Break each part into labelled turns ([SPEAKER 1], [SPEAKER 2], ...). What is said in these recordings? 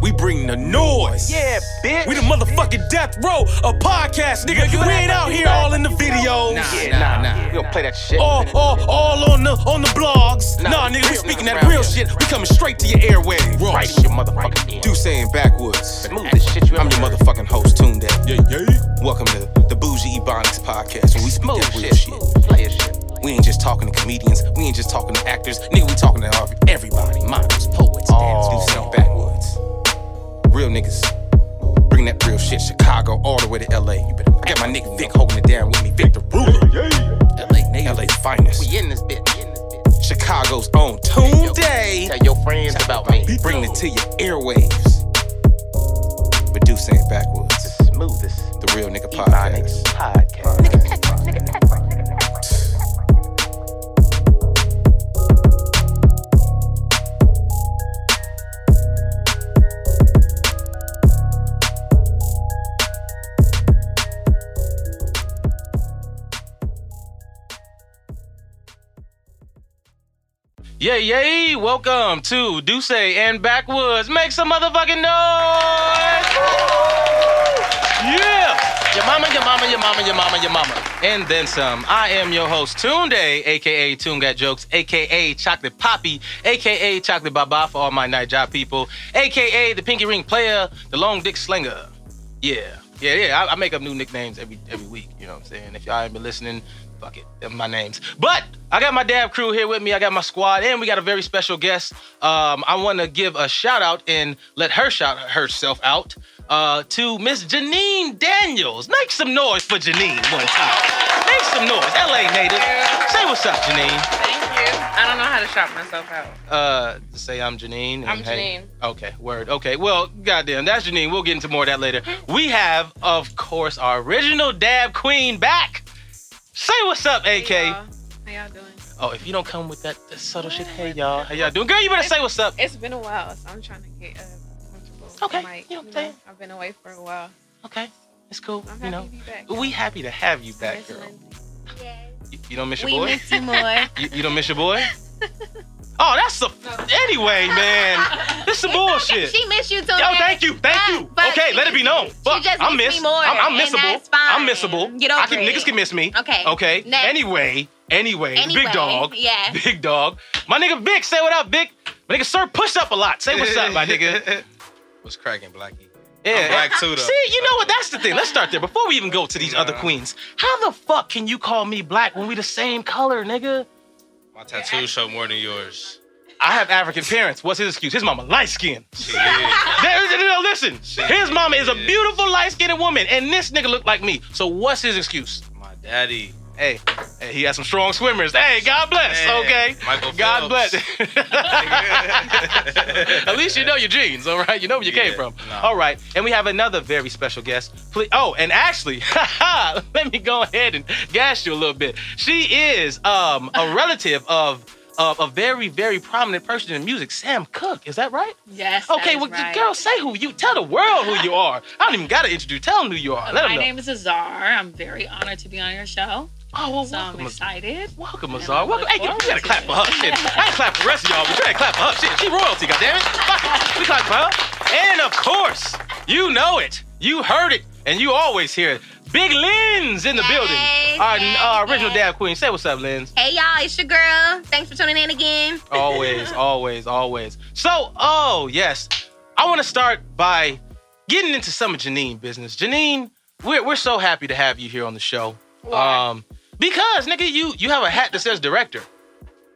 [SPEAKER 1] We bring the noise.
[SPEAKER 2] Yeah, bitch.
[SPEAKER 1] We the motherfucking death row of podcast, nigga.
[SPEAKER 2] Nigga,
[SPEAKER 1] We ain't out here all in the videos.
[SPEAKER 2] Nah,
[SPEAKER 1] Yeah.
[SPEAKER 2] nah, nah. Oh.
[SPEAKER 3] nah, nah.
[SPEAKER 2] We don't play that shit.
[SPEAKER 1] All, all, all on the on the blogs.
[SPEAKER 2] Nah,
[SPEAKER 1] Nah, nigga, we
[SPEAKER 2] real
[SPEAKER 1] speaking
[SPEAKER 2] niggas
[SPEAKER 1] that real
[SPEAKER 2] around here.
[SPEAKER 1] shit. We coming straight to your airwaves.
[SPEAKER 2] Right in your motherfucking ear.
[SPEAKER 1] Do saying backwards.
[SPEAKER 2] Smooth as shit you ever
[SPEAKER 1] I'm your
[SPEAKER 2] heard.
[SPEAKER 1] motherfucking host, Tune Day.
[SPEAKER 3] Yeah, yeah.
[SPEAKER 1] Welcome to the Bougie Ebonics podcast, where we speak
[SPEAKER 2] Smooth
[SPEAKER 1] that real
[SPEAKER 2] shit.
[SPEAKER 1] shit.
[SPEAKER 2] Smooth player shit.
[SPEAKER 1] We ain't just talking to comedians. We ain't just talking to actors. Nigga, we talking to ev- everybody. Models, poets,
[SPEAKER 2] Oh.
[SPEAKER 1] dancers, do sound backwards. Real niggas. Bring that real shit. Chicago all the way to LA. You better. I got my nigga Vic holding it down with me. Vic the ruler.
[SPEAKER 2] LA niggas.
[SPEAKER 1] LA's finest.
[SPEAKER 2] We in this bitch. We in this bitch.
[SPEAKER 1] Chicago's own Tune Day.
[SPEAKER 2] Tell your friends about me.
[SPEAKER 1] Bring it to your airwaves. But do say it backwards.
[SPEAKER 2] Smoothest
[SPEAKER 1] The real nigga
[SPEAKER 2] Ebonics
[SPEAKER 1] podcast.
[SPEAKER 2] podcast.
[SPEAKER 3] Yeah, yeah. Welcome to Duce and Backwoods. Make some motherfucking noise. Yeah. Your mama, your mama, your mama, your mama, your mama. And then some. I am your host, Tunde, aka Toon Got Jokes, aka Chocolate Poppy, aka Chocolate Baba for all my night job people, aka the Pinky Ring Player, the Long Dick Slinger. Yeah, yeah, yeah. I, I make up new nicknames every every week. You know what I'm saying? If y'all ain't been listening, fuck it. Them my names. But I got my dab crew here with me. I got my squad, and we got a very special guest. Um, I want to give a shout out and let her shout herself out uh, to Miss Janine Daniels. Make some noise for Janine one time. Make some noise, LA native. Say what's up, Janine.
[SPEAKER 4] Thank you. I don't know how to shout myself out.
[SPEAKER 3] Uh, say I'm Janine. and
[SPEAKER 4] I'm
[SPEAKER 3] hey- Okay, word. Okay, well, goddamn, that's Janine. We'll get into more of that later. We have, of course, our original dab queen back. Say what's up, AK.
[SPEAKER 4] Hey, y'all. How y'all doing?
[SPEAKER 3] oh, if you don't come with that, that subtle shit, hey y'all, how y'all doing? Girl, you better say what's up.
[SPEAKER 4] It's been a while, so I'm trying to get uh, comfortable. with the
[SPEAKER 3] Okay,
[SPEAKER 4] mic,
[SPEAKER 3] you know what I'm
[SPEAKER 4] know?
[SPEAKER 3] saying?
[SPEAKER 4] I've been away for a while.
[SPEAKER 3] Okay, it's cool.
[SPEAKER 4] I'm happy
[SPEAKER 3] You know,
[SPEAKER 4] to be back.
[SPEAKER 3] we happy to have you back,
[SPEAKER 4] Miss
[SPEAKER 3] girl.
[SPEAKER 4] Lindsay.
[SPEAKER 3] You, you don't miss your
[SPEAKER 5] We
[SPEAKER 3] boy.
[SPEAKER 5] miss you more.
[SPEAKER 3] You, you don't miss your boy. Oh, that's the. Anyway, man, this some bullshit.
[SPEAKER 5] she miss you too.
[SPEAKER 3] Yo, thank you, thank
[SPEAKER 5] Ah,
[SPEAKER 3] you.
[SPEAKER 5] but
[SPEAKER 3] Okay,
[SPEAKER 5] she
[SPEAKER 3] let it be known.
[SPEAKER 5] just- she
[SPEAKER 3] Fuck,
[SPEAKER 5] just
[SPEAKER 3] I'm
[SPEAKER 5] missed
[SPEAKER 3] missed.
[SPEAKER 5] me more,
[SPEAKER 3] I'm, I'm
[SPEAKER 5] and
[SPEAKER 3] missable.
[SPEAKER 5] that's fine.
[SPEAKER 3] I'm missable.
[SPEAKER 5] Get over
[SPEAKER 3] I can,
[SPEAKER 5] it.
[SPEAKER 3] Niggas can miss me.
[SPEAKER 5] Okay,
[SPEAKER 3] Okay.
[SPEAKER 5] next.
[SPEAKER 3] Anyway, anyway,
[SPEAKER 5] Anyway,
[SPEAKER 3] big dog.
[SPEAKER 5] yeah.
[SPEAKER 3] Big dog. My nigga Vic, say what up, Vic. My nigga Sir, push up a lot. Say what's up, my nigga.
[SPEAKER 6] What's cracking, Blackie?
[SPEAKER 3] Yeah.
[SPEAKER 6] I'm black too, though.
[SPEAKER 3] See, you know what? That's the thing. Let's start there. Before we even go to these other
[SPEAKER 6] Nah.
[SPEAKER 3] queens, how the fuck can you call me black when we the same color, nigga?
[SPEAKER 6] My tattoos show more than yours.
[SPEAKER 3] I have African parents. What's his excuse? His mama light skinned.
[SPEAKER 6] Yeah.
[SPEAKER 3] There- there- there- listen, his mama is a
[SPEAKER 6] Yeah.
[SPEAKER 3] beautiful light skinned woman, and this nigga look like me. So what's his excuse?
[SPEAKER 6] My daddy.
[SPEAKER 3] Hey, hey, he has some strong swimmers. Hey, God bless.
[SPEAKER 6] Man,
[SPEAKER 3] okay,
[SPEAKER 6] Michael
[SPEAKER 3] God bless.
[SPEAKER 6] Phelps.
[SPEAKER 3] At least you know your genes, all right? You know where you came
[SPEAKER 6] Yeah,
[SPEAKER 3] from.
[SPEAKER 6] nah.
[SPEAKER 3] All right, and we have another very special guest. Please, oh, and actually, let me go ahead and gas you a little bit. She is um, a relative of. Of a very, very prominent person in music, Sam Cooke. Is that right?
[SPEAKER 4] Yes. that
[SPEAKER 3] Okay,
[SPEAKER 4] is
[SPEAKER 3] well, the
[SPEAKER 4] right.
[SPEAKER 3] girl, say who you. Tell the world who you are. I don't even gotta introduce. Tell them who you are. Let them
[SPEAKER 4] My
[SPEAKER 3] know.
[SPEAKER 4] name is Azar. I'm very honored to be on your show.
[SPEAKER 3] oh, well,
[SPEAKER 4] So I'm
[SPEAKER 3] welcome, Azar.
[SPEAKER 4] excited.
[SPEAKER 3] Welcome,
[SPEAKER 4] And
[SPEAKER 3] Azar.
[SPEAKER 4] I
[SPEAKER 3] Welcome.
[SPEAKER 4] look
[SPEAKER 3] Hey, you
[SPEAKER 4] forward
[SPEAKER 3] gotta
[SPEAKER 4] to
[SPEAKER 3] clap
[SPEAKER 4] it.
[SPEAKER 3] for her. Shit. I ain't clap for the rest of y'all, but you gotta clap for her. Shit, she royalty, goddammit. Fuck. We clap for her. And of course, you know it. You heard it, and you always hear it. Big Lynn's in the
[SPEAKER 5] Yes,
[SPEAKER 3] building. Our,
[SPEAKER 5] yes,
[SPEAKER 3] our original
[SPEAKER 5] yes.
[SPEAKER 3] dab queen. Say what's up, Lynn's.
[SPEAKER 5] Hey y'all, it's your girl. Thanks for tuning in again.
[SPEAKER 3] Always, always, always. So, oh yes, I want to start by getting into some of Janine business. Janine, we're we're so happy to have you here on the show.
[SPEAKER 4] Why?
[SPEAKER 3] Um, because nigga, you you have a hat that says director.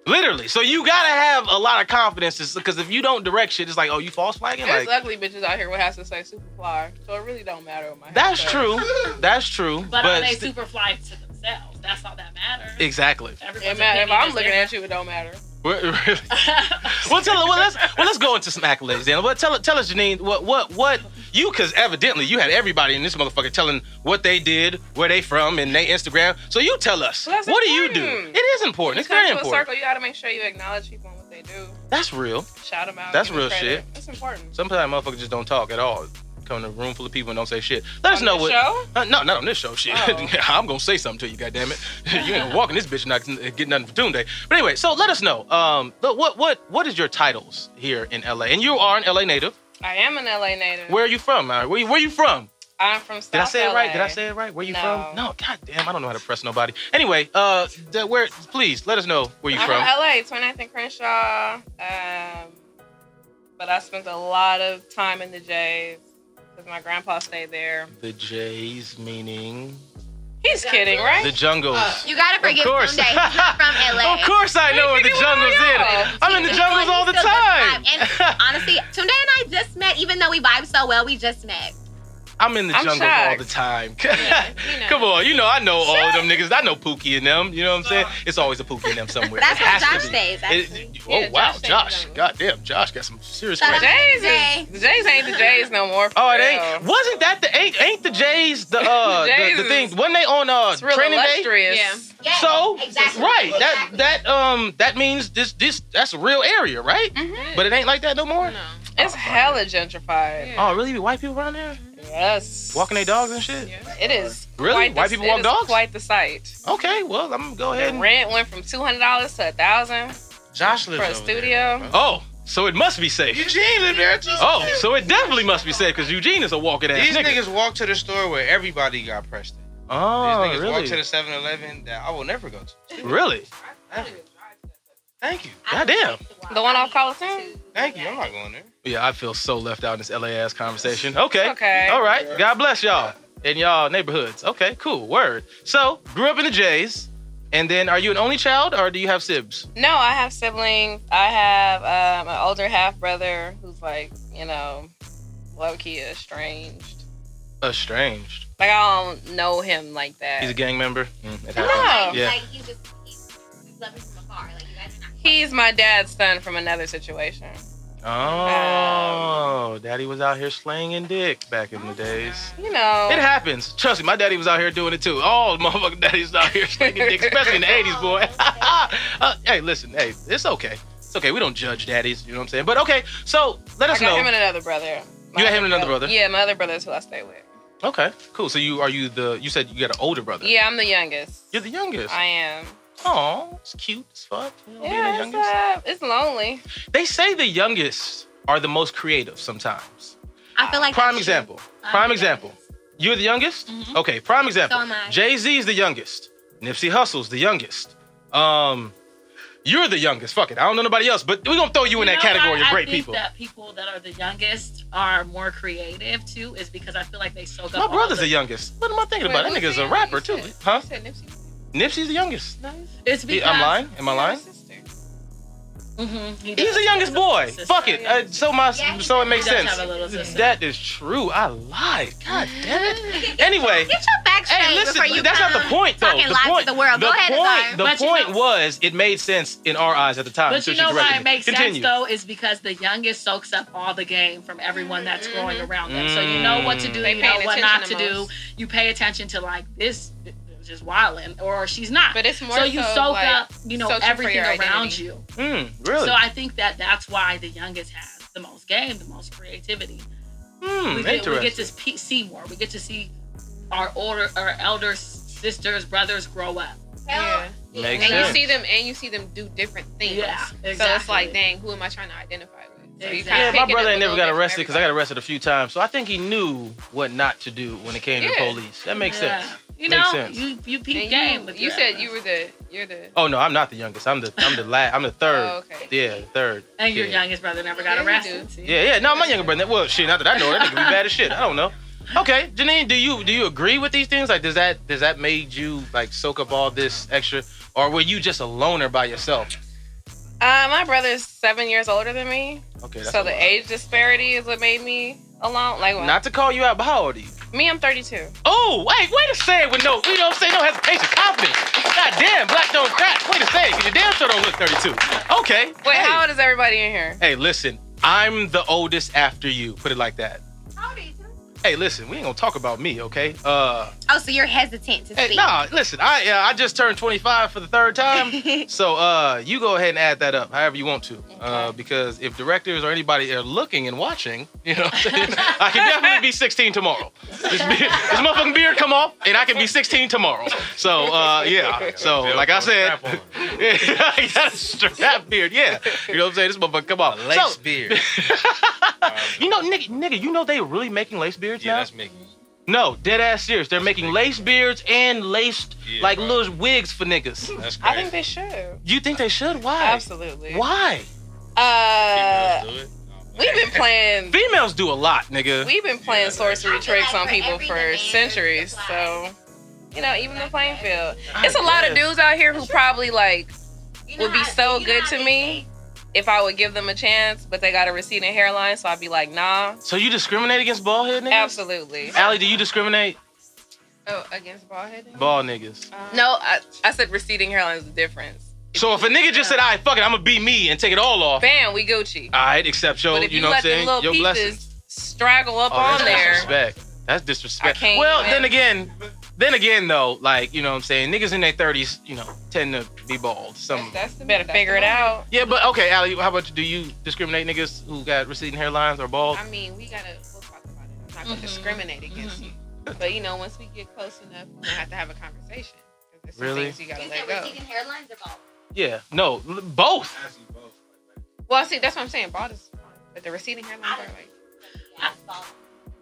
[SPEAKER 3] Literally. So you gotta have a lot of confidence because if you don't direct shit, it's like, oh, you false flagging?
[SPEAKER 7] There's
[SPEAKER 3] Like
[SPEAKER 7] ugly bitches out here with hats that say super fly, so it really don't matter what my hair
[SPEAKER 3] that's
[SPEAKER 7] says.
[SPEAKER 3] true. That's true.
[SPEAKER 4] But, are they
[SPEAKER 3] st-
[SPEAKER 4] super fly to themselves? That's all that matters.
[SPEAKER 3] Exactly.
[SPEAKER 7] It matter if I'm looking at you, it don't matter.
[SPEAKER 3] We're- really.
[SPEAKER 4] at
[SPEAKER 3] Well, tell well let's well let's go into some accolades then. Well, tell tell us Janine what what what you because evidently you had everybody in this motherfucker telling what they did, where they from, and they Instagram. So you tell us
[SPEAKER 7] Well, that's
[SPEAKER 3] what do you do?
[SPEAKER 7] important.
[SPEAKER 3] It is important.
[SPEAKER 7] When
[SPEAKER 3] It's
[SPEAKER 7] you come
[SPEAKER 3] very
[SPEAKER 7] to a
[SPEAKER 3] important.
[SPEAKER 7] circle, you gotta make sure you acknowledge people and what they do.
[SPEAKER 3] That's real.
[SPEAKER 7] Shout them out.
[SPEAKER 3] That's
[SPEAKER 7] give 'em
[SPEAKER 3] real
[SPEAKER 7] credit. It's important.
[SPEAKER 3] Sometimes motherfuckers just don't talk at all. Come in a room full of people and don't say shit. Let us
[SPEAKER 7] On
[SPEAKER 3] know what.
[SPEAKER 7] this show?
[SPEAKER 3] Uh, no, not on this show. Shit,
[SPEAKER 7] Oh.
[SPEAKER 3] I'm gonna say something to you. goddamn it. you ain't walking this bitch and not getting nothing for Doom Day. But anyway, so let us know. Um, the- what what what is your titles here in LA? And you are an LA native.
[SPEAKER 7] I am an LA native.
[SPEAKER 3] Where are you from? Mara? Where, where you from?
[SPEAKER 7] I'm from South
[SPEAKER 3] Did I say
[SPEAKER 7] LA.
[SPEAKER 3] it right? Did I say it right? Where you
[SPEAKER 7] No.
[SPEAKER 3] from? No, god damn, I don't know how to press nobody. Anyway, uh, d- where? Please let us know where you
[SPEAKER 7] I'm
[SPEAKER 3] from.
[SPEAKER 7] from LA, 29th and Crenshaw. Um, but I spent a lot of time in the J's because my grandpa stayed there.
[SPEAKER 3] The J's meaning
[SPEAKER 7] He's kidding, right?
[SPEAKER 3] the jungles.
[SPEAKER 5] Uh, You gotta
[SPEAKER 3] of
[SPEAKER 5] forgive
[SPEAKER 3] course.
[SPEAKER 5] someday. He's from LA.
[SPEAKER 3] Of course, I know where the jungles
[SPEAKER 7] y'all?
[SPEAKER 3] is. I'm in the jungles all the
[SPEAKER 5] He's still
[SPEAKER 3] time.
[SPEAKER 5] good vibes. And honestly, Tunde and I just met, even though we vibe so well, we just met.
[SPEAKER 3] I'm in the
[SPEAKER 7] I'm
[SPEAKER 3] jungles all
[SPEAKER 7] shocked.
[SPEAKER 3] the time.
[SPEAKER 7] Yeah, you know.
[SPEAKER 3] Come on, you know I know all of them niggas. I know Pookie and them. You know what I'm saying? It's always a Pookie and them somewhere.
[SPEAKER 5] That's
[SPEAKER 3] It
[SPEAKER 5] where
[SPEAKER 3] has to
[SPEAKER 5] Josh
[SPEAKER 3] be.
[SPEAKER 5] stays,
[SPEAKER 3] It-
[SPEAKER 5] actually.
[SPEAKER 3] it- oh
[SPEAKER 7] Yeah,
[SPEAKER 3] wow,
[SPEAKER 7] Josh stays
[SPEAKER 3] Josh.
[SPEAKER 7] in the
[SPEAKER 3] God damn, Josh got some serious
[SPEAKER 5] Shout
[SPEAKER 7] The
[SPEAKER 5] out
[SPEAKER 3] questions.
[SPEAKER 7] J's,
[SPEAKER 5] Jay.
[SPEAKER 7] is, the J's ain't the J's no more. For
[SPEAKER 3] Oh, it
[SPEAKER 7] real.
[SPEAKER 3] ain't. Wasn't that the ain't ain't the Jays the uh
[SPEAKER 7] The Jays
[SPEAKER 3] the, the thing?
[SPEAKER 7] is-
[SPEAKER 3] Wasn't they on uh
[SPEAKER 7] It's real
[SPEAKER 3] training day?
[SPEAKER 7] illustrious.
[SPEAKER 4] Yeah.
[SPEAKER 5] Yeah,
[SPEAKER 3] So
[SPEAKER 5] exactly.
[SPEAKER 3] right, that
[SPEAKER 5] Exactly.
[SPEAKER 3] that um that means this this that's a real area, right?
[SPEAKER 7] Mhm.
[SPEAKER 3] But it ain't like that no more.
[SPEAKER 4] No.
[SPEAKER 7] It's hella gentrified.
[SPEAKER 4] Yeah.
[SPEAKER 3] Oh, really? Be white people around there
[SPEAKER 7] Mm-hmm. Yes.
[SPEAKER 3] walking their dogs and shit?
[SPEAKER 7] It is.
[SPEAKER 3] Really?
[SPEAKER 7] Quite the-
[SPEAKER 3] White people
[SPEAKER 7] it
[SPEAKER 3] walk
[SPEAKER 7] is
[SPEAKER 3] dogs?
[SPEAKER 7] Quite the sight.
[SPEAKER 3] Okay, well I'm gonna go ahead and.
[SPEAKER 7] Rent went from two hundred dollars to a thousand
[SPEAKER 6] Josh lives
[SPEAKER 7] for a
[SPEAKER 6] over there.
[SPEAKER 7] studio.
[SPEAKER 3] Oh, so it must be safe.
[SPEAKER 6] Eugene lives there too.
[SPEAKER 3] Oh, so it definitely must be safe because Eugene is a walking ass
[SPEAKER 6] These
[SPEAKER 3] nigga.
[SPEAKER 6] niggas walk to the store where everybody got pressed. in.
[SPEAKER 3] oh,
[SPEAKER 6] These niggas walk
[SPEAKER 3] really?
[SPEAKER 6] to the 7-Eleven that I will never go to.
[SPEAKER 3] really?
[SPEAKER 6] Thank you.
[SPEAKER 3] Goddamn.
[SPEAKER 7] The one off Coliseum.
[SPEAKER 6] Thank you. I'm not going there.
[SPEAKER 3] Yeah, I feel so left out in this LA ass conversation. Okay.
[SPEAKER 7] Okay.
[SPEAKER 3] All right. God bless y'all in y'all neighborhoods. Okay, cool. Word. So, grew up in the J's. And then, are you an only child or do you have sibs?
[SPEAKER 7] No, I have siblings. I have um, an older half brother who's like, you know, low key estranged.
[SPEAKER 3] Estranged.
[SPEAKER 7] Like I don't know him like that.
[SPEAKER 3] He's a gang member. Mm, it
[SPEAKER 7] No.
[SPEAKER 3] happens. Yeah.
[SPEAKER 5] Like, you just, you love him from afar. Like, you guys are not.
[SPEAKER 7] He's my dad's son from another situation.
[SPEAKER 3] Oh, daddy was out here slinging dick back in the days.
[SPEAKER 7] You know.
[SPEAKER 3] It happens. Trust me, my daddy was out here doing it too. All motherfucking daddies out here slinging dick, especially in the 80s, boy. Uh, hey, listen, hey, it's okay. It's okay. We don't judge daddies, you know what I'm saying? But okay, so let
[SPEAKER 7] I
[SPEAKER 3] us
[SPEAKER 7] got
[SPEAKER 3] know.
[SPEAKER 7] him and another brother.
[SPEAKER 3] You got him
[SPEAKER 7] other
[SPEAKER 3] and another brother?
[SPEAKER 7] Yeah, my other brother is who I stay with.
[SPEAKER 3] okay, cool. So you are you the you said you got an older brother.
[SPEAKER 7] Yeah, I'm the youngest.
[SPEAKER 3] You're the youngest.
[SPEAKER 7] I am.
[SPEAKER 3] Oh, it's cute as fuck. You know, being the
[SPEAKER 7] Yeah, it's,
[SPEAKER 3] youngest.
[SPEAKER 7] uh, it's lonely.
[SPEAKER 3] They say the youngest are the most creative sometimes.
[SPEAKER 5] I feel like.
[SPEAKER 3] Prime
[SPEAKER 5] that's
[SPEAKER 3] example.
[SPEAKER 5] I'm
[SPEAKER 3] Prime
[SPEAKER 5] the
[SPEAKER 3] example. You're the youngest?
[SPEAKER 4] Mhm.
[SPEAKER 3] Okay, prime example.
[SPEAKER 5] So am I.
[SPEAKER 3] Jay Z is the youngest. Nipsey Hussle's the youngest. Um, you're the youngest. Fuck it. I don't know nobody else, but we're gonna throw you, in that
[SPEAKER 4] know
[SPEAKER 3] category
[SPEAKER 4] why
[SPEAKER 3] of great
[SPEAKER 4] I think
[SPEAKER 3] people.
[SPEAKER 4] That people that are the youngest are more creative too, is because I feel like they soak up.
[SPEAKER 3] My
[SPEAKER 4] all
[SPEAKER 3] brother's the
[SPEAKER 4] the,
[SPEAKER 3] youngest. What am I thinking about? That
[SPEAKER 7] Wait,
[SPEAKER 3] nigga's
[SPEAKER 7] who's
[SPEAKER 3] a
[SPEAKER 7] the
[SPEAKER 3] rapper too.
[SPEAKER 7] youngest?
[SPEAKER 3] Huh?
[SPEAKER 7] You said Nipsey?
[SPEAKER 3] Nipsey's the youngest.
[SPEAKER 7] No,
[SPEAKER 4] It's because
[SPEAKER 3] I'm lying. Am I lying?
[SPEAKER 4] Mhm, he
[SPEAKER 3] He's
[SPEAKER 4] does.
[SPEAKER 3] the youngest boy.
[SPEAKER 4] Sister.
[SPEAKER 3] Fuck it. Uh, so my
[SPEAKER 5] Yeah, he
[SPEAKER 3] so it
[SPEAKER 5] does.
[SPEAKER 3] makes
[SPEAKER 4] He does
[SPEAKER 3] sense.
[SPEAKER 4] have a little sister.
[SPEAKER 3] That is true. I lied. God damn it.
[SPEAKER 5] Get
[SPEAKER 3] Anyway,
[SPEAKER 5] your facts straight
[SPEAKER 3] Hey, listen,
[SPEAKER 5] before you
[SPEAKER 3] that's not
[SPEAKER 5] come
[SPEAKER 3] the point, though.
[SPEAKER 5] Talking
[SPEAKER 3] The
[SPEAKER 5] lies
[SPEAKER 3] point,
[SPEAKER 5] to the world.
[SPEAKER 3] the
[SPEAKER 5] Go ahead,
[SPEAKER 3] point,
[SPEAKER 5] Azar.
[SPEAKER 3] the
[SPEAKER 4] But you
[SPEAKER 3] point
[SPEAKER 4] know-
[SPEAKER 3] was it made sense in our eyes at the time.
[SPEAKER 4] But
[SPEAKER 3] so
[SPEAKER 4] you
[SPEAKER 3] she
[SPEAKER 4] know
[SPEAKER 3] corrected
[SPEAKER 4] why
[SPEAKER 3] me.
[SPEAKER 4] it makes
[SPEAKER 3] Continue.
[SPEAKER 4] sense though is because the youngest soaks up all the game from everyone that's growing around them. So you know what to do,
[SPEAKER 3] They
[SPEAKER 4] you
[SPEAKER 7] Mm-hmm. paying
[SPEAKER 4] know what not to
[SPEAKER 7] attention the
[SPEAKER 4] do.
[SPEAKER 7] most.
[SPEAKER 4] You pay attention to like this is just wilding or she's not.
[SPEAKER 7] But it's more
[SPEAKER 4] so you soak
[SPEAKER 7] like,
[SPEAKER 4] up, you know,
[SPEAKER 7] searching for
[SPEAKER 4] everything
[SPEAKER 7] your
[SPEAKER 4] around
[SPEAKER 7] identity.
[SPEAKER 4] you.
[SPEAKER 3] Mm, really?
[SPEAKER 4] So I think that that's why the youngest has the most game, the most creativity.
[SPEAKER 3] Hmm,
[SPEAKER 4] we, get,
[SPEAKER 3] interesting.
[SPEAKER 4] we get to pe- see more. We get to see our older, our elder sisters, brothers grow up.
[SPEAKER 7] Yeah.
[SPEAKER 3] Makes
[SPEAKER 5] And
[SPEAKER 7] And
[SPEAKER 3] sense.
[SPEAKER 7] you see them, and you see them do different things.
[SPEAKER 4] Yeah,
[SPEAKER 7] So it's like,
[SPEAKER 4] exactly.
[SPEAKER 7] dang, who am I trying to identify with? So you
[SPEAKER 4] Exactly.
[SPEAKER 7] kinda
[SPEAKER 3] yeah, my
[SPEAKER 7] picking
[SPEAKER 3] brother
[SPEAKER 7] up
[SPEAKER 3] ain't
[SPEAKER 7] a
[SPEAKER 3] never got
[SPEAKER 7] little bit
[SPEAKER 3] arrested
[SPEAKER 7] from
[SPEAKER 3] because I got arrested a few times, so I think he knew what not to do when it came to
[SPEAKER 7] Yeah.
[SPEAKER 3] the police. That makes
[SPEAKER 4] Yeah.
[SPEAKER 3] sense.
[SPEAKER 4] You
[SPEAKER 3] Makes
[SPEAKER 4] know,
[SPEAKER 3] sense.
[SPEAKER 4] you you
[SPEAKER 7] everybody.
[SPEAKER 4] peep
[SPEAKER 7] And
[SPEAKER 4] game.
[SPEAKER 7] you,
[SPEAKER 4] with
[SPEAKER 7] you
[SPEAKER 4] the
[SPEAKER 7] said
[SPEAKER 4] others.
[SPEAKER 7] you were the, you're the.
[SPEAKER 3] Oh no, I'm not the youngest. I'm the I'm the last. I'm the third.
[SPEAKER 7] Oh, okay.
[SPEAKER 3] Yeah, the third.
[SPEAKER 4] and your
[SPEAKER 3] kid.
[SPEAKER 4] youngest brother never
[SPEAKER 7] Yeah,
[SPEAKER 4] got
[SPEAKER 7] you
[SPEAKER 4] arrested. see?
[SPEAKER 3] Yeah, yeah. No, my younger brother. Well, shit. Not that I know, that nigga be bad as shit. I don't know. Okay, Janine, do you do you agree with these things? Like, does that does that made you like soak up all this extra, or were you just a loner by yourself?
[SPEAKER 7] Uh, my brother's seven years older than me,
[SPEAKER 3] Okay,
[SPEAKER 7] so
[SPEAKER 3] a
[SPEAKER 7] the
[SPEAKER 3] lot.
[SPEAKER 7] age disparity is what made me alone. Like, when-
[SPEAKER 3] Not to call you out, but how old are you?
[SPEAKER 7] me, I'm 32.
[SPEAKER 3] Oh, wait, way to say it with no, you know what I'm saying? No hesitation, confidence. God damn, black don't crack. Way to say it, 'cause you damn sure don't look 32. Okay.
[SPEAKER 7] Wait,
[SPEAKER 3] hey.
[SPEAKER 7] how old is everybody in here?
[SPEAKER 3] Hey, listen, I'm the oldest after you. Put it like that.
[SPEAKER 5] How old are you?
[SPEAKER 3] Hey, listen, we ain't gonna talk about me, okay? Uh,
[SPEAKER 5] Oh, so you're hesitant to
[SPEAKER 3] Hey,
[SPEAKER 5] speak.
[SPEAKER 3] nah, listen, I uh, I just turned 25 for the third time. so uh, you go ahead and add that up however you want to. Uh,
[SPEAKER 7] Okay.
[SPEAKER 3] because if directors or anybody are looking and watching, you know, I can definitely be 16 tomorrow. This, beard, this motherfucking beard come off and I can be 16 tomorrow. So uh, yeah. So like I said, I got a strap beard. Yeah. You know what I'm saying? This motherfucker come off.
[SPEAKER 6] lace
[SPEAKER 3] So,
[SPEAKER 6] beard. Um,
[SPEAKER 3] you know, nigga, nigga, you know they really making lace beards
[SPEAKER 6] yeah,
[SPEAKER 3] now?
[SPEAKER 6] that's Mickey.
[SPEAKER 3] No, dead ass serious. They're making lace beards and laced
[SPEAKER 6] Yeah,
[SPEAKER 3] like
[SPEAKER 6] bro.
[SPEAKER 3] little wigs for niggas.
[SPEAKER 6] That's crazy.
[SPEAKER 7] I think they should.
[SPEAKER 3] You think they should? Why?
[SPEAKER 7] Absolutely.
[SPEAKER 3] Why?
[SPEAKER 7] Uh,
[SPEAKER 6] Females do it. Um, No,
[SPEAKER 7] we've been playing.
[SPEAKER 3] Females do a lot, nigga.
[SPEAKER 7] We've been
[SPEAKER 6] Yeah,
[SPEAKER 7] playing
[SPEAKER 6] that's-
[SPEAKER 7] sorcery tricks on
[SPEAKER 5] For
[SPEAKER 7] people
[SPEAKER 5] every
[SPEAKER 7] for
[SPEAKER 5] demand,
[SPEAKER 7] centuries, so
[SPEAKER 5] there's a
[SPEAKER 7] you know, even the playing field.
[SPEAKER 3] I
[SPEAKER 7] It's a lot of
[SPEAKER 3] guess.
[SPEAKER 7] dudes out here who probably like
[SPEAKER 5] You know
[SPEAKER 7] would be
[SPEAKER 5] how-
[SPEAKER 7] so
[SPEAKER 5] you know
[SPEAKER 7] good
[SPEAKER 5] how
[SPEAKER 7] to
[SPEAKER 5] they
[SPEAKER 7] me if I would give them a chance, but they got a receding hairline, so I'd be like, nah,
[SPEAKER 3] So you discriminate against bald head niggas?
[SPEAKER 7] absolutely.
[SPEAKER 3] Allie, do you discriminate
[SPEAKER 7] Oh, against bald headed? Uh,
[SPEAKER 3] bald niggas?
[SPEAKER 7] No, I, I said receding hairline is the difference.
[SPEAKER 3] So if a nigga just said, "I fuck it, I'ma be me and take it all off,"
[SPEAKER 7] Bam, we Gucci.
[SPEAKER 3] all right, except your,
[SPEAKER 7] but if you,
[SPEAKER 3] you know what I'm
[SPEAKER 7] let them
[SPEAKER 3] saying,
[SPEAKER 7] little
[SPEAKER 3] your
[SPEAKER 7] pieces
[SPEAKER 3] blessings.
[SPEAKER 7] straggle up
[SPEAKER 3] Oh,
[SPEAKER 7] on
[SPEAKER 3] that's
[SPEAKER 7] there,
[SPEAKER 3] disrespect. That's disrespect.
[SPEAKER 7] I can't
[SPEAKER 3] well,
[SPEAKER 7] even-
[SPEAKER 3] then again, then again though, like you know what I'm saying, niggas in their 30s, you know, tend to be bald. Some of them.
[SPEAKER 7] you better figure it out.
[SPEAKER 3] Yeah, but okay, Allie, how about you? Do you discriminate niggas who got receding hairlines or bald?
[SPEAKER 7] I mean, we gotta we'll talk about it. I'm not gonna
[SPEAKER 4] Mhm.
[SPEAKER 7] discriminate against you, but you know, once we get close enough, we're gonna have to have a conversation. 'Cause There's some
[SPEAKER 3] Really?
[SPEAKER 7] things you gotta
[SPEAKER 5] You
[SPEAKER 7] let
[SPEAKER 5] said
[SPEAKER 7] go.
[SPEAKER 5] receding hairlines are bald.
[SPEAKER 3] Yeah, no, l- both.
[SPEAKER 7] Well, see, that's what I'm saying. Bald is fine, but the receding hairline, are like,
[SPEAKER 5] That's bald.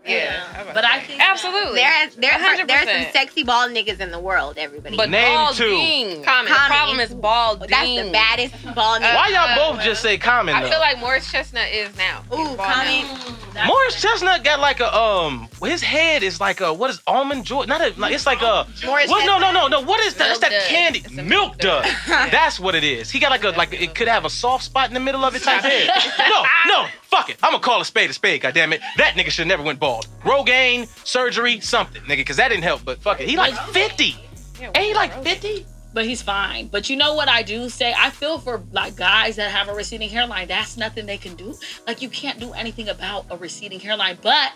[SPEAKER 7] yeah,
[SPEAKER 4] Yeah,
[SPEAKER 7] I'm about
[SPEAKER 4] but
[SPEAKER 7] to
[SPEAKER 4] I
[SPEAKER 7] say.
[SPEAKER 4] think
[SPEAKER 7] absolutely.
[SPEAKER 5] There, is- there, are- there are some
[SPEAKER 7] 100%.
[SPEAKER 5] sexy bald niggas in the world, everybody.
[SPEAKER 7] but
[SPEAKER 3] Name
[SPEAKER 7] balding. Common. The
[SPEAKER 5] Common.
[SPEAKER 7] problem is balding.
[SPEAKER 5] that's the baddest bald nigga.
[SPEAKER 3] Why y'all
[SPEAKER 7] uh,
[SPEAKER 3] both just say common?
[SPEAKER 7] I
[SPEAKER 3] though?
[SPEAKER 7] feel like Morris Chestnut is now. He's
[SPEAKER 5] Ooh,
[SPEAKER 7] bald
[SPEAKER 5] Common.
[SPEAKER 7] now.
[SPEAKER 4] That's-
[SPEAKER 3] Morris Chestnut got like a um, his head is like a what is almond joy? Not a like it's like a
[SPEAKER 5] Morris
[SPEAKER 3] what? No, no, no, no. What is that? That's
[SPEAKER 7] Milk
[SPEAKER 3] that
[SPEAKER 7] dud.
[SPEAKER 3] candy
[SPEAKER 7] It's a
[SPEAKER 3] milk
[SPEAKER 7] milk
[SPEAKER 3] dud.
[SPEAKER 7] dud. Yeah.
[SPEAKER 3] That's what it is. He got like a like it could have a soft spot in the middle of it type head. No, no, fuck it. I'm gonna call a spade a spade. God damn it, that nigga should never went bald. Rogaine surgery something, nigga, because that didn't help. But fuck it, he like 50.
[SPEAKER 7] Yeah,
[SPEAKER 3] Ain't he like
[SPEAKER 7] Rogan.
[SPEAKER 3] 50?
[SPEAKER 4] but he's fine. But you know what I do say? I feel for like guys that have a receding hairline. That's nothing they can do. Like you can't do anything about a receding hairline. But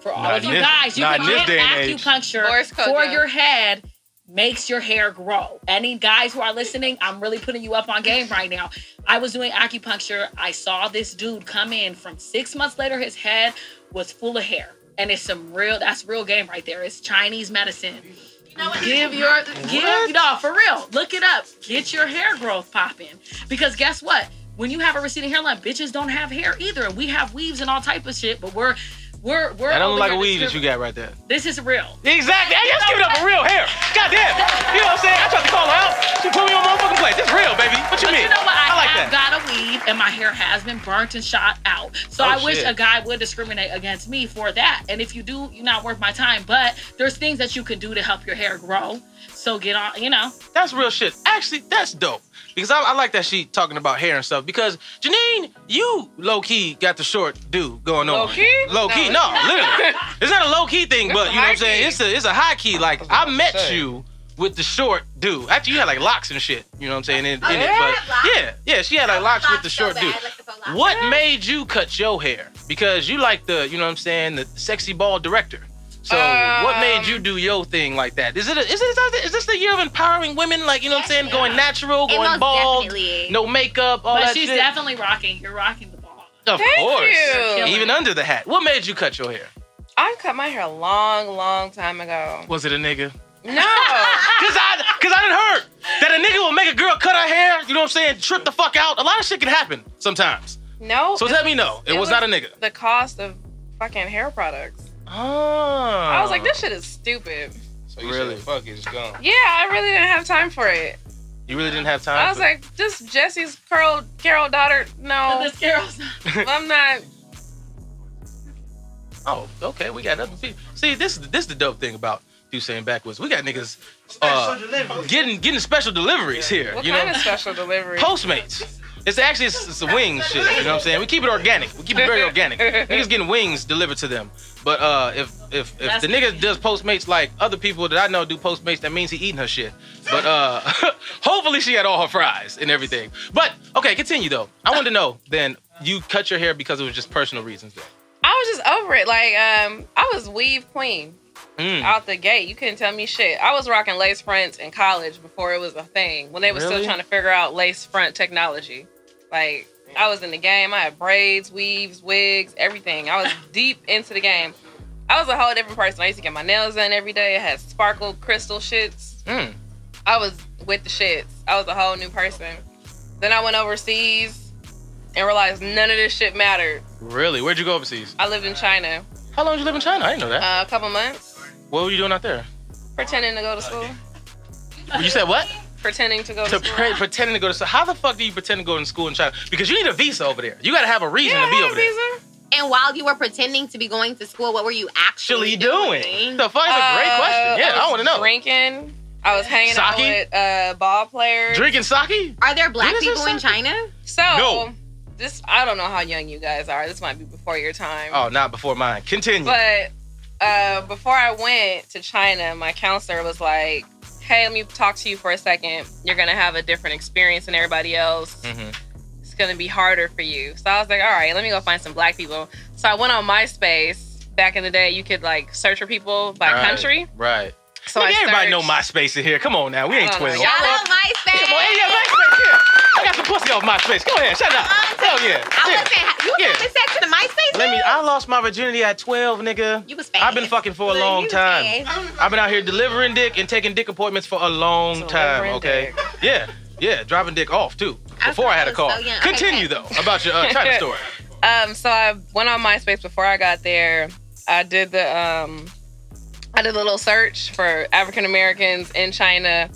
[SPEAKER 4] for all
[SPEAKER 3] Not
[SPEAKER 4] of you
[SPEAKER 3] in this-
[SPEAKER 4] guys, you
[SPEAKER 3] not
[SPEAKER 4] can
[SPEAKER 3] in this
[SPEAKER 4] get
[SPEAKER 3] day and age.
[SPEAKER 4] acupuncture
[SPEAKER 7] Morse code,
[SPEAKER 4] for
[SPEAKER 7] yeah.
[SPEAKER 4] your head. Makes your hair grow. Any guys who are listening, I'm really putting you up on game right now. I was doing acupuncture. I saw this dude come in from six months later, his head was full of hair. And it's some real, that's real game right there. It's Chinese medicine. Give your give no for real. Look it up. Get your hair growth popping. Because guess what? When you have a receding hairline, bitches don't have hair either. And we have weaves and all type of shit, but we're we're we're
[SPEAKER 3] That don't look
[SPEAKER 4] over
[SPEAKER 3] like a
[SPEAKER 4] here
[SPEAKER 3] weave that you
[SPEAKER 4] discrimin-
[SPEAKER 3] got right there.
[SPEAKER 4] This is real.
[SPEAKER 3] Exactly. Hey, let's give it up for real hair. God damn. You know what I'm saying? I tried to call her out. She put me on motherfucking place. It's real, baby. What you
[SPEAKER 4] But
[SPEAKER 3] mean?
[SPEAKER 4] you know what? I,
[SPEAKER 3] I like that.
[SPEAKER 4] have got a weave and my hair has been burnt and shot out. So
[SPEAKER 3] Oh,
[SPEAKER 4] I wish
[SPEAKER 3] shit.
[SPEAKER 4] a guy would discriminate against me for that. And if you do, you're not worth my time. But there's things that you can do to help your hair grow. So get on, you know.
[SPEAKER 3] That's real shit. Actually, that's dope. Because I, I like that she talking about hair and stuff. Because Janine, you low key got the short dude going on.
[SPEAKER 7] Low key?
[SPEAKER 3] Low key. No,
[SPEAKER 7] No.
[SPEAKER 3] literally. It's not a low key thing, but you know what I'm saying.
[SPEAKER 7] High key.
[SPEAKER 3] It's a it's a high key. Like
[SPEAKER 6] about
[SPEAKER 3] I
[SPEAKER 6] to
[SPEAKER 3] met
[SPEAKER 6] say.
[SPEAKER 3] you with the short dude. Actually, you had like locks and shit. You know what I'm saying? In, in
[SPEAKER 5] Oh,
[SPEAKER 3] it,
[SPEAKER 5] yeah,
[SPEAKER 3] but
[SPEAKER 5] locks.
[SPEAKER 3] yeah, yeah, she had like locks with the short dude. What made you cut your hair? Because you like the, you know what I'm saying, the sexy ball director. So what made
[SPEAKER 7] Um,
[SPEAKER 3] you do your thing like that? Is it a, is it is this the year of empowering women? Like you know what I'm saying,
[SPEAKER 5] Yes,
[SPEAKER 3] going
[SPEAKER 4] yeah.
[SPEAKER 3] natural,
[SPEAKER 5] It
[SPEAKER 3] going
[SPEAKER 5] most
[SPEAKER 3] bald,
[SPEAKER 5] definitely is.
[SPEAKER 3] no makeup, all
[SPEAKER 4] but
[SPEAKER 3] that
[SPEAKER 4] she's
[SPEAKER 3] shit.
[SPEAKER 4] definitely rocking. You're rocking the ball.
[SPEAKER 3] of
[SPEAKER 7] Thank
[SPEAKER 3] course,
[SPEAKER 7] you.
[SPEAKER 3] even under the hat. What made you cut your hair?
[SPEAKER 7] I cut my hair a long, long time ago.
[SPEAKER 3] Was it a nigga?
[SPEAKER 7] No.
[SPEAKER 3] Cause I, cause I didn't heard that a nigga will make a girl cut her hair. You know what I'm saying? Trip the fuck out. A lot of shit can happen sometimes.
[SPEAKER 7] No.
[SPEAKER 3] So
[SPEAKER 7] it
[SPEAKER 3] let me
[SPEAKER 7] was
[SPEAKER 3] know. It,
[SPEAKER 7] it
[SPEAKER 3] was,
[SPEAKER 7] was-
[SPEAKER 3] not a nigga.
[SPEAKER 7] The cost of fucking hair products.
[SPEAKER 3] Oh.
[SPEAKER 7] I
[SPEAKER 3] Ah.
[SPEAKER 7] was like, this shit is stupid.
[SPEAKER 6] So you
[SPEAKER 3] Really?
[SPEAKER 6] really? fuck it, it's gone.
[SPEAKER 7] Yeah, I really didn't have time for it.
[SPEAKER 3] You really didn't have time.
[SPEAKER 7] I was
[SPEAKER 3] for-
[SPEAKER 7] like, this Jesse's curl Carol daughter. No,
[SPEAKER 4] This girl's not.
[SPEAKER 7] I'm not.
[SPEAKER 3] Oh, okay. We got other people. See, this this the dope thing about Dusain backwards. We got niggas uh, getting getting special deliveries here.
[SPEAKER 7] What
[SPEAKER 3] you
[SPEAKER 7] kind
[SPEAKER 3] know,
[SPEAKER 7] of special delivery?
[SPEAKER 3] Postmates. It's actually it's, it's a wings shit. You know what I'm saying? We keep it organic. We keep it very organic. Niggas getting wings delivered to them. But uh, if if if
[SPEAKER 4] That's
[SPEAKER 3] the nigga does Postmates like other people that I know do Postmates, that means he eating her shit. But uh, hopefully she had all her fries and everything. But okay, continue though. I want to know then. You cut your hair because it was just personal reasons. Then.
[SPEAKER 7] I was just over it. Like, um, I was weave queen.
[SPEAKER 3] Mm.
[SPEAKER 7] out the gate. You couldn't tell me shit. I was rocking lace fronts in college before it was a thing. When they were still
[SPEAKER 3] Really?
[SPEAKER 7] trying to figure out lace front technology. Like I was in the game. I had braids, weaves, wigs, everything. I was deep into the game. I was a whole different person. I used to get my nails done every day. I had sparkle crystal shits.
[SPEAKER 3] Mm.
[SPEAKER 7] I was with the shits. I was a whole new person. Then I went overseas and realized none of this shit mattered.
[SPEAKER 3] Really? Where'd you go overseas?
[SPEAKER 7] I lived in China
[SPEAKER 3] How long did you live in China? I didn't know that.
[SPEAKER 7] uh, a couple months,
[SPEAKER 3] what were you doing out there?
[SPEAKER 7] pretending to go to school.
[SPEAKER 3] You said what?
[SPEAKER 7] Pretending to go to,
[SPEAKER 3] to
[SPEAKER 7] school.
[SPEAKER 3] pre- pretending to go to school. How the fuck do you pretend to go to school in China? Because you need a visa over there. You got to have a reason
[SPEAKER 7] yeah,
[SPEAKER 3] to be
[SPEAKER 7] I
[SPEAKER 3] over
[SPEAKER 7] had
[SPEAKER 3] there.
[SPEAKER 7] a visa.
[SPEAKER 5] And while you were pretending to be going to school, what were you actually
[SPEAKER 3] Actually doing. The fuck is a great
[SPEAKER 7] Uh,
[SPEAKER 3] question. Yeah, I,
[SPEAKER 7] was
[SPEAKER 3] want to know.
[SPEAKER 7] Drinking. I was hanging out
[SPEAKER 3] Sake?
[SPEAKER 7] with uh, ball players.
[SPEAKER 3] Drinking sake?
[SPEAKER 5] Are there black
[SPEAKER 3] Didn't it
[SPEAKER 5] people in
[SPEAKER 3] say
[SPEAKER 5] China?
[SPEAKER 7] So
[SPEAKER 3] No.
[SPEAKER 7] this, I don't know how young you guys are. This might be before your time.
[SPEAKER 3] Oh, not before mine. Continue.
[SPEAKER 7] But uh, before I went to China, my counselor was like, "Hey, let me talk to you for a second. You're gonna have a different experience than everybody else.
[SPEAKER 3] Mhm.
[SPEAKER 7] It's gonna be harder for you." So I was like, "All right, let me go find some black people." So I went on MySpace. Back in the day, you could like search for people by
[SPEAKER 3] Right.
[SPEAKER 7] country.
[SPEAKER 3] Right.
[SPEAKER 7] So
[SPEAKER 3] Nigga,
[SPEAKER 7] I
[SPEAKER 3] everybody know
[SPEAKER 7] searched-
[SPEAKER 3] MySpace in here. Come on now. We ain't
[SPEAKER 7] I don't know.
[SPEAKER 3] 12.
[SPEAKER 7] Y'all
[SPEAKER 5] Shout out
[SPEAKER 3] Come on. Hey, yeah,
[SPEAKER 5] MySpace.
[SPEAKER 3] MySpace. Yeah. I got some pussy off MySpace. Go ahead. Shut up. Hell yeah.
[SPEAKER 5] I
[SPEAKER 3] yeah.
[SPEAKER 5] wasn't. ha- You
[SPEAKER 3] Yeah.
[SPEAKER 5] yeah. sex in the MySpace?
[SPEAKER 3] Let me.
[SPEAKER 5] room?
[SPEAKER 3] I lost my virginity at 12, nigga.
[SPEAKER 5] You was fast.
[SPEAKER 3] I've been fucking for a
[SPEAKER 5] You
[SPEAKER 3] long
[SPEAKER 5] was
[SPEAKER 3] time.
[SPEAKER 5] fast.
[SPEAKER 3] I've been out here delivering dick and taking dick appointments for a long
[SPEAKER 7] Delivering
[SPEAKER 3] time. Okay.
[SPEAKER 7] dick.
[SPEAKER 3] Yeah. Yeah. Dropping dick off too.
[SPEAKER 5] I
[SPEAKER 3] Before I had a
[SPEAKER 5] was so
[SPEAKER 3] car.
[SPEAKER 5] young. Okay,
[SPEAKER 3] Continue
[SPEAKER 5] okay.
[SPEAKER 3] though about your uh, China story.
[SPEAKER 7] Um, so I went on MySpace before I got there. I did the um, I did a little search for African Americans in China.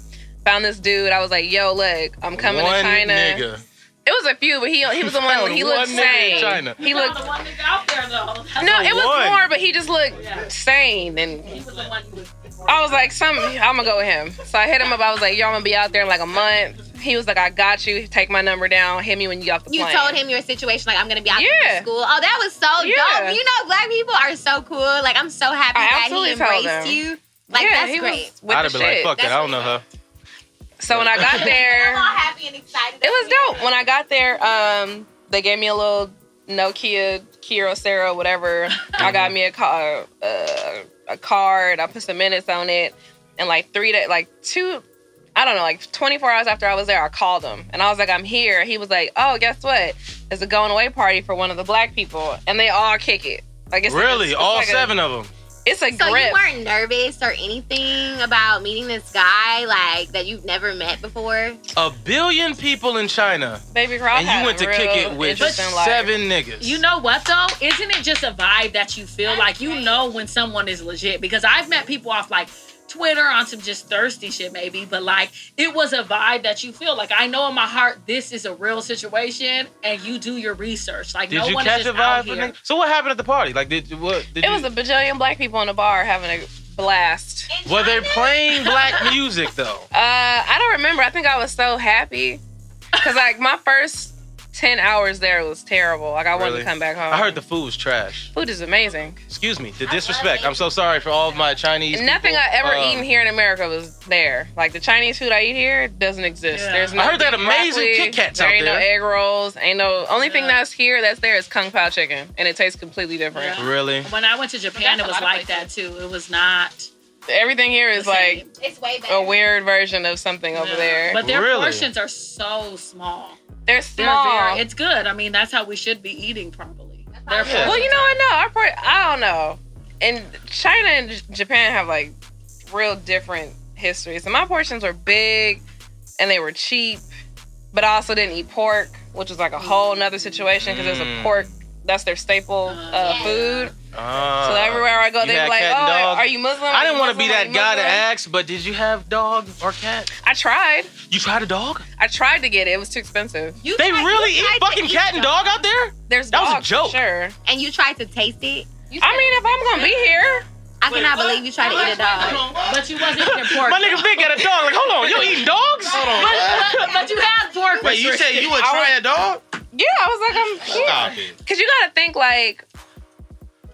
[SPEAKER 7] Found this dude. I was like, "Yo, look, I'm coming
[SPEAKER 3] One
[SPEAKER 7] to China."
[SPEAKER 3] nigga.
[SPEAKER 7] It was a few, but he he was the one.
[SPEAKER 3] Found
[SPEAKER 7] He
[SPEAKER 3] one
[SPEAKER 7] looked
[SPEAKER 3] nigga in
[SPEAKER 7] sane.
[SPEAKER 3] China.
[SPEAKER 7] He
[SPEAKER 4] Y'all
[SPEAKER 7] looked
[SPEAKER 4] the one that's out there though. That's
[SPEAKER 7] no, it was
[SPEAKER 3] One.
[SPEAKER 7] more, but he just looked
[SPEAKER 4] Yeah.
[SPEAKER 7] sane. And
[SPEAKER 4] He was the one who was
[SPEAKER 7] I was like, "Some, I'm gonna go with him." So I hit him up. I was like, "Yo, I'm gonna be out there in like a month." He was like, "I got you. Take my number down. Hit me when you get off the
[SPEAKER 5] You
[SPEAKER 7] plane."
[SPEAKER 5] told him your situation, like I'm gonna be out
[SPEAKER 7] Yeah.
[SPEAKER 5] of school. Oh, that was so
[SPEAKER 7] Yeah.
[SPEAKER 5] dope. You know, black people are so cool. Like I'm so happy
[SPEAKER 7] I
[SPEAKER 5] that
[SPEAKER 7] absolutely
[SPEAKER 5] he
[SPEAKER 7] told
[SPEAKER 5] embraced
[SPEAKER 7] him.
[SPEAKER 5] you. Like
[SPEAKER 7] yeah,
[SPEAKER 5] that's
[SPEAKER 7] he
[SPEAKER 5] great.
[SPEAKER 7] Was
[SPEAKER 3] I'd
[SPEAKER 7] with the
[SPEAKER 3] have been
[SPEAKER 7] shit.
[SPEAKER 3] like, fuck that. I
[SPEAKER 5] That's
[SPEAKER 3] don't know her.
[SPEAKER 7] So when I got
[SPEAKER 5] I'm all
[SPEAKER 7] there,
[SPEAKER 5] happy and excited.
[SPEAKER 7] it was dope. When I got there, um, they gave me a little Nokia Kyocera, whatever. I got
[SPEAKER 3] Mm-hmm.
[SPEAKER 7] me a car, uh, a card. I put some minutes on it, and like three days, like two, I don't know, like 24 hours after I was there, I called him and I was like, "I'm here." He was like, "Oh, guess what? It's a going away party for one of the black people, and they all kick it." Like it's like a-
[SPEAKER 3] Really,
[SPEAKER 7] it's
[SPEAKER 3] all
[SPEAKER 7] like a-
[SPEAKER 3] seven of them.
[SPEAKER 7] it's a
[SPEAKER 5] So
[SPEAKER 7] grip.
[SPEAKER 5] you weren't nervous or anything about meeting this guy like that you've never met before?
[SPEAKER 3] A billion people in China,
[SPEAKER 7] Baby girl, I've
[SPEAKER 3] and
[SPEAKER 7] had
[SPEAKER 3] you
[SPEAKER 7] a
[SPEAKER 3] went to
[SPEAKER 7] real
[SPEAKER 3] kick it with
[SPEAKER 7] interesting life.
[SPEAKER 3] seven niggas.
[SPEAKER 4] You know what though? Isn't it just a vibe that you feel like you know when someone is legit? Because I've met people off like Twitter on some just thirsty shit maybe, but like it was a vibe that you feel like I know in my heart this is a real situation, and you do your research. Like
[SPEAKER 3] Did
[SPEAKER 4] no
[SPEAKER 3] you
[SPEAKER 4] one
[SPEAKER 3] catch
[SPEAKER 4] is
[SPEAKER 3] a
[SPEAKER 4] just out
[SPEAKER 3] vibe from
[SPEAKER 4] here.
[SPEAKER 3] niggas? So what happened at the party? Like, did what? Did
[SPEAKER 7] It
[SPEAKER 3] you,
[SPEAKER 7] was a bajillion black people in a bar having a blast.
[SPEAKER 3] Were they playing black music though?
[SPEAKER 7] Uh, I don't remember. I think I was so happy because like my first ten hours there was terrible. Like I wanted
[SPEAKER 3] Really?
[SPEAKER 7] to come back home.
[SPEAKER 3] I heard the food was trash.
[SPEAKER 7] food is amazing.
[SPEAKER 3] Excuse me, the disrespect. I'm so sorry for all of my Chinese.
[SPEAKER 7] Nothing
[SPEAKER 3] people.
[SPEAKER 7] I ever
[SPEAKER 3] Um,
[SPEAKER 7] eaten here in America was there. Like the Chinese food I eat here doesn't exist.
[SPEAKER 4] Yeah.
[SPEAKER 7] There's no
[SPEAKER 3] I heard that
[SPEAKER 7] beef
[SPEAKER 3] amazing
[SPEAKER 7] broccoli.
[SPEAKER 3] Kit Kats
[SPEAKER 7] there
[SPEAKER 3] out
[SPEAKER 7] ain't no
[SPEAKER 3] there.
[SPEAKER 7] egg rolls. Ain't no. Only thing
[SPEAKER 4] Yeah.
[SPEAKER 7] that's here that's there is kung pao chicken, and it tastes completely different.
[SPEAKER 4] Yeah.
[SPEAKER 3] Really?
[SPEAKER 4] When I went to Japan,
[SPEAKER 5] That's a
[SPEAKER 4] it was
[SPEAKER 5] lot of
[SPEAKER 4] like that too. It was not
[SPEAKER 7] Everything here is
[SPEAKER 4] the same.
[SPEAKER 7] like
[SPEAKER 5] It's way better.
[SPEAKER 7] a weird version of something over
[SPEAKER 4] Yeah.
[SPEAKER 7] there.
[SPEAKER 4] But their
[SPEAKER 3] Really?
[SPEAKER 4] portions are so small.
[SPEAKER 7] they're
[SPEAKER 4] They're
[SPEAKER 7] small.
[SPEAKER 4] very, it's good. I mean, that's how we should be eating probably. Their
[SPEAKER 5] Yeah.
[SPEAKER 4] portions
[SPEAKER 7] Well, you know
[SPEAKER 4] are-
[SPEAKER 7] what? No, I probably, I don't know. And China and J- Japan have like real different histories. And my portions were big and they were cheap, but I also didn't eat pork, which was like a whole nother situation because there's
[SPEAKER 3] Mm.
[SPEAKER 7] a pork. That's their staple uh,
[SPEAKER 5] Yeah.
[SPEAKER 7] food.
[SPEAKER 3] Uh,
[SPEAKER 7] so everywhere I go,
[SPEAKER 3] you
[SPEAKER 7] they
[SPEAKER 3] had
[SPEAKER 7] be like, "Oh,
[SPEAKER 3] cat and dog?
[SPEAKER 7] are you Muslim?"
[SPEAKER 3] I didn't
[SPEAKER 7] want
[SPEAKER 3] want to be that guy to ask, but did you have dog or cat?
[SPEAKER 7] I tried.
[SPEAKER 3] You tried a dog?
[SPEAKER 7] I tried to get it. It was too expensive.
[SPEAKER 5] You
[SPEAKER 3] They
[SPEAKER 5] tried- you
[SPEAKER 3] really
[SPEAKER 5] tried
[SPEAKER 3] eat
[SPEAKER 5] to
[SPEAKER 3] fucking
[SPEAKER 5] eat
[SPEAKER 3] cat and dog out there?
[SPEAKER 7] There's
[SPEAKER 3] That was a
[SPEAKER 7] dogs for
[SPEAKER 3] joke.
[SPEAKER 7] Sure.
[SPEAKER 5] And you tried to taste it. You
[SPEAKER 7] I
[SPEAKER 5] said-
[SPEAKER 7] mean, if I'm gonna be here,
[SPEAKER 5] I cannot believe you tried to eat a dog.
[SPEAKER 4] But you wasn't eating pork.
[SPEAKER 3] My nigga Big got a dog. Like, hold on, you eating dogs?
[SPEAKER 4] But, but, but you had pork.
[SPEAKER 8] Wait, you said you would
[SPEAKER 7] I
[SPEAKER 8] try a dog?
[SPEAKER 7] yeah, I was like, I'm.
[SPEAKER 6] Stop it.
[SPEAKER 7] Cause you gotta think like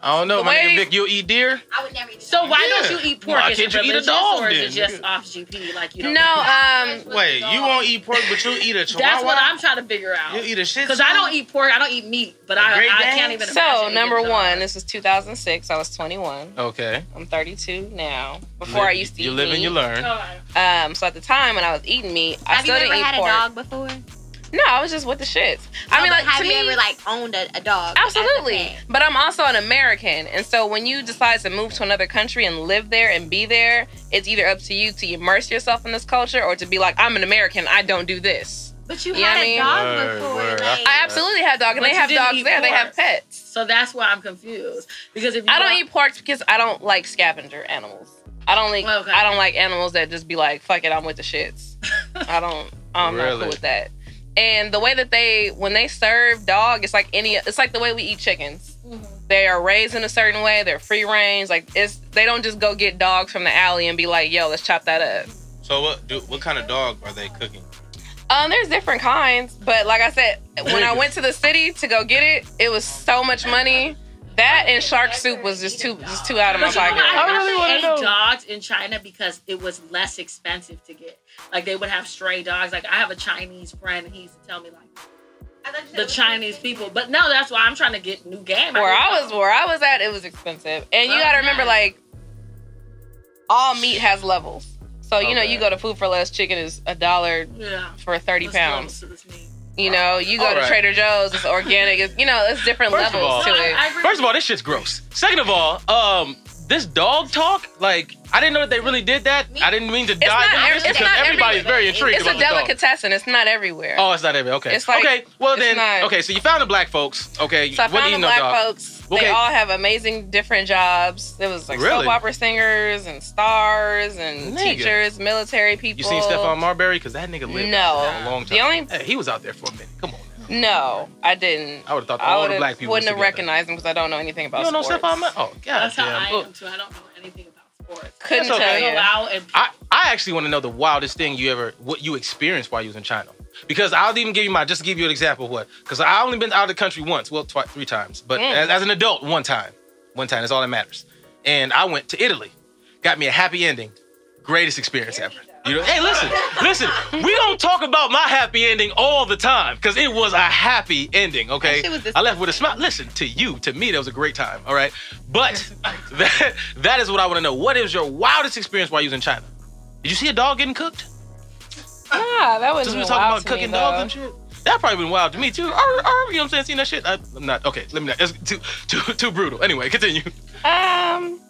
[SPEAKER 3] I don't know,
[SPEAKER 7] The
[SPEAKER 3] my nigga
[SPEAKER 7] way-
[SPEAKER 3] Vic. You eat deer?
[SPEAKER 5] I would never eat
[SPEAKER 4] So why
[SPEAKER 3] Yeah.
[SPEAKER 4] don't you eat pork?
[SPEAKER 3] Why
[SPEAKER 4] is
[SPEAKER 3] can't
[SPEAKER 4] it
[SPEAKER 3] you eat a
[SPEAKER 4] religious
[SPEAKER 3] dog
[SPEAKER 4] or is it
[SPEAKER 3] then,
[SPEAKER 4] just
[SPEAKER 3] nigga?
[SPEAKER 4] off GP? Like you
[SPEAKER 7] No,
[SPEAKER 4] don't
[SPEAKER 7] um,
[SPEAKER 3] Wait, you won't eat pork, but you eat a chihuahua.
[SPEAKER 4] That's what I'm trying to figure
[SPEAKER 3] You
[SPEAKER 4] out.
[SPEAKER 3] eat a shit.
[SPEAKER 4] Because I don't eat pork. I don't eat meat. But I,
[SPEAKER 3] Great
[SPEAKER 4] I
[SPEAKER 3] Danes?
[SPEAKER 4] can't even. imagine
[SPEAKER 7] so
[SPEAKER 4] eating
[SPEAKER 7] number
[SPEAKER 4] a dog.
[SPEAKER 7] one, this was 2006. I was 21.
[SPEAKER 3] Okay.
[SPEAKER 7] I'm 32 now. Before I used to eat
[SPEAKER 3] You live and you
[SPEAKER 7] meat.
[SPEAKER 3] learn.
[SPEAKER 4] Alright.
[SPEAKER 7] Um, so at the time when I was eating meat, I
[SPEAKER 5] Have you
[SPEAKER 7] still
[SPEAKER 5] ever
[SPEAKER 7] didn't eat
[SPEAKER 5] had
[SPEAKER 7] pork.
[SPEAKER 5] a dog before?
[SPEAKER 7] No, I was just with the shits. I
[SPEAKER 5] No,
[SPEAKER 7] mean, like
[SPEAKER 5] but have
[SPEAKER 7] to
[SPEAKER 5] you
[SPEAKER 7] me,
[SPEAKER 5] ever like owned a, a dog? as a
[SPEAKER 7] absolutely.
[SPEAKER 5] pet?
[SPEAKER 7] But I'm also an American, and so when you decide to move to another country and live there and be there, it's either up to you to immerse yourself in this culture or to be like, I'm an American, I don't do this.
[SPEAKER 5] But you
[SPEAKER 7] Yeah,
[SPEAKER 5] had
[SPEAKER 7] I mean-
[SPEAKER 5] a dog
[SPEAKER 3] Word,
[SPEAKER 5] before.
[SPEAKER 3] word.
[SPEAKER 5] Like,
[SPEAKER 7] I absolutely have dog, and
[SPEAKER 4] But
[SPEAKER 7] they
[SPEAKER 4] you
[SPEAKER 7] have
[SPEAKER 4] didn't
[SPEAKER 7] dogs
[SPEAKER 4] eat
[SPEAKER 7] there. They
[SPEAKER 4] pork.
[SPEAKER 7] have pets.
[SPEAKER 4] So that's why I'm confused. Because if you
[SPEAKER 7] I don't
[SPEAKER 4] want-
[SPEAKER 7] eat pork because I don't like scavenger animals. I don't like
[SPEAKER 4] Okay.
[SPEAKER 7] I don't like animals that just be like, fuck it, I'm with the shits. I don't I'm not
[SPEAKER 3] Really?
[SPEAKER 7] cool with that. And the way that they when they serve dog, it's like any it's like the way we eat chickens.
[SPEAKER 4] Mhm.
[SPEAKER 7] They are raised in a certain way, they're free range. Like it's they don't just go get dogs from the alley and be like, yo, let's chop that up.
[SPEAKER 6] So what? Do, what kind of dog are they cooking?
[SPEAKER 7] Um, there's different kinds, but like I said, when I went to the city to go get it, it was so much money. That and shark soup was just too just too out of my
[SPEAKER 4] But you know,
[SPEAKER 7] pocket.
[SPEAKER 4] I,
[SPEAKER 3] I really wanna
[SPEAKER 4] ate
[SPEAKER 3] know.
[SPEAKER 4] dogs in China because it was less expensive to get. Like they would have stray dogs. Like I have a Chinese friend, and he used to tell me like
[SPEAKER 5] I thought you said it
[SPEAKER 4] the
[SPEAKER 5] was
[SPEAKER 4] Chinese
[SPEAKER 5] chicken.
[SPEAKER 4] people. But no, that's why I'm trying to get new game.
[SPEAKER 7] where
[SPEAKER 4] don't
[SPEAKER 7] I was
[SPEAKER 4] know. Uh-huh.
[SPEAKER 7] where I was at, it was expensive. And you gotta remember,
[SPEAKER 4] Okay.
[SPEAKER 7] like, all meat has levels. So you know,
[SPEAKER 3] Okay.
[SPEAKER 7] you go to food for less, chicken is a dollar
[SPEAKER 4] yeah,
[SPEAKER 7] for thirty
[SPEAKER 4] Let's
[SPEAKER 7] pounds.
[SPEAKER 4] go to this meeting.
[SPEAKER 7] You know, you go to
[SPEAKER 3] Alright.
[SPEAKER 7] Trader Joe's, it's organic. It's you know, it's different
[SPEAKER 3] First of
[SPEAKER 7] levels
[SPEAKER 3] all-
[SPEAKER 7] to
[SPEAKER 4] No, I-
[SPEAKER 7] it.
[SPEAKER 4] I agree
[SPEAKER 3] Oh. First of
[SPEAKER 4] with
[SPEAKER 3] all, this shit's gross. Second of all, um, this dog talk, like, I didn't know that they really did that. I didn't mean to
[SPEAKER 7] it's
[SPEAKER 3] dive
[SPEAKER 7] not
[SPEAKER 3] into
[SPEAKER 7] every-
[SPEAKER 3] this
[SPEAKER 7] it's
[SPEAKER 3] because
[SPEAKER 7] not
[SPEAKER 3] everybody's
[SPEAKER 7] everywhere.
[SPEAKER 3] very intrigued
[SPEAKER 7] It's
[SPEAKER 3] about
[SPEAKER 7] a
[SPEAKER 3] the dog.
[SPEAKER 7] delicatessen. It's not everywhere.
[SPEAKER 3] Oh, it's not everywhere. Okay.
[SPEAKER 7] It's like-
[SPEAKER 3] okay. Well
[SPEAKER 7] it's
[SPEAKER 3] then.
[SPEAKER 7] not.
[SPEAKER 3] Okay. So you found the black folks. Okay.
[SPEAKER 7] so I
[SPEAKER 3] what do
[SPEAKER 7] found
[SPEAKER 3] you
[SPEAKER 7] the
[SPEAKER 3] know,
[SPEAKER 7] black
[SPEAKER 3] dog?
[SPEAKER 7] folks.
[SPEAKER 3] Okay.
[SPEAKER 7] They all have amazing different jobs. There was like
[SPEAKER 3] Really?
[SPEAKER 7] soap opera singers and stars and
[SPEAKER 3] Nigga.
[SPEAKER 7] teachers, military people.
[SPEAKER 3] You seen Stephon Marbury? Because that nigga lived
[SPEAKER 7] No.
[SPEAKER 3] a long time.
[SPEAKER 7] The only
[SPEAKER 3] Hey, he was out there for a minute. Come on. Now.
[SPEAKER 7] No, I didn't.
[SPEAKER 3] I would have thought
[SPEAKER 7] I
[SPEAKER 3] all the
[SPEAKER 7] would've-
[SPEAKER 3] black people was
[SPEAKER 7] wouldn't have
[SPEAKER 3] together.
[SPEAKER 7] recognized him because I don't know anything about
[SPEAKER 3] You don't know
[SPEAKER 7] sports.
[SPEAKER 3] Stephon? Mar- Oh god
[SPEAKER 4] That's how
[SPEAKER 3] damn.
[SPEAKER 4] I
[SPEAKER 3] Look,
[SPEAKER 4] am too. I don't know anything about sports.
[SPEAKER 7] Couldn't
[SPEAKER 3] That's
[SPEAKER 7] tell
[SPEAKER 3] okay.
[SPEAKER 4] Go
[SPEAKER 7] you.
[SPEAKER 4] out and
[SPEAKER 3] I I actually want to know the wildest thing you ever what you experienced while you was in China. Because I'll even give you my just to give you an example of what. Because I only been out of the country once, well, twice, three times, but
[SPEAKER 7] Mm.
[SPEAKER 3] as, as an adult, one time, one time. That's all that matters. And I went to Italy, got me a happy ending, greatest experience ever. You know, hey, listen, listen. We don't talk about my happy ending all the time because it was a happy ending. Okay,
[SPEAKER 7] That shit was
[SPEAKER 3] I left with a smile. Listen to you, to me, that was a great time. All right, but that, that is what I want to know. What is your wildest experience while you was in China? Did you see a dog getting cooked?
[SPEAKER 7] Nah, Ah, that was
[SPEAKER 3] Since we
[SPEAKER 7] talking
[SPEAKER 3] were talking about cooking dogs and shit. That probably been wild to me too. Arr, arr, you know what I'm saying? Seeing that shit? I, am not. Okay, let me not. It's too, too, too brutal. Anyway, continue.
[SPEAKER 7] Um,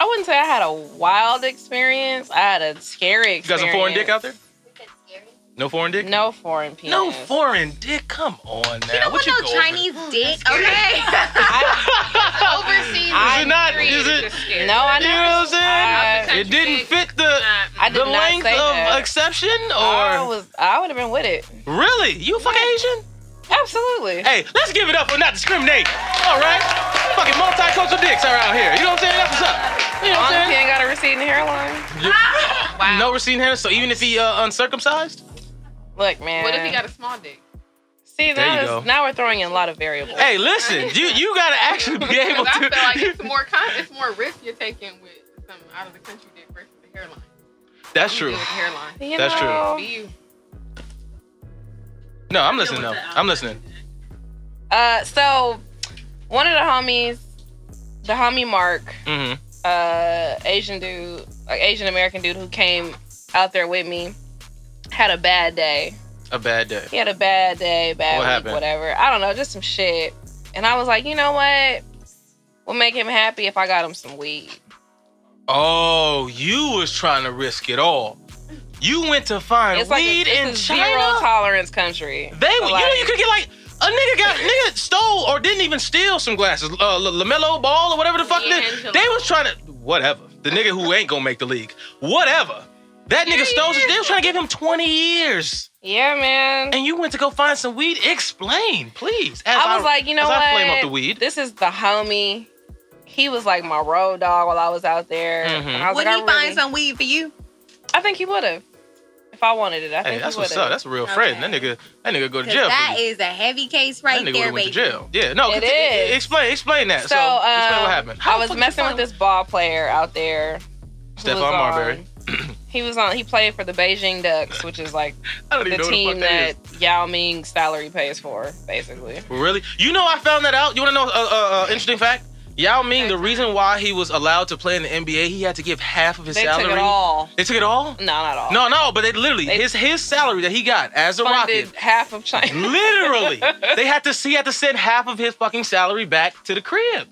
[SPEAKER 7] I wouldn't say I had a wild experience. I had a scary
[SPEAKER 3] You got
[SPEAKER 7] experience.
[SPEAKER 3] some foreign dick out there?
[SPEAKER 5] Because scary.
[SPEAKER 3] No foreign dick?
[SPEAKER 7] No foreign penis.
[SPEAKER 3] No foreign dick? Come on now.
[SPEAKER 5] You don't
[SPEAKER 3] what
[SPEAKER 5] want
[SPEAKER 3] you
[SPEAKER 5] no
[SPEAKER 3] go over-
[SPEAKER 5] Chinese dick, okay?
[SPEAKER 7] I,
[SPEAKER 5] Overseas.
[SPEAKER 7] I-
[SPEAKER 3] Is it not? Is it?
[SPEAKER 7] no, I
[SPEAKER 3] You know what
[SPEAKER 7] know.
[SPEAKER 3] I'm saying?
[SPEAKER 7] I-
[SPEAKER 3] it didn't fit the
[SPEAKER 7] I did
[SPEAKER 3] the
[SPEAKER 7] not
[SPEAKER 3] length
[SPEAKER 7] say
[SPEAKER 3] of
[SPEAKER 7] that.
[SPEAKER 3] exception, or
[SPEAKER 7] I was. I would have been with it.
[SPEAKER 3] really? You fucking Asian?
[SPEAKER 7] Absolutely.
[SPEAKER 3] Hey, let's give it up for not discriminating. All right, fucking multicultural dicks are out here. You know what I'm saying? That's what's up. You know what
[SPEAKER 7] As long as
[SPEAKER 3] I'm
[SPEAKER 7] he
[SPEAKER 3] saying?
[SPEAKER 7] ain't got a receding hairline.
[SPEAKER 8] Wow.
[SPEAKER 3] No receding hair, so even if he uh, uncircumcised.
[SPEAKER 7] Look, man.
[SPEAKER 8] What if he got a small dick?
[SPEAKER 7] See,
[SPEAKER 3] There you
[SPEAKER 7] now,
[SPEAKER 3] go.
[SPEAKER 7] it's- now we're throwing in a lot of variables.
[SPEAKER 3] Hey, listen, you you gotta actually be able
[SPEAKER 8] Because I
[SPEAKER 3] to.
[SPEAKER 8] feel like it's more con- it's more risk you're taking with some out of the country dick versus the hairline.
[SPEAKER 3] That's
[SPEAKER 8] I'm
[SPEAKER 3] true.
[SPEAKER 8] good with the hairline.
[SPEAKER 7] You
[SPEAKER 3] that's true.
[SPEAKER 7] know,
[SPEAKER 8] Be you.
[SPEAKER 3] No, I'm listening though. I'm listening.
[SPEAKER 7] Uh, so one of the homies, the homie Mark,
[SPEAKER 3] hmm
[SPEAKER 7] uh, Asian dude, like Asian American dude who came out there with me, had a bad day.
[SPEAKER 3] A bad day.
[SPEAKER 7] He had a bad day, bad
[SPEAKER 3] What
[SPEAKER 7] week,
[SPEAKER 3] happened?
[SPEAKER 7] whatever. I don't know, just some shit. And I was like, you know what? Will make him happy if I got him some weed.
[SPEAKER 3] Oh, you was trying to risk it all. You went to find
[SPEAKER 7] It's like
[SPEAKER 3] weed
[SPEAKER 7] a,
[SPEAKER 3] in
[SPEAKER 7] it's a
[SPEAKER 3] China.
[SPEAKER 7] zero tolerance country.
[SPEAKER 3] They,
[SPEAKER 7] So,
[SPEAKER 3] would you know, you
[SPEAKER 7] like,
[SPEAKER 3] could get like a nigga got nigga stole or didn't even steal some glasses, uh, L- Lamelo Ball or whatever the fuck. They,
[SPEAKER 8] D'Angelo.
[SPEAKER 3] they was trying to whatever. The nigga who ain't gonna make the league, whatever. That nigga stole. They was trying to give him twenty years,
[SPEAKER 7] yeah, man.
[SPEAKER 3] and you went to go find some weed. Explain, please. As
[SPEAKER 7] I was like, you know
[SPEAKER 3] as
[SPEAKER 7] what?
[SPEAKER 3] I flame up the weed.
[SPEAKER 7] This is the homie. He was like my road dog while I was out there.
[SPEAKER 3] Mhm.
[SPEAKER 7] And I was
[SPEAKER 5] Would
[SPEAKER 7] like,
[SPEAKER 5] he
[SPEAKER 7] I
[SPEAKER 5] find
[SPEAKER 7] really-
[SPEAKER 5] some weed for you?
[SPEAKER 7] I think he would have. If if I wanted it. I
[SPEAKER 3] Hey,
[SPEAKER 7] think
[SPEAKER 3] that's
[SPEAKER 7] he would
[SPEAKER 3] what's up. That's a real
[SPEAKER 5] Okay.
[SPEAKER 3] friend. That nigga, that nigga go to
[SPEAKER 5] 'Cause
[SPEAKER 3] jail. for
[SPEAKER 5] that
[SPEAKER 3] you.
[SPEAKER 5] is a heavy case
[SPEAKER 3] That
[SPEAKER 5] right
[SPEAKER 3] nigga
[SPEAKER 5] there,
[SPEAKER 3] went
[SPEAKER 5] baby.
[SPEAKER 3] to jail. Yeah, no.
[SPEAKER 7] It
[SPEAKER 3] conti- e-
[SPEAKER 7] is.
[SPEAKER 3] Explain, explain that. So,
[SPEAKER 7] So,
[SPEAKER 3] explain
[SPEAKER 7] um,
[SPEAKER 3] what happened.
[SPEAKER 7] I was messing with this ball player out there. who
[SPEAKER 3] Stephon
[SPEAKER 7] was
[SPEAKER 3] Marbury.
[SPEAKER 7] on- he was on. He played for the Beijing Ducks, which is like
[SPEAKER 3] I don't
[SPEAKER 7] the
[SPEAKER 3] even know what
[SPEAKER 7] team
[SPEAKER 3] the fuck that is.
[SPEAKER 7] that, Yao Ming's salary pays for, basically.
[SPEAKER 3] Really? You know, I found that out. You want to know an uh, uh, interesting fact? Yao Ming, the reason why he was allowed to play in the NBA, he had to give half of his
[SPEAKER 7] they
[SPEAKER 3] salary.
[SPEAKER 7] took it all.
[SPEAKER 3] They took it all?
[SPEAKER 7] No, not all.
[SPEAKER 3] No, no, but they literally
[SPEAKER 7] They-
[SPEAKER 3] his his salary that he got as a
[SPEAKER 7] funded
[SPEAKER 3] Rocket.
[SPEAKER 7] half of China.
[SPEAKER 3] Literally, they had to see had to send half of his fucking salary back to the crib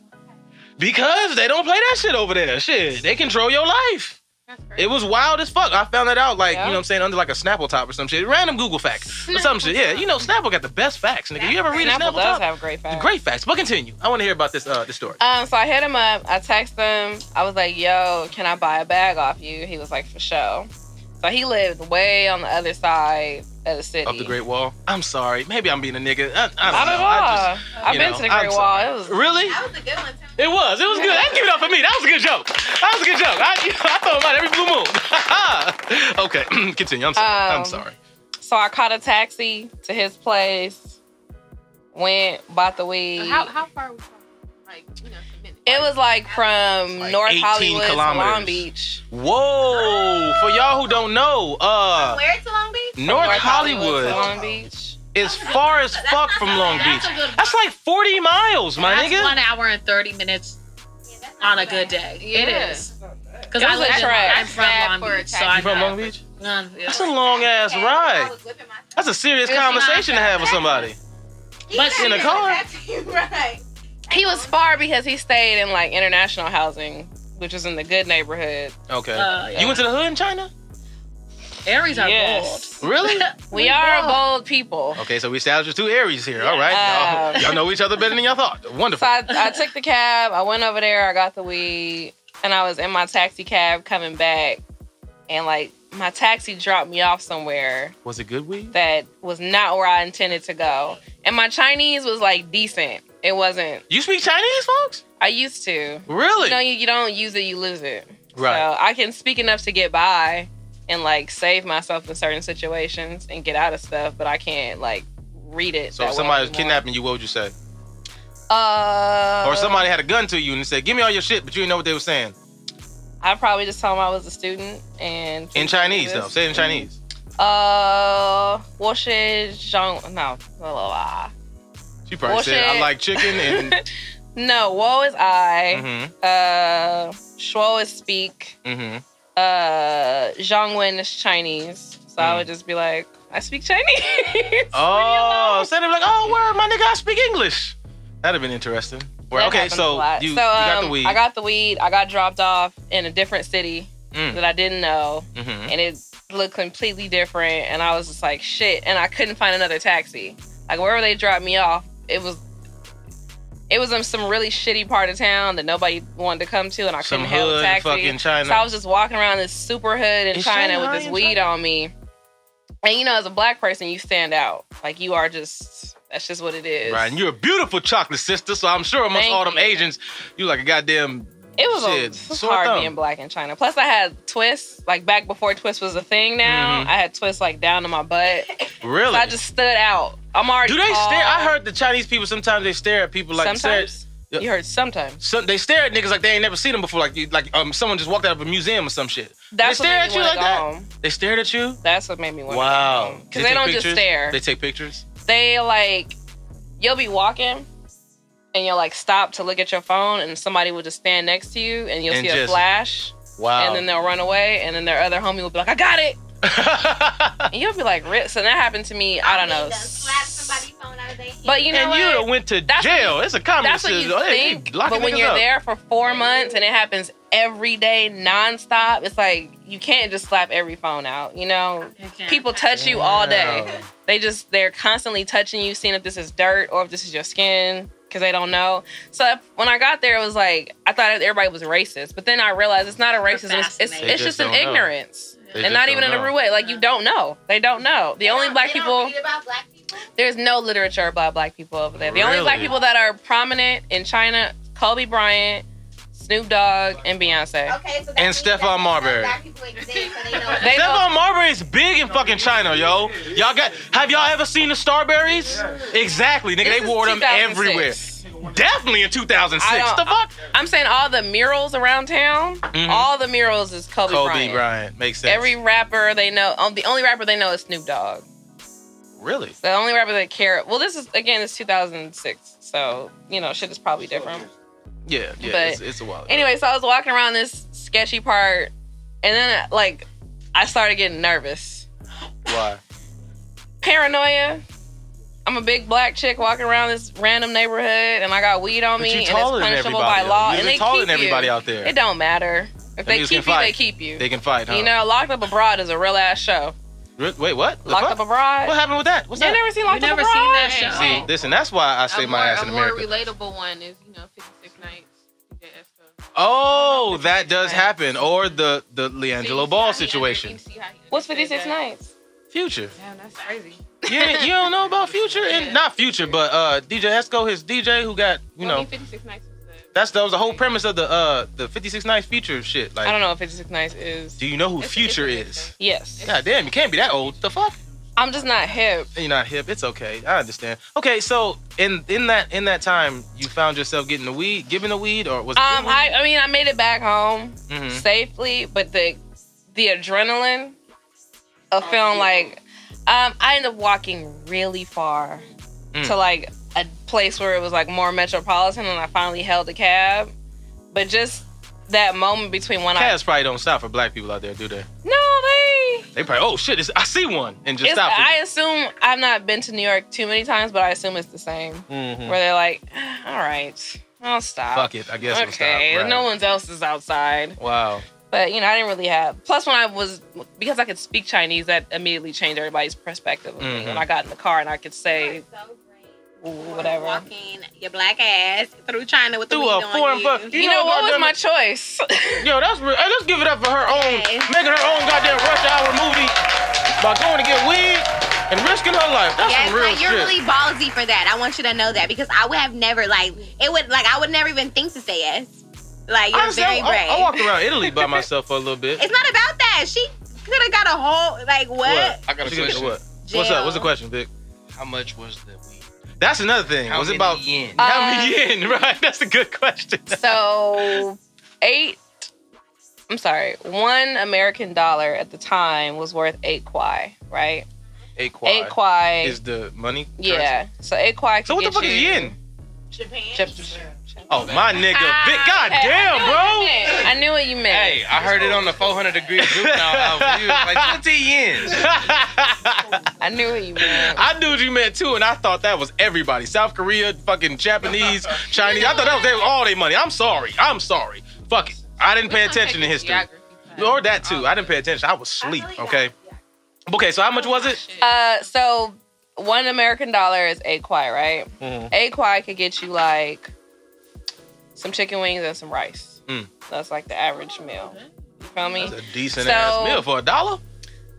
[SPEAKER 3] because they don't play that shit over there. Shit, they control your life.
[SPEAKER 8] That's
[SPEAKER 3] It was wild as fuck. I found that out like
[SPEAKER 7] Yeah.
[SPEAKER 3] you know what I'm saying under like a Snapple top or some shit. Random Google facts or some shit. Yeah, you know Snapple got the best facts, nigga. You ever read a
[SPEAKER 7] Snapple
[SPEAKER 3] Snapple
[SPEAKER 7] does
[SPEAKER 3] top?
[SPEAKER 7] have great facts.
[SPEAKER 3] Great facts. But continue. I want to hear about this uh this story.
[SPEAKER 7] Um, so I hit him up. I text him. I was like, "Yo, can I buy a bag off you?" He was like, "For sure." So he lived way on the other side of the city.
[SPEAKER 3] Of the Great Wall. I'm sorry. Maybe I'm being a nigga. I, I don't
[SPEAKER 7] Not
[SPEAKER 3] know.
[SPEAKER 7] at
[SPEAKER 3] I
[SPEAKER 7] all. I've
[SPEAKER 3] you
[SPEAKER 7] been
[SPEAKER 3] know,
[SPEAKER 7] to the
[SPEAKER 3] I'm
[SPEAKER 7] Great
[SPEAKER 3] sorry.
[SPEAKER 7] Wall. It was
[SPEAKER 3] just, really?
[SPEAKER 5] That was a good one, too.
[SPEAKER 3] It was. It was good. That give it up for me. That was a good joke. That was a good joke. I, I thought about every blue moon. okay, continue. I'm sorry. I'm
[SPEAKER 7] Um,
[SPEAKER 3] sorry.
[SPEAKER 7] So I caught a taxi to his place, went, bought the weed.
[SPEAKER 8] How, how far was it? Like, you know, a minute.
[SPEAKER 7] it was like from
[SPEAKER 3] Like
[SPEAKER 7] North
[SPEAKER 3] 18
[SPEAKER 7] Hollywood to
[SPEAKER 3] kilometers.
[SPEAKER 7] Long Beach.
[SPEAKER 3] Whoa! For y'all who don't know, uh,
[SPEAKER 5] Where to Long Beach?
[SPEAKER 3] North
[SPEAKER 7] North
[SPEAKER 3] Hollywood
[SPEAKER 7] to Long Beach.
[SPEAKER 3] is far as fuck from Long Beach.
[SPEAKER 4] That's a good
[SPEAKER 3] That's like 40 miles, my
[SPEAKER 4] That's
[SPEAKER 3] nigga.
[SPEAKER 4] one hour and 30 minutes
[SPEAKER 5] Yeah, that's not
[SPEAKER 4] on a
[SPEAKER 5] too
[SPEAKER 4] good
[SPEAKER 5] bad.
[SPEAKER 4] day.
[SPEAKER 7] Yeah.
[SPEAKER 4] It is. Because
[SPEAKER 7] It
[SPEAKER 4] I
[SPEAKER 7] was a
[SPEAKER 4] live in,
[SPEAKER 7] trek.
[SPEAKER 4] I'm from
[SPEAKER 8] Bad
[SPEAKER 4] Long
[SPEAKER 8] for a
[SPEAKER 4] Beach, so
[SPEAKER 8] taxi.
[SPEAKER 3] You
[SPEAKER 4] I
[SPEAKER 3] from
[SPEAKER 4] know.
[SPEAKER 3] Long Beach?
[SPEAKER 4] Um, yeah.
[SPEAKER 3] That's a long ass
[SPEAKER 5] Okay, I
[SPEAKER 3] ride.
[SPEAKER 5] was whipping myself.
[SPEAKER 3] That's a serious
[SPEAKER 7] It's not
[SPEAKER 3] conversation to have with somebody.
[SPEAKER 5] He
[SPEAKER 4] But-
[SPEAKER 5] got
[SPEAKER 3] In a
[SPEAKER 5] it.
[SPEAKER 3] car?
[SPEAKER 5] That's right.
[SPEAKER 7] He was far because he stayed in like international housing, which is in the good neighborhood.
[SPEAKER 3] Okay.
[SPEAKER 4] Uh, yeah.
[SPEAKER 3] You went to the hood in China?
[SPEAKER 4] Aries are
[SPEAKER 7] Yes.
[SPEAKER 4] bold.
[SPEAKER 3] Really?
[SPEAKER 7] We are bold people.
[SPEAKER 3] okay, so we established two areas here. All right.
[SPEAKER 7] Yeah.
[SPEAKER 3] Y'all, y'all know each other better than y'all thought.
[SPEAKER 7] So
[SPEAKER 3] Wonderful.
[SPEAKER 7] I, I took the cab. I went over there. I got the weed, and I was in my taxi cab coming back, and like my taxi dropped me off somewhere
[SPEAKER 3] Was it good weed?
[SPEAKER 7] that was not where I intended to go, and my Chinese was like decent. It wasn't.
[SPEAKER 3] You speak Chinese, folks?
[SPEAKER 7] I used to.
[SPEAKER 3] Really?
[SPEAKER 7] You know, you, you don't use it, you lose it.
[SPEAKER 3] Right.
[SPEAKER 7] So I can speak enough to get by and like save myself in certain situations and get out of stuff, but I can't like read it.
[SPEAKER 3] So
[SPEAKER 7] that
[SPEAKER 3] if
[SPEAKER 7] well
[SPEAKER 3] somebody was
[SPEAKER 7] anymore.
[SPEAKER 3] kidnapping you, what would you say?
[SPEAKER 7] Uh,
[SPEAKER 3] or somebody had a gun to you and said, "Give me all your shit," but you didn't know what they were saying
[SPEAKER 7] I probably just told him I was a student and
[SPEAKER 3] in Chinese though. Say it in Chinese.
[SPEAKER 7] Uh, 我是张- no, blah, blah, blah.
[SPEAKER 3] She probably
[SPEAKER 7] Well,
[SPEAKER 3] said, "I
[SPEAKER 7] shit.
[SPEAKER 3] like chicken and."
[SPEAKER 7] no, woe is I.
[SPEAKER 3] mm-hmm,
[SPEAKER 7] Uh, shuo is speak.
[SPEAKER 3] mm-hmm.
[SPEAKER 7] Uh, Zhangwen is Chinese, so I would just be like, I speak Chinese. Leave me
[SPEAKER 3] Mm. Oh,
[SPEAKER 7] alone.
[SPEAKER 3] so they were like, "Oh, word, my nigga, I speak English." That'd have been interesting. Word.
[SPEAKER 7] That
[SPEAKER 3] okay,
[SPEAKER 7] happens a
[SPEAKER 3] so
[SPEAKER 7] lot.
[SPEAKER 3] you, you
[SPEAKER 7] So,
[SPEAKER 3] got the
[SPEAKER 7] um,
[SPEAKER 3] weed.
[SPEAKER 7] I got the weed. I got dropped off in a different city
[SPEAKER 3] Mm.
[SPEAKER 7] that I didn't know,
[SPEAKER 3] hmm
[SPEAKER 7] and it looked completely different. And I was just like, shit. And I couldn't find another taxi. Like wherever they dropped me off, it was. It was in some really shitty part of town that nobody wanted to come to, and I
[SPEAKER 3] Some
[SPEAKER 7] couldn't hail a
[SPEAKER 3] hood in
[SPEAKER 7] taxi.
[SPEAKER 3] fucking China.
[SPEAKER 7] So I was just walking around this super hood in
[SPEAKER 3] Is
[SPEAKER 7] China
[SPEAKER 3] Shanghai
[SPEAKER 7] with this
[SPEAKER 3] in
[SPEAKER 7] weed on me. And you know, as a black person, you stand out. Like you are just that's just what it is.
[SPEAKER 3] Right, and you're a beautiful chocolate sister, so I'm sure amongst
[SPEAKER 7] Thank
[SPEAKER 3] all them
[SPEAKER 7] you.
[SPEAKER 3] Asians, you like a goddamn.
[SPEAKER 7] It was, a,
[SPEAKER 3] Shit,
[SPEAKER 7] it was
[SPEAKER 3] sore
[SPEAKER 7] hard
[SPEAKER 3] thumb.
[SPEAKER 7] being black in China. Plus, I had twists like back before twist was a thing. Now
[SPEAKER 3] Mhm.
[SPEAKER 7] I had twists like down to my butt.
[SPEAKER 3] Really?
[SPEAKER 7] So I just stood out. I'm already.
[SPEAKER 3] Do they
[SPEAKER 7] tall.
[SPEAKER 3] stare? I heard the Chinese people sometimes they stare at people like stare-
[SPEAKER 7] sometimes. You heard sometimes.
[SPEAKER 3] So they stare at niggas like they ain't never seen them before. Like you, like um, someone just walked out of a museum or some shit.
[SPEAKER 7] That's
[SPEAKER 3] they
[SPEAKER 7] what
[SPEAKER 3] stare
[SPEAKER 7] made
[SPEAKER 3] at
[SPEAKER 7] me
[SPEAKER 3] you
[SPEAKER 7] want
[SPEAKER 3] like
[SPEAKER 7] to go
[SPEAKER 3] that.
[SPEAKER 7] home.
[SPEAKER 3] They stared at you.
[SPEAKER 7] That's what made me want.
[SPEAKER 3] Wow.
[SPEAKER 7] Because they
[SPEAKER 3] take
[SPEAKER 7] don't
[SPEAKER 3] pictures?
[SPEAKER 7] just stare.
[SPEAKER 3] They
[SPEAKER 7] They,
[SPEAKER 3] take pictures.
[SPEAKER 7] like, you'll be walking, and you'll like stop to look at your phone, and somebody will just stand next to you, and you'll
[SPEAKER 3] And
[SPEAKER 7] see a
[SPEAKER 3] just-
[SPEAKER 7] flash,
[SPEAKER 3] Wow.
[SPEAKER 7] and then they'll run away, and then their other homie will be like, "I got it," and you'll be like, "Rip." So that happened to me. I don't know.
[SPEAKER 5] They done slapped somebody's phone out of their hand.
[SPEAKER 7] But you know
[SPEAKER 3] and
[SPEAKER 7] what?
[SPEAKER 3] you done went to
[SPEAKER 7] That's what
[SPEAKER 3] jail. it's a communist
[SPEAKER 7] That's what you
[SPEAKER 3] system. Oh, Hey, you
[SPEAKER 7] think,
[SPEAKER 3] locking
[SPEAKER 7] but when
[SPEAKER 3] niggas
[SPEAKER 7] you're
[SPEAKER 3] up.
[SPEAKER 7] there for four months and it happens every day, nonstop, it's like you can't just slap every phone out. You know, people touch you all day.
[SPEAKER 3] Wow.
[SPEAKER 7] They just they're constantly touching you, seeing if this is dirt or if this is your skin, because they don't know. So if- when I got there, it was like I thought everybody was racist, but then I realized it's not a racism. It's it's,
[SPEAKER 4] fascinated.
[SPEAKER 7] it's
[SPEAKER 3] They just
[SPEAKER 7] just an
[SPEAKER 3] don't know.
[SPEAKER 7] ignorance,
[SPEAKER 3] They
[SPEAKER 7] and
[SPEAKER 3] just
[SPEAKER 7] not even
[SPEAKER 3] don't
[SPEAKER 7] in a
[SPEAKER 3] know.
[SPEAKER 7] rude way. Like you don't know. They don't know. The
[SPEAKER 5] They
[SPEAKER 7] only
[SPEAKER 5] don't-
[SPEAKER 7] black
[SPEAKER 5] they don't
[SPEAKER 7] people.
[SPEAKER 5] read about black people?
[SPEAKER 7] There's no literature about black people over there. The only black
[SPEAKER 3] Really?
[SPEAKER 7] people that are prominent in China, Kobe Bryant, Snoop Dogg, and Beyonce.
[SPEAKER 5] Okay, so that
[SPEAKER 3] And
[SPEAKER 5] means
[SPEAKER 3] Stephon
[SPEAKER 5] that those
[SPEAKER 3] Marbury.
[SPEAKER 5] black people exist, so they know-
[SPEAKER 7] They
[SPEAKER 3] Stephon Marbury is big in fucking China, yo. Y'all got? Have y'all ever seen the Starberries? Exactly, nigga.
[SPEAKER 7] This
[SPEAKER 3] they
[SPEAKER 7] is
[SPEAKER 3] wore them
[SPEAKER 7] 2006.
[SPEAKER 3] everywhere. Definitely in 2006.
[SPEAKER 7] I don't-
[SPEAKER 3] The fuck?
[SPEAKER 7] I'm saying all the murals around town,
[SPEAKER 3] Mhm.
[SPEAKER 7] all the murals is Kobe,
[SPEAKER 3] Kobe
[SPEAKER 7] Bryant.
[SPEAKER 3] Bryant makes sense.
[SPEAKER 7] Every rapper they know, um, the only rapper they know is Snoop Dogg.
[SPEAKER 3] really?
[SPEAKER 7] The only rapper they care. Well, this is again, it's 2006, so you know shit is probably different.
[SPEAKER 3] Yeah, yeah.
[SPEAKER 7] But-
[SPEAKER 3] it's, it's a while. ago.
[SPEAKER 7] Anyway, so I was walking around this sketchy part, and then like I started getting nervous.
[SPEAKER 3] why?
[SPEAKER 7] Paranoia. I'm a big black chick walking around this random neighborhood, and I got weed on
[SPEAKER 3] But
[SPEAKER 7] me,
[SPEAKER 3] you
[SPEAKER 7] and it's
[SPEAKER 3] taller than
[SPEAKER 7] punishable
[SPEAKER 3] everybody.
[SPEAKER 7] by
[SPEAKER 3] though.
[SPEAKER 7] law,
[SPEAKER 3] You
[SPEAKER 7] and
[SPEAKER 3] just
[SPEAKER 7] they
[SPEAKER 3] taller
[SPEAKER 7] keep
[SPEAKER 3] than everybody
[SPEAKER 7] you.
[SPEAKER 3] out there.
[SPEAKER 7] It don't matter if they
[SPEAKER 3] niggas
[SPEAKER 7] keep you,
[SPEAKER 3] can
[SPEAKER 7] they
[SPEAKER 3] fight.
[SPEAKER 7] keep you.
[SPEAKER 3] They can fight, huh?
[SPEAKER 7] You know, Locked Up Abroad is a real ass show.
[SPEAKER 3] Re- Wait, what? The
[SPEAKER 7] Locked
[SPEAKER 3] fuck?
[SPEAKER 7] Up Abroad.
[SPEAKER 3] What happened with that? What's
[SPEAKER 7] you
[SPEAKER 3] that?
[SPEAKER 7] never seen Locked
[SPEAKER 4] never
[SPEAKER 7] Up Abroad?
[SPEAKER 4] seen that show?
[SPEAKER 3] See, listen, that's why I
[SPEAKER 8] A
[SPEAKER 3] stay
[SPEAKER 8] more,
[SPEAKER 3] my ass
[SPEAKER 8] a
[SPEAKER 3] in
[SPEAKER 8] more
[SPEAKER 3] America.
[SPEAKER 8] relatable one is, you know, 56 Nights. Yeah, that's the-
[SPEAKER 3] Oh, that does happen. Or the the
[SPEAKER 8] So you
[SPEAKER 3] Leangelo
[SPEAKER 8] see
[SPEAKER 3] Ball
[SPEAKER 8] how he under-
[SPEAKER 3] situation.
[SPEAKER 8] you see how he
[SPEAKER 7] What's
[SPEAKER 8] understood
[SPEAKER 7] 56
[SPEAKER 8] that.
[SPEAKER 7] Nights?
[SPEAKER 3] Future.
[SPEAKER 8] Damn, that's crazy.
[SPEAKER 3] You, ain't- you don't know about Future and
[SPEAKER 8] Yeah.
[SPEAKER 3] not Future, but uh DJ Esco, his DJ who got you
[SPEAKER 8] Well, I
[SPEAKER 3] know
[SPEAKER 8] mean, 56 Nights was the-
[SPEAKER 3] that's that was the whole premise of the uh the 56 Nights Future shit.
[SPEAKER 7] I don't
[SPEAKER 3] Like,
[SPEAKER 7] know what 56 Nights is.
[SPEAKER 3] do you know who
[SPEAKER 8] It's-
[SPEAKER 3] Future
[SPEAKER 8] it's a
[SPEAKER 3] is?
[SPEAKER 7] Yes.
[SPEAKER 3] God damn, you can't be that old. The fuck?
[SPEAKER 7] I'm just not hip.
[SPEAKER 3] You're not hip. It's okay. I understand. Okay, so in in that in that time, you found yourself getting the weed, giving the weed, or was it?
[SPEAKER 7] Um, I, I mean, I made it back home
[SPEAKER 3] hmm
[SPEAKER 7] safely, but the the adrenaline of feeling like um, I ended up walking really far
[SPEAKER 3] Mm.
[SPEAKER 7] to like a place where it was like more metropolitan, and I finally held a cab. But just that moment between when
[SPEAKER 3] Cabs probably don't stop for black people out there, do they?
[SPEAKER 7] I no they
[SPEAKER 3] They probably oh shit, it's, I see one and just
[SPEAKER 7] It's-
[SPEAKER 3] stop.
[SPEAKER 7] I assume I've not been to New York too many times, but I assume it's the same.
[SPEAKER 3] mm-hmm.
[SPEAKER 7] Where they're like, all right, I'll stop.
[SPEAKER 3] Fuck it, I guess. we'll stop.
[SPEAKER 7] okay,
[SPEAKER 3] Right.
[SPEAKER 7] no one's else is outside.
[SPEAKER 3] Wow.
[SPEAKER 7] But you know, I didn't really have. Plus, when I was because I could speak Chinese, that immediately changed everybody's perspective. of me
[SPEAKER 3] Mhm.
[SPEAKER 7] When I got in the car and I could say
[SPEAKER 5] So great.
[SPEAKER 7] whatever.
[SPEAKER 5] Walking your black ass through China with the
[SPEAKER 3] Through
[SPEAKER 5] weed
[SPEAKER 3] a
[SPEAKER 5] on
[SPEAKER 3] foreign
[SPEAKER 5] you.
[SPEAKER 3] fuck-
[SPEAKER 7] You,
[SPEAKER 3] You
[SPEAKER 7] know,
[SPEAKER 3] know,
[SPEAKER 7] what was
[SPEAKER 3] goddamn
[SPEAKER 7] my
[SPEAKER 3] it-
[SPEAKER 7] choice?
[SPEAKER 3] Yo, that's real. Hey, let's give it up for her own,
[SPEAKER 5] Okay.
[SPEAKER 3] making her own goddamn rush hour movie by going to get weed and risking her life. That's
[SPEAKER 5] Yes,
[SPEAKER 3] some real
[SPEAKER 5] like, you're
[SPEAKER 3] shit.
[SPEAKER 5] really ballsy for that. I want you to know that because I would have never like it would like I would never even think to say yes. Like you're
[SPEAKER 3] Honestly, I-
[SPEAKER 5] very
[SPEAKER 3] I,
[SPEAKER 5] brave.
[SPEAKER 3] I walked around Italy by myself for a little bit.
[SPEAKER 5] it's not about that. She could have got a whole like what?
[SPEAKER 6] I got a
[SPEAKER 3] She gonna-
[SPEAKER 6] question.
[SPEAKER 3] what? What's up? What's the
[SPEAKER 5] Jail.
[SPEAKER 3] question, Vic?
[SPEAKER 6] How much was the weed?
[SPEAKER 3] That's another thing.
[SPEAKER 6] How
[SPEAKER 3] was it
[SPEAKER 6] many
[SPEAKER 3] about
[SPEAKER 6] yen?
[SPEAKER 7] Uh,
[SPEAKER 3] how many yen? Right. That's a good question.
[SPEAKER 7] so eight. I'm sorry. One American dollar at the time was worth eight kwai, right?
[SPEAKER 3] Eight quad.
[SPEAKER 7] Eight kwai
[SPEAKER 3] is the money. currency.
[SPEAKER 7] Yeah. So Aquai.
[SPEAKER 3] So what the fuck is yen?
[SPEAKER 7] Jap-
[SPEAKER 3] Oh my nigga,
[SPEAKER 7] Uh,
[SPEAKER 3] Vic. God
[SPEAKER 7] Okay,
[SPEAKER 3] damn, bro.
[SPEAKER 7] I knew what you meant. I knew what you
[SPEAKER 6] Hey,
[SPEAKER 7] meant.
[SPEAKER 6] I heard it on the 400 degree juvenile hour. You was like 20 yens.
[SPEAKER 7] I knew what you meant.
[SPEAKER 3] I knew what you meant too, and I thought that was everybody. South Korea, fucking Japanese, Chinese. I thought that was they, all their money. I'm sorry. I'm sorry. Fuck it. I didn't pay
[SPEAKER 8] We kinda
[SPEAKER 3] attention to
[SPEAKER 8] take
[SPEAKER 3] history.
[SPEAKER 8] geography class.
[SPEAKER 3] Or that too.
[SPEAKER 8] All
[SPEAKER 3] I
[SPEAKER 8] of
[SPEAKER 3] didn't
[SPEAKER 8] it.
[SPEAKER 3] pay attention. I was asleep, okay? Okay, so how much was it?
[SPEAKER 8] Shit.
[SPEAKER 7] Uh, so one American dollar is Aquai, right?
[SPEAKER 3] Mhm.
[SPEAKER 7] Aquai could get you like some chicken wings and some rice.
[SPEAKER 3] Mm.
[SPEAKER 7] That's like the average meal. You feel me?
[SPEAKER 3] That's a decent ass
[SPEAKER 7] So-
[SPEAKER 3] meal for a dollar.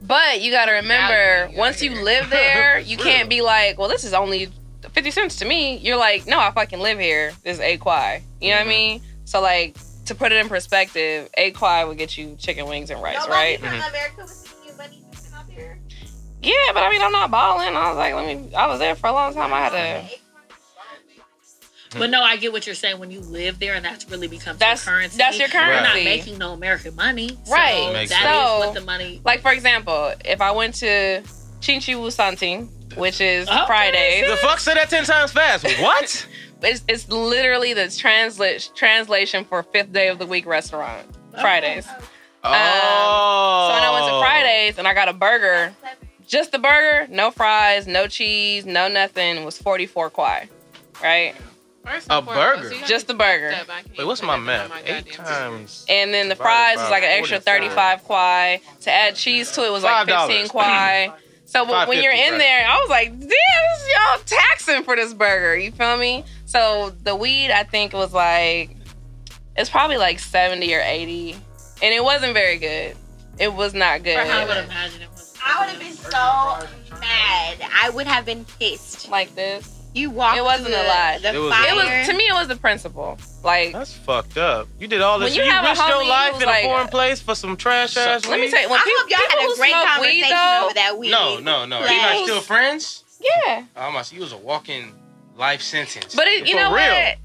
[SPEAKER 7] But you gotta remember,
[SPEAKER 8] Value,
[SPEAKER 7] once you
[SPEAKER 8] yeah.
[SPEAKER 7] live there, you
[SPEAKER 3] Real.
[SPEAKER 7] can't be like, well, this is only 50 cents to me. You're like, no, I fucking live here. This is Aquai. You
[SPEAKER 3] Mm-hmm.
[SPEAKER 7] know what I mean? So, like, to put it in perspective, Aquai would get you chicken wings and rice,
[SPEAKER 5] Nobody
[SPEAKER 7] right? Mm-hmm.
[SPEAKER 5] from
[SPEAKER 3] Mhm.
[SPEAKER 5] America was seeing you, buddy, missing out there.
[SPEAKER 7] Yeah, but I mean, I'm not balling. I was like, let me, I was there for a long time. I had to.
[SPEAKER 3] Hmm.
[SPEAKER 4] But no, I get what you're saying. When you live there, and that's really becomes
[SPEAKER 7] That's
[SPEAKER 4] your currency.
[SPEAKER 7] that's your
[SPEAKER 3] Right.
[SPEAKER 4] You're not
[SPEAKER 7] currency.
[SPEAKER 4] making no American money,
[SPEAKER 7] Right.
[SPEAKER 4] So that
[SPEAKER 3] Makes
[SPEAKER 4] is
[SPEAKER 7] sense.
[SPEAKER 4] what the money.
[SPEAKER 7] Like for example, if I went to Chinchi Wusanting, which is
[SPEAKER 4] Okay,
[SPEAKER 7] Fridays,
[SPEAKER 3] The fuck said that ten times fast. What?
[SPEAKER 7] it's, it's literally the transla- translation for fifth day of the week restaurant. Fridays.
[SPEAKER 3] oh.
[SPEAKER 7] Uh, So when I went to Fridays and I got a burger, just the burger, no fries, no cheese, no nothing, it was 44 kwai, right?
[SPEAKER 8] First
[SPEAKER 3] A
[SPEAKER 8] and foremost,
[SPEAKER 3] burger.
[SPEAKER 8] you gotta
[SPEAKER 7] Just the burger.
[SPEAKER 8] step back.
[SPEAKER 3] Wait, what's
[SPEAKER 8] Put
[SPEAKER 3] my
[SPEAKER 8] nothing
[SPEAKER 3] math?
[SPEAKER 8] on my
[SPEAKER 3] Eight
[SPEAKER 8] goddamn-
[SPEAKER 3] times.
[SPEAKER 7] And then the
[SPEAKER 3] Divided
[SPEAKER 7] fries
[SPEAKER 3] by
[SPEAKER 7] was like an extra
[SPEAKER 3] 45.
[SPEAKER 7] 35 kwai. To add cheese to it was like
[SPEAKER 3] $5.
[SPEAKER 7] 15 kwai. So when- when you're
[SPEAKER 3] $5.50,
[SPEAKER 7] in there, I was like, damn, this is y'all taxing for this burger. You feel me? So the weed, I think, was like, it's probably like 70 or 80. And it wasn't very good. It was not good.
[SPEAKER 4] For how I would imagine it was.
[SPEAKER 5] I would have been so mad. I would have been pissed.
[SPEAKER 7] Like this.
[SPEAKER 5] You walked.
[SPEAKER 7] It wasn't
[SPEAKER 5] through
[SPEAKER 7] a
[SPEAKER 5] the-
[SPEAKER 7] lot.
[SPEAKER 5] The
[SPEAKER 3] It was-
[SPEAKER 5] fire.
[SPEAKER 7] It was to me, it was the principle. Like,
[SPEAKER 3] That's fucked up. You did all this.
[SPEAKER 7] When you
[SPEAKER 3] You,
[SPEAKER 7] have a
[SPEAKER 3] risked your
[SPEAKER 7] homie
[SPEAKER 3] life
[SPEAKER 7] who's
[SPEAKER 3] in
[SPEAKER 7] like-
[SPEAKER 3] a foreign place for some trash ass
[SPEAKER 7] let me
[SPEAKER 3] weed?
[SPEAKER 7] tell you, when
[SPEAKER 5] I
[SPEAKER 7] people,
[SPEAKER 5] hope y'all
[SPEAKER 7] people
[SPEAKER 5] had
[SPEAKER 7] who
[SPEAKER 5] a great
[SPEAKER 7] smoke weed,
[SPEAKER 5] conversation
[SPEAKER 7] though,
[SPEAKER 5] over that weed.
[SPEAKER 3] No, no, no. You
[SPEAKER 5] Like-
[SPEAKER 3] guys still friends?
[SPEAKER 7] yeah.
[SPEAKER 3] Oh my, you was a walking life sentence.
[SPEAKER 7] But it, you
[SPEAKER 3] For
[SPEAKER 7] know
[SPEAKER 3] real.
[SPEAKER 7] what?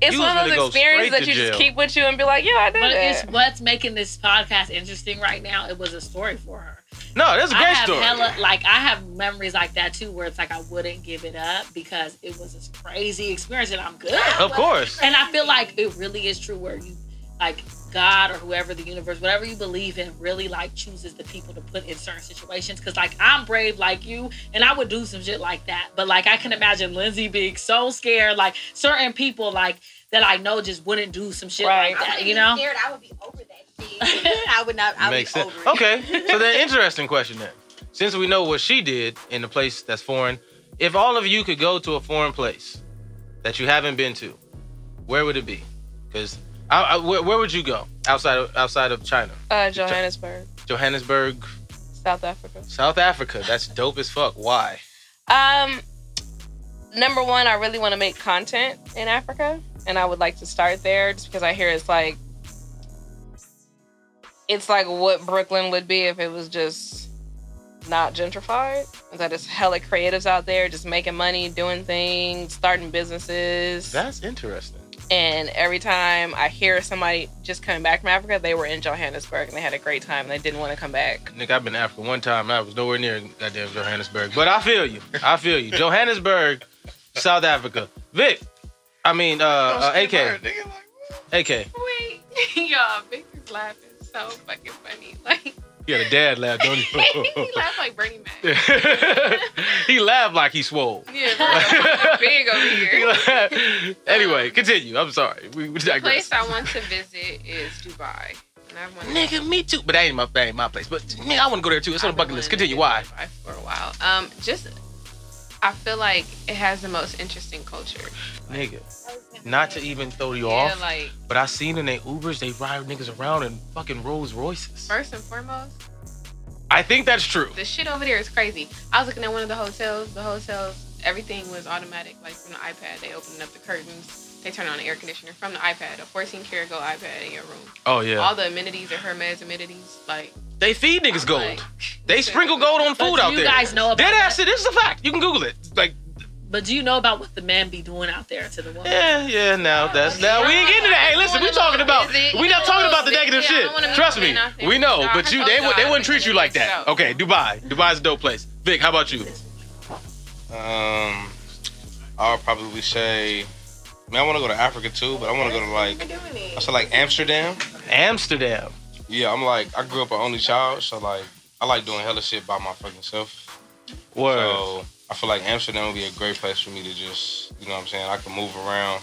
[SPEAKER 7] It's
[SPEAKER 3] You
[SPEAKER 7] one
[SPEAKER 3] was gonna
[SPEAKER 7] of those
[SPEAKER 3] go straight
[SPEAKER 7] experiences that
[SPEAKER 3] to
[SPEAKER 7] you just
[SPEAKER 3] jail.
[SPEAKER 7] keep with you and be like, yeah, I did
[SPEAKER 4] But it's
[SPEAKER 7] that.
[SPEAKER 4] what's making this podcast interesting right now. It was a story for her.
[SPEAKER 3] No, that's a
[SPEAKER 4] I
[SPEAKER 3] great
[SPEAKER 4] have
[SPEAKER 3] story.
[SPEAKER 4] hella like I have memories like that too, where it's like I wouldn't give it up because it was this crazy experience, and I'm good.
[SPEAKER 3] of course.
[SPEAKER 4] And I feel like it really is true where you like God or whoever the universe, whatever you believe in, really like chooses the people to put in certain situations. Cause like I'm brave like you and I would do some shit like that. But like I can imagine Lindsay being so scared, like certain people like that I know just wouldn't do some shit
[SPEAKER 7] Right.
[SPEAKER 4] like
[SPEAKER 5] I
[SPEAKER 4] that,
[SPEAKER 5] wouldn't
[SPEAKER 4] you
[SPEAKER 5] be
[SPEAKER 4] know?
[SPEAKER 5] Scared, I would be over that shit. I would not. I would
[SPEAKER 3] Makes
[SPEAKER 5] be
[SPEAKER 3] sense.
[SPEAKER 5] over it.
[SPEAKER 3] Okay, so then interesting question then. Since we know what she did in a place that's foreign, if all of you could go to a foreign place that you haven't been to, where would it be? Because I, I, where, where would you go outside of, outside of China?
[SPEAKER 7] Uh, Johannesburg,
[SPEAKER 3] Johannesburg,
[SPEAKER 7] South Africa.
[SPEAKER 3] South Africa. That's dope as fuck. Why?
[SPEAKER 7] Um, number one, I really want to make content in Africa, and I would like to start there just because I hear it's like, it's like what Brooklyn would be if it was just not gentrified. Is that it's hella creatives out there just making money, doing things, starting businesses.
[SPEAKER 3] That's interesting.
[SPEAKER 7] And every time I hear somebody just coming back from Africa, they were in Johannesburg and they had a great time and they didn't want to come back.
[SPEAKER 3] Nick, I've been to Africa one time. and I was nowhere near goddamn Johannesburg, but I feel you. I feel you. Johannesburg, South Africa. Vic, I mean, uh, uh AK, AK.
[SPEAKER 8] Wait, y'all, Vic is laughing so fucking funny. Like
[SPEAKER 3] You had a dad laugh, don't
[SPEAKER 8] he
[SPEAKER 3] you?
[SPEAKER 8] laughs like Bernie Mac. Yeah,
[SPEAKER 3] he laughed like he swole.
[SPEAKER 8] Bernie Mac is big over
[SPEAKER 3] He
[SPEAKER 8] here.
[SPEAKER 3] laughed. anyway, continue. I'm sorry. We, we
[SPEAKER 8] The place
[SPEAKER 3] digress.
[SPEAKER 8] I want to visit is Dubai. And I want to
[SPEAKER 3] Nigga, me too. But that ain't my that ain't my place. But nigga, I want to go there too. It's on the
[SPEAKER 8] I've
[SPEAKER 3] bucket
[SPEAKER 8] been
[SPEAKER 3] list.
[SPEAKER 8] wanting to
[SPEAKER 3] Continue.
[SPEAKER 8] do
[SPEAKER 3] Why?
[SPEAKER 8] Dubai For a while. Um, just I feel like it has the most interesting culture.
[SPEAKER 3] Nigga, not to even throw you
[SPEAKER 8] yeah,
[SPEAKER 3] off,
[SPEAKER 8] like
[SPEAKER 3] but I seen in their Ubers they ride niggas around in fucking Rolls Royces.
[SPEAKER 8] first and foremost,
[SPEAKER 3] I think that's true.
[SPEAKER 8] the shit over there is crazy. I was looking at one of the hotels. The hotels, everything was automatic, like from the iPad. They opened up the curtains. They turn on the air conditioner from the iPad. A 14 karat gold iPad in your room.
[SPEAKER 3] Oh yeah.
[SPEAKER 8] All the amenities are Hermes amenities. Like
[SPEAKER 3] They feed niggas
[SPEAKER 8] I'm
[SPEAKER 3] gold.
[SPEAKER 8] like,
[SPEAKER 3] they sprinkle gold on
[SPEAKER 4] But
[SPEAKER 3] food
[SPEAKER 4] do
[SPEAKER 3] out
[SPEAKER 4] you
[SPEAKER 3] there.
[SPEAKER 4] guys know about
[SPEAKER 3] Dead
[SPEAKER 4] that?
[SPEAKER 3] ass. This is a fact. You can Google it. Like,
[SPEAKER 4] But do you know about what the men be doing out there to the woman?
[SPEAKER 3] yeah, yeah. Now that's now we ain't getting to that. Hey, listen, we talking about we not talking about the negative
[SPEAKER 8] Yeah, I
[SPEAKER 3] shit.
[SPEAKER 8] don't wanna
[SPEAKER 3] Trust
[SPEAKER 8] be
[SPEAKER 3] me,
[SPEAKER 8] nothing.
[SPEAKER 3] we know.
[SPEAKER 8] Nah,
[SPEAKER 3] But you,
[SPEAKER 8] I
[SPEAKER 3] they
[SPEAKER 8] told
[SPEAKER 3] would they
[SPEAKER 8] y'all,
[SPEAKER 3] wouldn't
[SPEAKER 8] I
[SPEAKER 3] treat you
[SPEAKER 8] think
[SPEAKER 3] like
[SPEAKER 8] it's
[SPEAKER 3] that.
[SPEAKER 8] dope.
[SPEAKER 3] Okay, Dubai. Dubai's a dope place. Vic, how about you?
[SPEAKER 6] Um, I'll probably say. I mean, I want to go to Africa too, but I want to go to like. I said like Amsterdam.
[SPEAKER 3] Amsterdam.
[SPEAKER 6] Yeah, I'm like I grew up an only child, so like I like doing hella shit by my fucking self.
[SPEAKER 3] Word.
[SPEAKER 6] So I feel like Amsterdam would be a great place for me to just, you know what I'm saying? I can move around,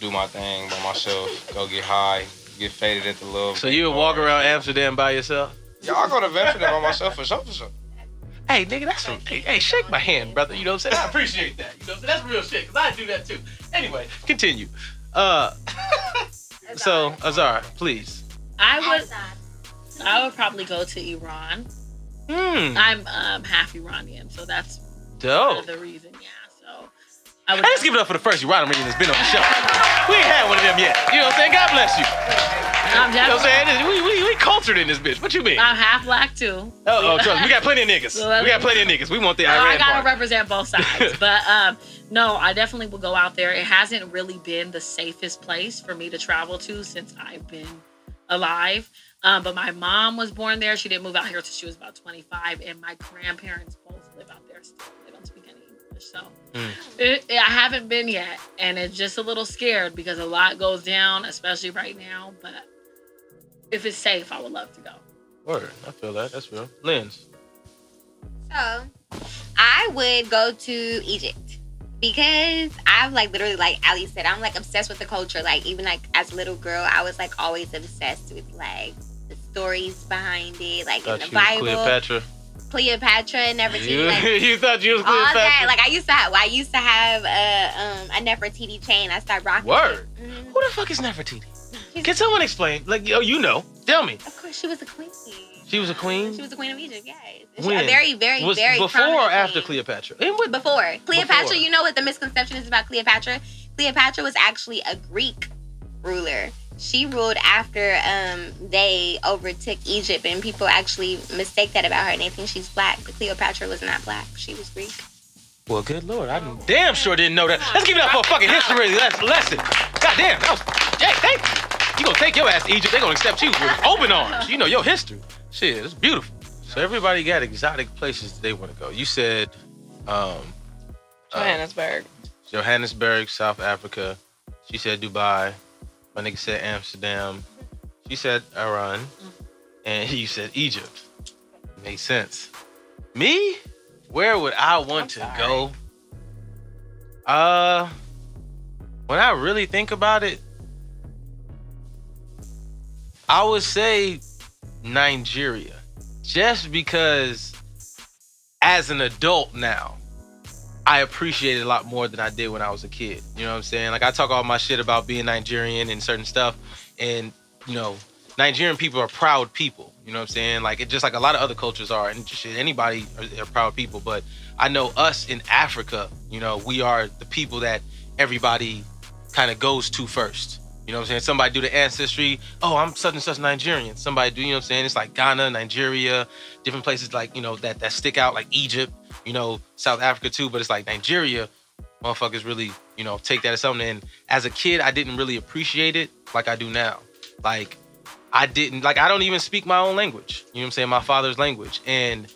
[SPEAKER 6] do my thing by myself, go get high, get faded at the love.
[SPEAKER 3] So you would walk around Amsterdam by yourself?
[SPEAKER 6] Yeah, I go to Amsterdam by myself for sure, for sure.
[SPEAKER 3] Hey, nigga, that's some. Hey, hey, shake my hand, brother. You know what I'm saying? I appreciate that. You know, what I'm saying? that's real shit. Cause I do that too. Anyway, continue. Uh, so Azara, please.
[SPEAKER 4] I would I would probably go to Iran.
[SPEAKER 3] Hmm.
[SPEAKER 4] I'm um, half Iranian, so that's part
[SPEAKER 3] Dope.
[SPEAKER 4] of the reason. Yeah, so I would.
[SPEAKER 3] Hey, let's give it up for the first Urana reading that's been on the show. We ain't had one of them yet. You know what I'm saying? God bless you. You
[SPEAKER 4] I'm
[SPEAKER 3] know
[SPEAKER 4] definitely.
[SPEAKER 3] what I'm saying? We, we, we cultured in this bitch. What you mean?
[SPEAKER 4] I'm half black too.
[SPEAKER 3] Oh, oh, trust me. We got plenty of niggas. We got plenty of niggas. We want the
[SPEAKER 4] So I
[SPEAKER 3] Iran
[SPEAKER 4] gotta
[SPEAKER 3] part.
[SPEAKER 4] represent both sides. but um, no, I definitely will go out there. It hasn't really been the safest place for me to travel to since I've been alive. Um, but my mom was born there. She didn't move out here till she was about 25, and my grandparents both live out there still. They don't speak any English, so
[SPEAKER 3] Mm.
[SPEAKER 4] it, it- I haven't been yet, and it's just a little scared because a lot goes down, especially right now. But if it's safe, I would love to go.
[SPEAKER 3] Word. I feel that. That's real. Lens.
[SPEAKER 5] So I would go to Egypt because I'm like literally like Ali said, I'm like obsessed with the culture. Like even like as a little girl, I was like always obsessed with like the stories behind it, like in
[SPEAKER 3] Thought you
[SPEAKER 5] the
[SPEAKER 3] was
[SPEAKER 5] Bible, Cleopatra,
[SPEAKER 3] Cleopatra.
[SPEAKER 5] and
[SPEAKER 3] You,
[SPEAKER 5] everything. Like,
[SPEAKER 3] you thought you was
[SPEAKER 5] all
[SPEAKER 3] Cleopatra?
[SPEAKER 5] that, like I used to have, I used to have a um a Nefertiti chain. I started rocking.
[SPEAKER 3] Word.
[SPEAKER 5] it. Mhm.
[SPEAKER 3] Who the fuck is Nefertiti? Can someone explain? Like, oh, you know. Tell me.
[SPEAKER 5] Of course, she was a queen.
[SPEAKER 3] She was a queen?
[SPEAKER 5] She was a queen of Egypt. Yes, She-
[SPEAKER 3] When?
[SPEAKER 5] a very, very,
[SPEAKER 3] Was
[SPEAKER 5] very
[SPEAKER 3] before or
[SPEAKER 5] prominent
[SPEAKER 3] after
[SPEAKER 5] queen.
[SPEAKER 3] Cleopatra? Eh, And what?
[SPEAKER 5] before Cleopatra.
[SPEAKER 3] Before.
[SPEAKER 5] You know what the misconception is about Cleopatra? Cleopatra was actually a Greek ruler. She ruled after um, they overtook Egypt, and people actually mistake that about her and they think she's black. But Cleopatra was not black; she was Greek.
[SPEAKER 3] Well, good lord, I damn sure didn't know that. Let's give it up for a fucking history les- lesson. God damn, that was Jay, thank you. You gonna take your ass to Egypt, they gonna accept you with open arms. You know your history. Shit, it's beautiful. So everybody got exotic places they wanna go. You said um uh,
[SPEAKER 7] Johannesburg.
[SPEAKER 3] Johannesburg, South Africa. She said Dubai. My nigga said Amsterdam. She said Iran. And you said Egypt. Makes sense. Me? Where would I want to go? Uh when I really think about it, I would say Nigeria. Just because as an adult now, I appreciate it a lot more than I did when I was a kid. You know what I'm saying? Like I talk all my shit about being Nigerian and certain stuff, and you know, Nigerian people are proud people. You know what I'm saying? Like it just like a lot of other cultures are, and shit, anybody are, are proud people. But I know us in Africa, you know, we are the people that everybody kind of goes to first. You know what I'm saying? Somebody do the ancestry. Oh, I'm such and such Nigerian. Somebody do, you know what I'm saying? It's like Ghana, Nigeria, different places like, you know, that that stick out like Egypt you know, South Africa too, but it's like Nigeria, motherfuckers really, you know, take that as something. And as a kid, I didn't really appreciate it like I do now. Like, I didn't, like, I don't even speak my own language. You know what I'm saying? My father's language. And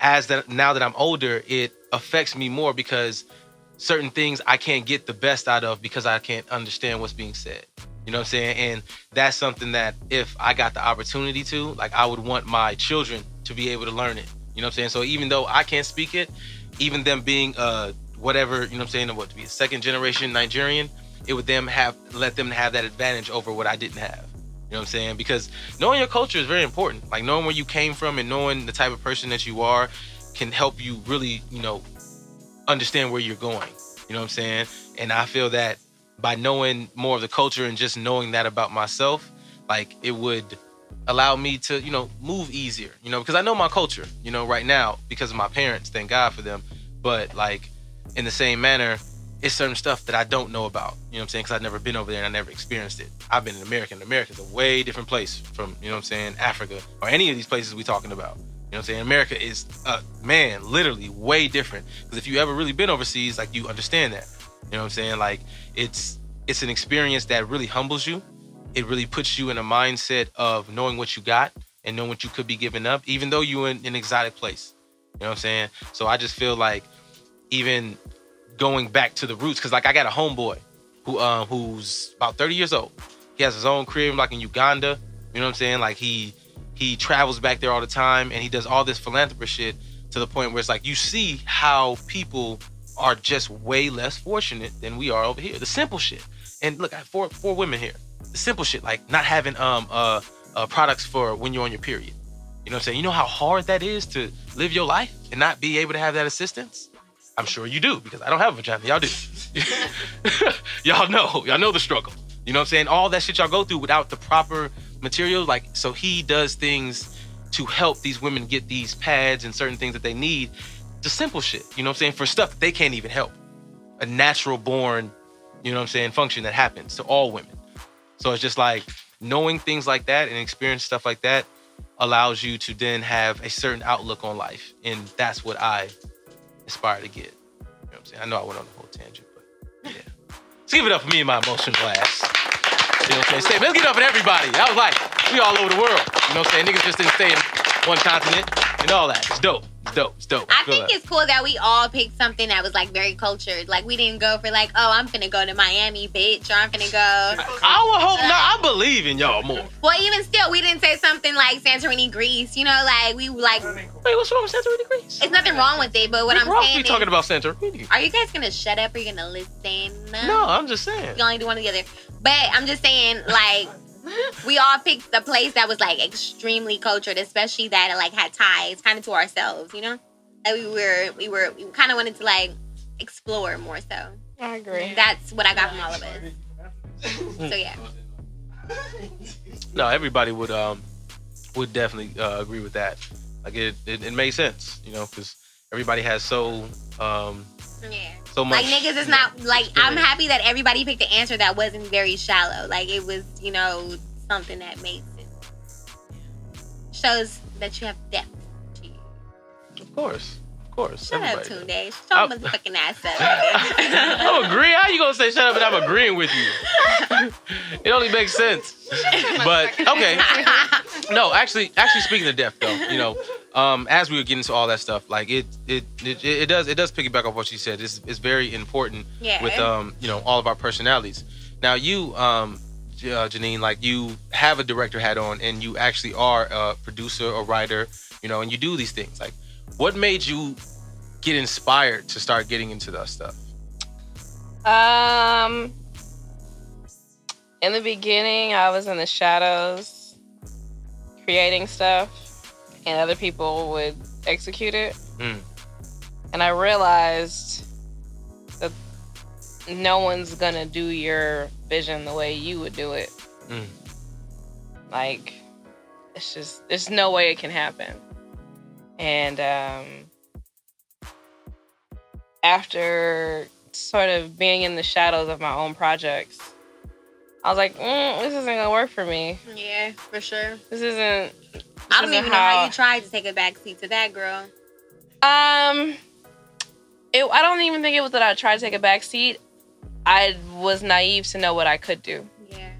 [SPEAKER 3] as that, now that I'm older, it affects me more because certain things I can't get the best out of because I can't understand what's being said. You know what I'm saying? And that's something that if I got the opportunity to, like, I would want my children to be able to learn it. You know what I'm saying? So even though I can't speak it, even them being uh whatever, you know what I'm saying, what to be a second generation Nigerian, it would them have let them have that advantage over what I didn't have. You know what I'm saying? Because knowing your culture is very important. Like knowing where you came from and knowing the type of person that you are can help you really, you know, understand where you're going. You know what I'm saying? And I feel that by knowing more of the culture and just knowing that about myself, like it would allow me to, you know, move easier, you know, because I know my culture, you know, right now because of my parents, thank God for them. But like in the same manner, it's certain stuff that I don't know about, you know what I'm saying? Because I've never been over there and I never experienced it. I've been in America, and America's a way different place from, you know what I'm saying, Africa or any of these places we talking about. You know what I'm saying? America is, uh, man, literally way different. Because if you ever really been overseas, like you understand that. You know what I'm saying? Like it's it's an experience that really humbles you it really puts you in a mindset of knowing what you got and knowing what you could be giving up, even though you're in an exotic place. You know what I'm saying? So I just feel like even going back to the roots, because like I got a homeboy who um who's about 30 years old. He has his own crib like in Uganda. You know what I'm saying? Like he he travels back there all the time and he does all this philanthropist shit to the point where it's like you see how people are just way less fortunate than we are over here. The simple shit. And look, I have four four women here simple shit like not having um uh, uh products for when you're on your period. You know what I'm saying? You know how hard that is to live your life and not be able to have that assistance. I'm sure you do because I don't have a vagina. Y'all do. y'all know. Y'all know the struggle. You know what I'm saying? All that shit y'all go through without the proper material. Like so, he does things to help these women get these pads and certain things that they need. Just simple shit. You know what I'm saying? For stuff that they can't even help. A natural born, you know what I'm saying, function that happens to all women. So it's just like knowing things like that and experience stuff like that allows you to then have a certain outlook on life. And that's what I aspire to get. You know what I'm saying? I know I went on a whole tangent, but yeah. Let's give it up for me and my emotional ass. You know what I'm saying? Say- Let's give it up for everybody. I was like, we all over the world. You know what I'm saying? Niggas just didn't stay in one continent and all that. It's dope. It's dope. It's dope.
[SPEAKER 5] I
[SPEAKER 3] feel
[SPEAKER 5] think
[SPEAKER 3] that.
[SPEAKER 5] it's cool that we all picked something that was like very cultured. Like we didn't go for like, oh, I'm finna go to Miami, bitch, or I'm finna go.
[SPEAKER 3] I would hope not. I believe in y'all more.
[SPEAKER 5] Well, even still, we didn't say something like Santorini, Greece. You know, like we like.
[SPEAKER 3] Wait, what's wrong with Santorini Greece?
[SPEAKER 5] It's nothing wrong with it, but what
[SPEAKER 3] we
[SPEAKER 5] I'm
[SPEAKER 3] wrong
[SPEAKER 5] saying
[SPEAKER 3] we
[SPEAKER 5] is,
[SPEAKER 3] talking about Santorini.
[SPEAKER 5] are you guys gonna shut up? Are you gonna listen?
[SPEAKER 3] No, I'm just saying.
[SPEAKER 5] You only do one or the other. But I'm just saying, like, we all picked the place that was like extremely cultured, especially that it like had ties kind of to ourselves. You know, like we were, we were, we kind of wanted to like explore more. So
[SPEAKER 7] I agree.
[SPEAKER 5] that's what I got from all of us. So yeah.
[SPEAKER 3] No, everybody would um would definitely uh, agree with that. Like it, it, it made sense, you know, because everybody has so um
[SPEAKER 5] Yeah.
[SPEAKER 3] so much.
[SPEAKER 5] Like niggas, it's not like
[SPEAKER 3] Yeah.
[SPEAKER 5] I'm happy that everybody picked an answer that wasn't very shallow. Like it was, you know, something that made sense. Shows that you have depth. to you.
[SPEAKER 3] Of course, of course.
[SPEAKER 5] Shut up,
[SPEAKER 3] everybody does. Oh.
[SPEAKER 5] Tune Day. Shut
[SPEAKER 3] I-
[SPEAKER 5] your motherfucking ass up.
[SPEAKER 3] I'm agreeing. How you gonna say shut up and I'm agreeing with you? it only makes sense. But okay. No, actually, actually speaking of death though, you know, um, as we were getting to all that stuff, like it, it, it, it does, it does piggyback off what she said. It's, it's very important
[SPEAKER 5] yeah.
[SPEAKER 3] with um, you know, all of our personalities. Now you, um, J- uh, Janine, like you have a director hat on, and you actually are a producer or writer, you know, and you do these things. Like, what made you get inspired to start getting into that stuff?
[SPEAKER 7] Um, in the beginning, I was in the shadows creating stuff, and other people would execute it.
[SPEAKER 3] Mm.
[SPEAKER 7] And I realized that no one's gonna do your vision the way you would do it.
[SPEAKER 3] Mm.
[SPEAKER 7] Like, it's just there's no way it can happen. And um, after sort of being in the shadows of my own projects, I was like, mm, this isn't gonna work for me.
[SPEAKER 5] Yeah, for sure.
[SPEAKER 7] This isn't. this
[SPEAKER 5] I don't
[SPEAKER 7] isn't
[SPEAKER 5] even know how you tried to take a back seat to that girl.
[SPEAKER 7] Um, it, I don't even think it was that I tried to take a back seat. I was naive to know what I could do.
[SPEAKER 5] Yeah.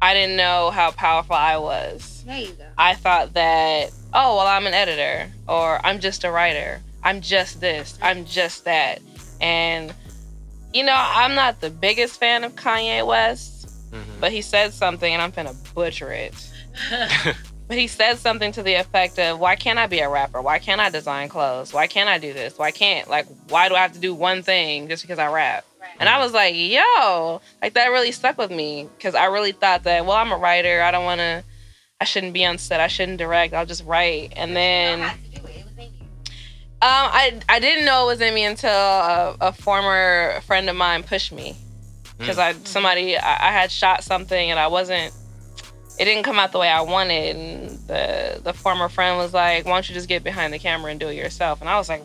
[SPEAKER 7] I didn't know how powerful I was.
[SPEAKER 5] There you go.
[SPEAKER 7] I thought that, oh, well, I'm an editor, or I'm just a writer, I'm just this, I'm just that. And, you know, I'm not the biggest fan of Kanye West, but he said something, and I'm gonna butcher it. but he said something to the effect of, why can't I be a rapper? Why can't I design clothes? Why can't I do this? Why can't, like, why do I have to do one thing just because I rap? And I was like, yo, like that really stuck with me because I really thought that, well, I'm a writer. I don't want to, I shouldn't be on set. I shouldn't direct. I'll just write. And then um,
[SPEAKER 5] to do it. It was in you.
[SPEAKER 7] I, I didn't know it was in me until a, a former friend of mine pushed me because I somebody I, I had shot something and I wasn't it didn't come out the way I wanted and the the former friend was like, Why don't you just get behind the camera and do it yourself? And I was like,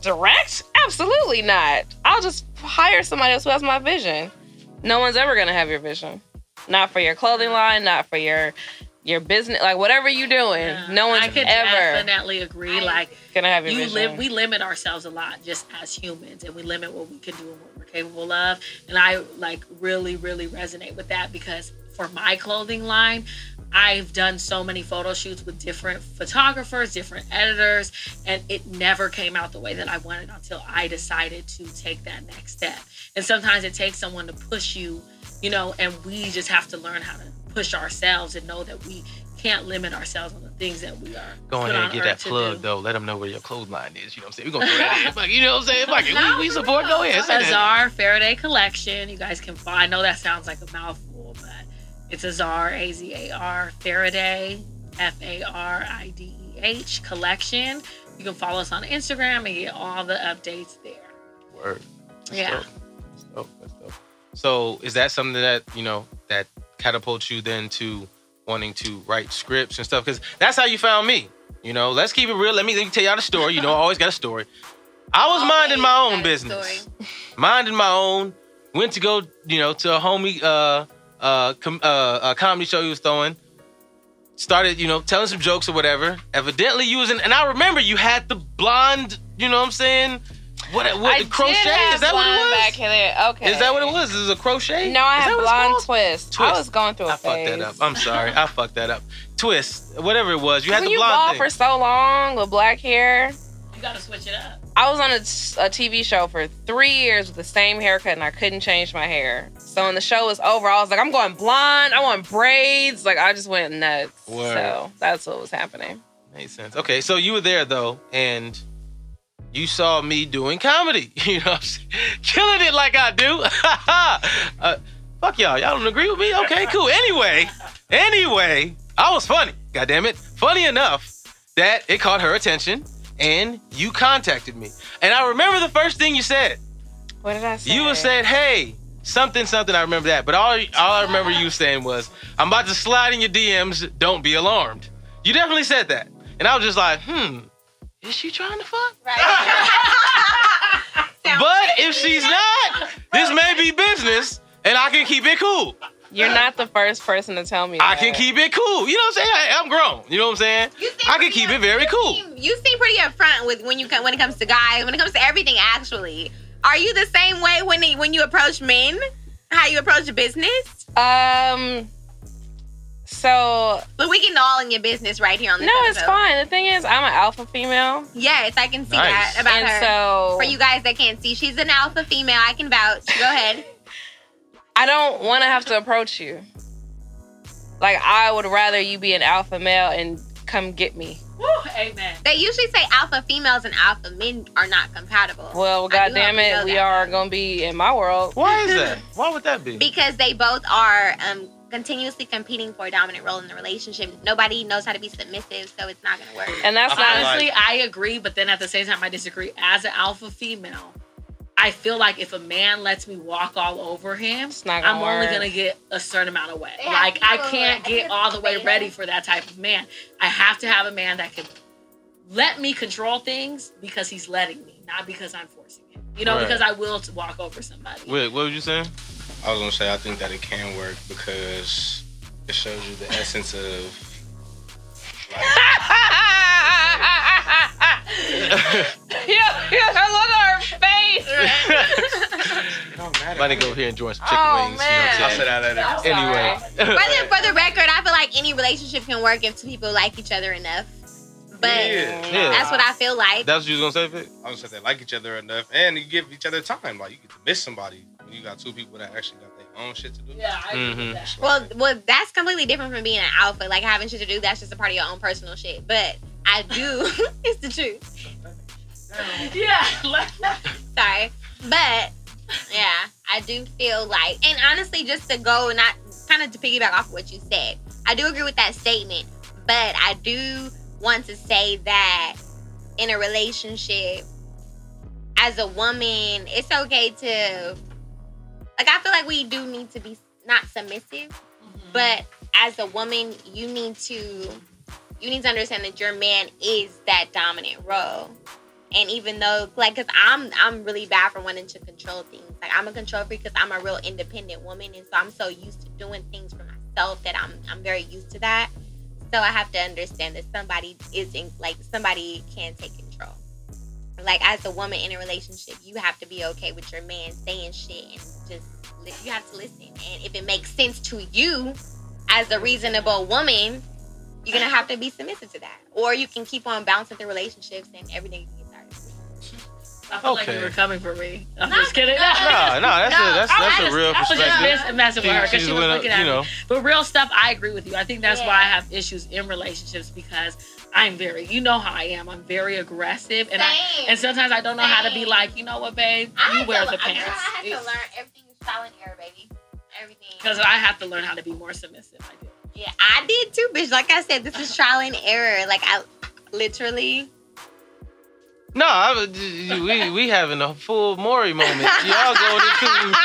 [SPEAKER 7] Direct? Absolutely not. I'll just hire somebody else who has my vision. No one's ever gonna have your vision. Not for your clothing line, not for your your business, like whatever you're doing,
[SPEAKER 4] Yeah.
[SPEAKER 7] no one's
[SPEAKER 4] I could
[SPEAKER 7] ever
[SPEAKER 4] definitely agree. Like
[SPEAKER 7] gonna have your
[SPEAKER 4] you
[SPEAKER 7] vision.
[SPEAKER 4] live, we limit ourselves a lot just as humans, and we limit what we can do and what we're capable of. And I like really, really resonate with that because for my clothing line. I've done so many photo shoots with different photographers, different editors, and it never came out the way that I wanted until I decided to take that next step. And sometimes it takes someone to push you, you know, and we just have to learn how to push ourselves and know that we can't limit ourselves on the things that we are.
[SPEAKER 3] Go in
[SPEAKER 4] put
[SPEAKER 3] there
[SPEAKER 4] on
[SPEAKER 3] and get
[SPEAKER 4] earth
[SPEAKER 3] that
[SPEAKER 4] to
[SPEAKER 3] plug
[SPEAKER 4] do.
[SPEAKER 3] though. Let them know where your clothesline is. You know what I'm saying? We're gonna throw that in. Fuck, you know what I'm saying? Fuck it.
[SPEAKER 4] No,
[SPEAKER 3] we, we
[SPEAKER 4] for
[SPEAKER 3] support.
[SPEAKER 4] real.
[SPEAKER 3] Go ahead. Say that.
[SPEAKER 4] Azar Faraday Collection. You guys can find. I know that sounds like a mouthful, but it's Azar A Z A R Faraday F A R I D E H Collection. You can follow us on Instagram and get all the updates there.
[SPEAKER 3] Word. That's
[SPEAKER 4] Yeah.
[SPEAKER 3] dope. That's dope. Oh, That's dope. So is that something that you know that catapults you then to wanting to write scripts and stuff? Because that's how you found me. You know, let's keep it real. Let me, let me tell y'all the story. You know, I always got a story. I was minding my
[SPEAKER 5] Always
[SPEAKER 3] own
[SPEAKER 5] got a
[SPEAKER 3] business,
[SPEAKER 5] story.
[SPEAKER 3] minding my own. Went to go, you know, to a homie uh, uh, com- uh, a comedy show he was throwing. Started, you know, telling some jokes or whatever. Evidently using, and I remember you had the blonde. You know what I'm saying? What? What?
[SPEAKER 7] I did
[SPEAKER 3] crochet?
[SPEAKER 7] have
[SPEAKER 3] Is that what
[SPEAKER 7] blonde
[SPEAKER 3] it was?
[SPEAKER 7] Back in it. Okay.
[SPEAKER 3] Is that what it was? Is it a crochet?
[SPEAKER 7] No, I
[SPEAKER 3] Is
[SPEAKER 7] had
[SPEAKER 3] that what it's
[SPEAKER 7] blonde
[SPEAKER 3] called?
[SPEAKER 7] twist. I
[SPEAKER 3] Twist.
[SPEAKER 7] was going through a
[SPEAKER 3] I fucked that
[SPEAKER 7] phase.
[SPEAKER 3] up. I'm sorry. I fucked that up. Twist, whatever it was. You had
[SPEAKER 7] when
[SPEAKER 3] the
[SPEAKER 7] you ball
[SPEAKER 3] blonde
[SPEAKER 7] for
[SPEAKER 3] thing.
[SPEAKER 7] so long with black hair,
[SPEAKER 4] You gotta switch it up.
[SPEAKER 7] I was on a, s- a TV show for three years with the same haircut, and I couldn't change my hair. So when the show was over, I was like, I'm going blonde. I want braids. Like I just went nuts.
[SPEAKER 3] Word.
[SPEAKER 7] So that's what was happening.
[SPEAKER 3] Makes sense. Okay, so you were there though, and you saw me doing comedy. You know, what I'm saying? killing it like I do. uh, fuck y'all. Y'all don't agree with me? Okay, cool. Anyway, anyway, I was funny. God damn it, funny enough that it caught her attention, and you contacted me. And I remember the first thing you said.
[SPEAKER 7] What did I say?
[SPEAKER 3] You would said, "Hey, something, something." I remember that, but all all I remember you saying was, "I'm about to slide in your DMs. Don't be alarmed." You definitely said that, and I was just like, "Hmm, is she trying to fuck?"
[SPEAKER 5] Right.
[SPEAKER 3] But if she's not, this may be business, and I can keep it cool.
[SPEAKER 7] You're not the first person to tell me.
[SPEAKER 3] I
[SPEAKER 7] that.
[SPEAKER 3] can keep it cool. You know what I'm saying? I, am grown. You know what I'm saying?
[SPEAKER 5] You seem
[SPEAKER 3] I can
[SPEAKER 5] pretty
[SPEAKER 3] keep
[SPEAKER 5] up-
[SPEAKER 3] it very
[SPEAKER 5] you
[SPEAKER 3] cool.
[SPEAKER 5] seem- you seem pretty upfront with when you co- when it comes to guys, when it comes to everything. Actually, are you the same way when they, when you approach men? How you approach business?
[SPEAKER 7] Um. So
[SPEAKER 5] But we can all in your business right here on this.
[SPEAKER 7] no, it's
[SPEAKER 5] episode.
[SPEAKER 7] fine. The thing is, I'm an alpha female,
[SPEAKER 5] Yes, I can see
[SPEAKER 3] Nice.
[SPEAKER 5] that about
[SPEAKER 7] and
[SPEAKER 5] her.
[SPEAKER 7] so
[SPEAKER 5] For you guys that can't see, she's an alpha female. I can vouch. Go ahead.
[SPEAKER 7] I don't want to have to approach you. Like I would rather you be an alpha male and come get me.
[SPEAKER 4] Woo, amen.
[SPEAKER 5] They usually say alpha females and alpha men are not compatible.
[SPEAKER 7] Well,
[SPEAKER 5] I do hope
[SPEAKER 7] God damn
[SPEAKER 5] you
[SPEAKER 7] it,
[SPEAKER 5] know
[SPEAKER 7] we
[SPEAKER 5] that.
[SPEAKER 7] are gonna be in my world.
[SPEAKER 3] Why is that? Why would that be?
[SPEAKER 5] because they both are um, continuously competing for a dominant role in the relationship. Nobody knows how to be submissive, so it's not gonna work.
[SPEAKER 7] And that's
[SPEAKER 3] I feel
[SPEAKER 7] not.
[SPEAKER 3] like-
[SPEAKER 4] Honestly, I agree, but then at the same time, I disagree. As an alpha female, I feel like if a man lets me walk all over him,
[SPEAKER 7] It's not gonna
[SPEAKER 4] I'm only
[SPEAKER 7] work.
[SPEAKER 4] gonna get a certain amount of wet.
[SPEAKER 5] They have
[SPEAKER 4] Like I
[SPEAKER 5] people
[SPEAKER 4] can't
[SPEAKER 5] that-
[SPEAKER 4] get all the way ready for that type of man. I have to have a man that can let me control things because he's letting me, not because I'm forcing him. You know,
[SPEAKER 3] Right.
[SPEAKER 4] because I will t- walk over somebody.
[SPEAKER 3] Wait, what were you saying?
[SPEAKER 6] I was gonna say I think that it can work because it shows you the essence of. Like,
[SPEAKER 7] yeah, I love her face.
[SPEAKER 6] it don't matter.
[SPEAKER 3] Might go over here and enjoy some chicken
[SPEAKER 7] Oh,
[SPEAKER 3] wings.
[SPEAKER 7] man.
[SPEAKER 3] You know
[SPEAKER 6] I'll
[SPEAKER 3] what
[SPEAKER 6] say
[SPEAKER 3] I'm
[SPEAKER 6] that later.
[SPEAKER 3] saying? Anyway.
[SPEAKER 5] Brother, for the record, I feel like any relationship can work if two people like each other enough. But
[SPEAKER 6] Yeah.
[SPEAKER 3] Yeah.
[SPEAKER 5] that's what I feel like.
[SPEAKER 3] That's what you was gonna say, Vic?
[SPEAKER 6] I was gonna say they like each other enough, and you give each other time. Like you get to miss somebody when you got two people that actually got their own shit to do.
[SPEAKER 4] Yeah, I agree
[SPEAKER 3] Mhm.
[SPEAKER 4] with that.
[SPEAKER 5] Well, well, that's completely different from being an alpha. Like having shit to do, that's just a part of your own personal shit. But I do. it's the truth.
[SPEAKER 4] Yeah, like,
[SPEAKER 5] Sorry, but yeah, I do feel like, and honestly, just to go and not kind of to piggyback off what you said, I do agree with that statement. But I do want to say that in a relationship, as a woman, it's okay to like. I feel like we do need to be not submissive. but as a woman you need to you need to understand that your man is that dominant role and even though like because i'm i'm really bad for wanting to control things like i'm a control freak because i'm a real independent woman and so i'm so used to doing things for myself that i'm i'm very used to that so i have to understand that somebody is in like somebody can take control like as a woman in a relationship you have to be okay with your man saying shit and just li- you have to listen and if it makes sense to you as a reasonable woman you're gonna have to be submissive to that or you can keep on bouncing through relationships and everything can get started
[SPEAKER 4] I feel like
[SPEAKER 3] Okay.
[SPEAKER 4] you were coming for me. I'm
[SPEAKER 5] No,
[SPEAKER 4] just kidding.
[SPEAKER 5] no,
[SPEAKER 3] No, no, that's
[SPEAKER 4] No,
[SPEAKER 3] a that's
[SPEAKER 4] I
[SPEAKER 3] that's
[SPEAKER 4] just-
[SPEAKER 3] a real
[SPEAKER 4] I was just
[SPEAKER 3] perspective.
[SPEAKER 4] mess- messing with her because she was
[SPEAKER 3] with a-
[SPEAKER 4] looking at
[SPEAKER 3] you
[SPEAKER 4] me.
[SPEAKER 3] know,
[SPEAKER 4] But real stuff, I agree with you. I think that's
[SPEAKER 5] Yeah.
[SPEAKER 4] why I have issues in relationships because I'm very, you know how I am. I'm very aggressive, and I
[SPEAKER 5] Same.
[SPEAKER 4] and sometimes I don't know how to be
[SPEAKER 5] Same.
[SPEAKER 4] like, you know what, babe,
[SPEAKER 5] I had
[SPEAKER 4] you wear
[SPEAKER 5] to,
[SPEAKER 4] the
[SPEAKER 5] I- girl,
[SPEAKER 4] pants
[SPEAKER 5] I had to learn everything is trial and error baby everything
[SPEAKER 4] because I have to learn how to be more submissive. I do.
[SPEAKER 5] yeah i did too bitch like i said this is trial and error like i literally
[SPEAKER 3] no, I, would- we we having a full Maury moment. Y'all going into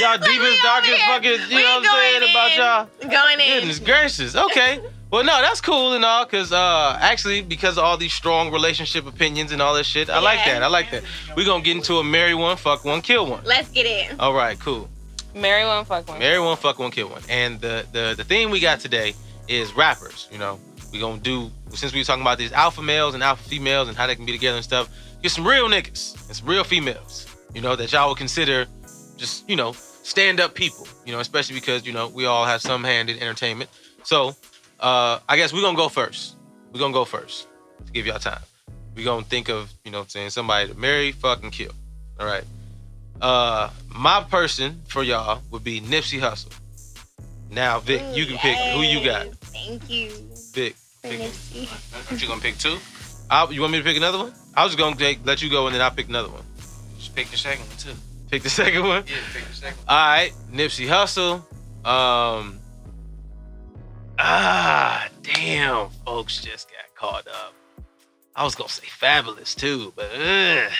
[SPEAKER 3] y'all deepest, darkest fucking. You
[SPEAKER 5] We
[SPEAKER 3] know what I'm
[SPEAKER 5] going
[SPEAKER 3] saying about
[SPEAKER 5] in.
[SPEAKER 3] y'all.
[SPEAKER 5] going in
[SPEAKER 3] Goodness gracious. Okay. Well, no, that's cool and all, cause uh, actually, because of all these strong relationship opinions and all that shit, I like
[SPEAKER 5] Yeah.
[SPEAKER 3] that. I like that. We gonna get into a marry one, fuck one, kill one.
[SPEAKER 5] let's get in
[SPEAKER 3] All right, cool.
[SPEAKER 7] Marry one, fuck one.
[SPEAKER 3] Marry one, fuck one, kill one. And the the the theme we got today is rappers. You know, we gonna do since we were talking about these alpha males and alpha females and how they can be together and stuff. Get some real niggas and some real females. You know that y'all would consider just you know stand up people. You know, especially because you know we all have some hand in entertainment. So uh I guess we're gonna go first. We're gonna go first to give y'all time. We're gonna think of you know what I'm saying somebody to marry, fuck, and kill. All right. Uh, my person for y'all would be Nipsey Hussle. Now, Vic, Oh, you can pick who you got.
[SPEAKER 5] Yes, thank you
[SPEAKER 3] Vic,
[SPEAKER 5] for
[SPEAKER 3] pick-
[SPEAKER 5] Nipsey.
[SPEAKER 6] But you gonna pick two?
[SPEAKER 3] I, you want me to pick another one? I was gonna take, let you go and then I will pick another one.
[SPEAKER 6] Just pick your second one too.
[SPEAKER 3] Pick the second one.
[SPEAKER 6] Yeah, pick your second.
[SPEAKER 3] All right, Nipsey Hussle. Um, ah, damn, folks just got caught up. I was gonna say fabulous too, but ugh.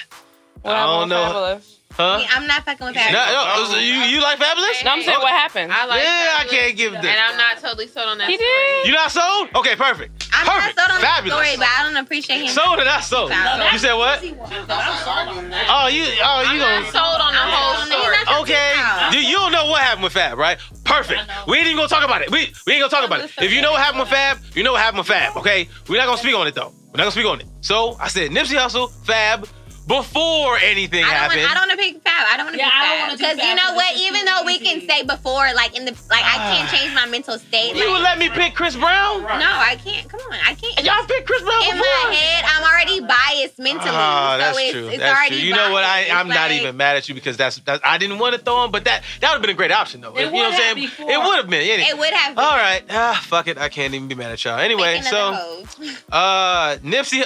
[SPEAKER 7] What happened
[SPEAKER 3] don't
[SPEAKER 7] with
[SPEAKER 3] know.
[SPEAKER 7] Fabulous?
[SPEAKER 3] uh, Huh?
[SPEAKER 5] I mean, I'm not fucking with
[SPEAKER 3] No,
[SPEAKER 5] that.
[SPEAKER 3] no, so you, you like Fabulous?
[SPEAKER 7] No, I'm saying what happened.
[SPEAKER 8] I like
[SPEAKER 3] yeah, I
[SPEAKER 8] Fabulous,
[SPEAKER 3] can't give
[SPEAKER 8] And
[SPEAKER 3] this.
[SPEAKER 8] I'm not totally sold on that.
[SPEAKER 7] He
[SPEAKER 8] story.
[SPEAKER 7] did.
[SPEAKER 3] You not sold? Okay, perfect.
[SPEAKER 5] I'm
[SPEAKER 3] Perfect.
[SPEAKER 5] not sold on
[SPEAKER 3] Fabulous.
[SPEAKER 5] the story, but I don't appreciate him.
[SPEAKER 3] Sold or not sold?
[SPEAKER 5] Sold.
[SPEAKER 3] You said what? Oh, you, oh,
[SPEAKER 8] I'm
[SPEAKER 3] you gonna.
[SPEAKER 8] not sold on the
[SPEAKER 5] I'm Oh, not sold
[SPEAKER 8] whole
[SPEAKER 5] on
[SPEAKER 8] story.
[SPEAKER 5] that. That's
[SPEAKER 3] Okay,
[SPEAKER 5] just
[SPEAKER 3] you, you don't know what happened with Fab, right? Perfect.
[SPEAKER 4] I know.
[SPEAKER 3] We ain't even gonna talk about it. We, we ain't gonna talk about it. If you know what happened with Fab, you know what happened with Fab, okay? We're not gonna speak on it though. We're not gonna speak on it. So I said Nipsey Hussle, Fab, before anything
[SPEAKER 5] I don't,
[SPEAKER 3] happened.
[SPEAKER 5] want, I don't want to pick Fab. I don't want to
[SPEAKER 4] Yeah,
[SPEAKER 5] pick
[SPEAKER 4] I don't
[SPEAKER 5] Fab.
[SPEAKER 4] wanna do
[SPEAKER 5] Because you
[SPEAKER 4] Fab,
[SPEAKER 5] know
[SPEAKER 4] 'cause
[SPEAKER 5] what?
[SPEAKER 4] it's
[SPEAKER 5] Even
[SPEAKER 4] too
[SPEAKER 5] though we can
[SPEAKER 4] easy.
[SPEAKER 5] say before, like in the like, I can't change my mental state.
[SPEAKER 3] Ah. you would
[SPEAKER 5] like,
[SPEAKER 3] let me pick Chris Brown?
[SPEAKER 5] no, I can't. Come on, I can't.
[SPEAKER 3] Y'all picked Chris Brown
[SPEAKER 5] in
[SPEAKER 3] before?
[SPEAKER 5] my head, I'm already biased mentally.
[SPEAKER 3] Ah,
[SPEAKER 5] so
[SPEAKER 3] that's
[SPEAKER 5] it's,
[SPEAKER 3] true.
[SPEAKER 5] It's
[SPEAKER 3] that's
[SPEAKER 5] already
[SPEAKER 3] true. You know what? I,
[SPEAKER 5] biased.
[SPEAKER 3] I'm
[SPEAKER 5] It's
[SPEAKER 3] not
[SPEAKER 5] like-
[SPEAKER 3] even mad at you because that's, that's I didn't want to throw him, but that that would have been a great option though. you
[SPEAKER 4] It
[SPEAKER 3] know what
[SPEAKER 4] would
[SPEAKER 3] I'm saying?
[SPEAKER 4] have before.
[SPEAKER 3] It would have been. Yeah.
[SPEAKER 5] It would have.
[SPEAKER 3] All right. Ah, fuck it. I can't even be mad at y'all. Anyway, so uh, Nipsey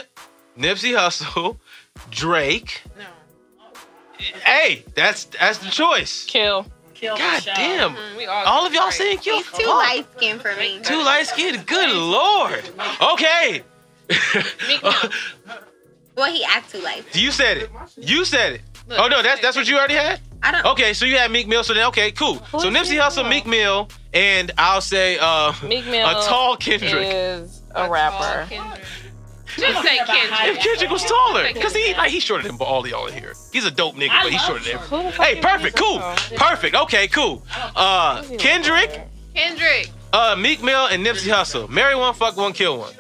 [SPEAKER 3] Nipsey Hustle, Drake.
[SPEAKER 8] No.
[SPEAKER 3] Hey, that's that's the choice.
[SPEAKER 7] Kill.
[SPEAKER 4] Kill
[SPEAKER 3] God
[SPEAKER 4] Michelle.
[SPEAKER 3] damn.
[SPEAKER 8] Mm, we all.
[SPEAKER 3] All of y'all
[SPEAKER 8] right.
[SPEAKER 3] saying kill.
[SPEAKER 5] He's too
[SPEAKER 3] Fuck.
[SPEAKER 5] light skinned for me.
[SPEAKER 3] Too light skinned. Good lord. Okay.
[SPEAKER 8] Meek Mill.
[SPEAKER 5] Well, he act too light.
[SPEAKER 3] you said it. You said it.
[SPEAKER 8] Look,
[SPEAKER 3] Oh no, that's that's what you already had.
[SPEAKER 5] I don't.
[SPEAKER 3] Okay, so you had Meek Mill. So then, okay, cool. so
[SPEAKER 7] is
[SPEAKER 3] Nipsey
[SPEAKER 7] Meek
[SPEAKER 3] Hussle,
[SPEAKER 7] Mill?
[SPEAKER 3] Meek Mill, and I'll say uh,
[SPEAKER 7] Meek Mill
[SPEAKER 3] a tall Kendrick.
[SPEAKER 7] is
[SPEAKER 8] That's
[SPEAKER 7] a
[SPEAKER 8] all
[SPEAKER 7] rapper.
[SPEAKER 8] Kendrick.
[SPEAKER 4] I
[SPEAKER 8] Just
[SPEAKER 4] don't
[SPEAKER 8] say
[SPEAKER 4] care about
[SPEAKER 8] Kendrick.
[SPEAKER 3] If Kendrick was taller,
[SPEAKER 8] Kendrick.
[SPEAKER 3] because he like he's shorter than all y'all in here. He's a dope nigga,
[SPEAKER 4] I
[SPEAKER 3] but he's
[SPEAKER 4] love
[SPEAKER 3] shorter than.
[SPEAKER 4] short.
[SPEAKER 7] Who the fuck
[SPEAKER 3] Hey,
[SPEAKER 7] is
[SPEAKER 3] perfect,
[SPEAKER 7] this
[SPEAKER 3] cool,
[SPEAKER 7] song?
[SPEAKER 3] perfect, okay, cool. Uh,
[SPEAKER 7] Who's he
[SPEAKER 3] Kendrick,
[SPEAKER 7] with?
[SPEAKER 8] Kendrick.
[SPEAKER 3] uh, Meek Mill, and Nipsey Hussle. Marry one, fuck one, kill one.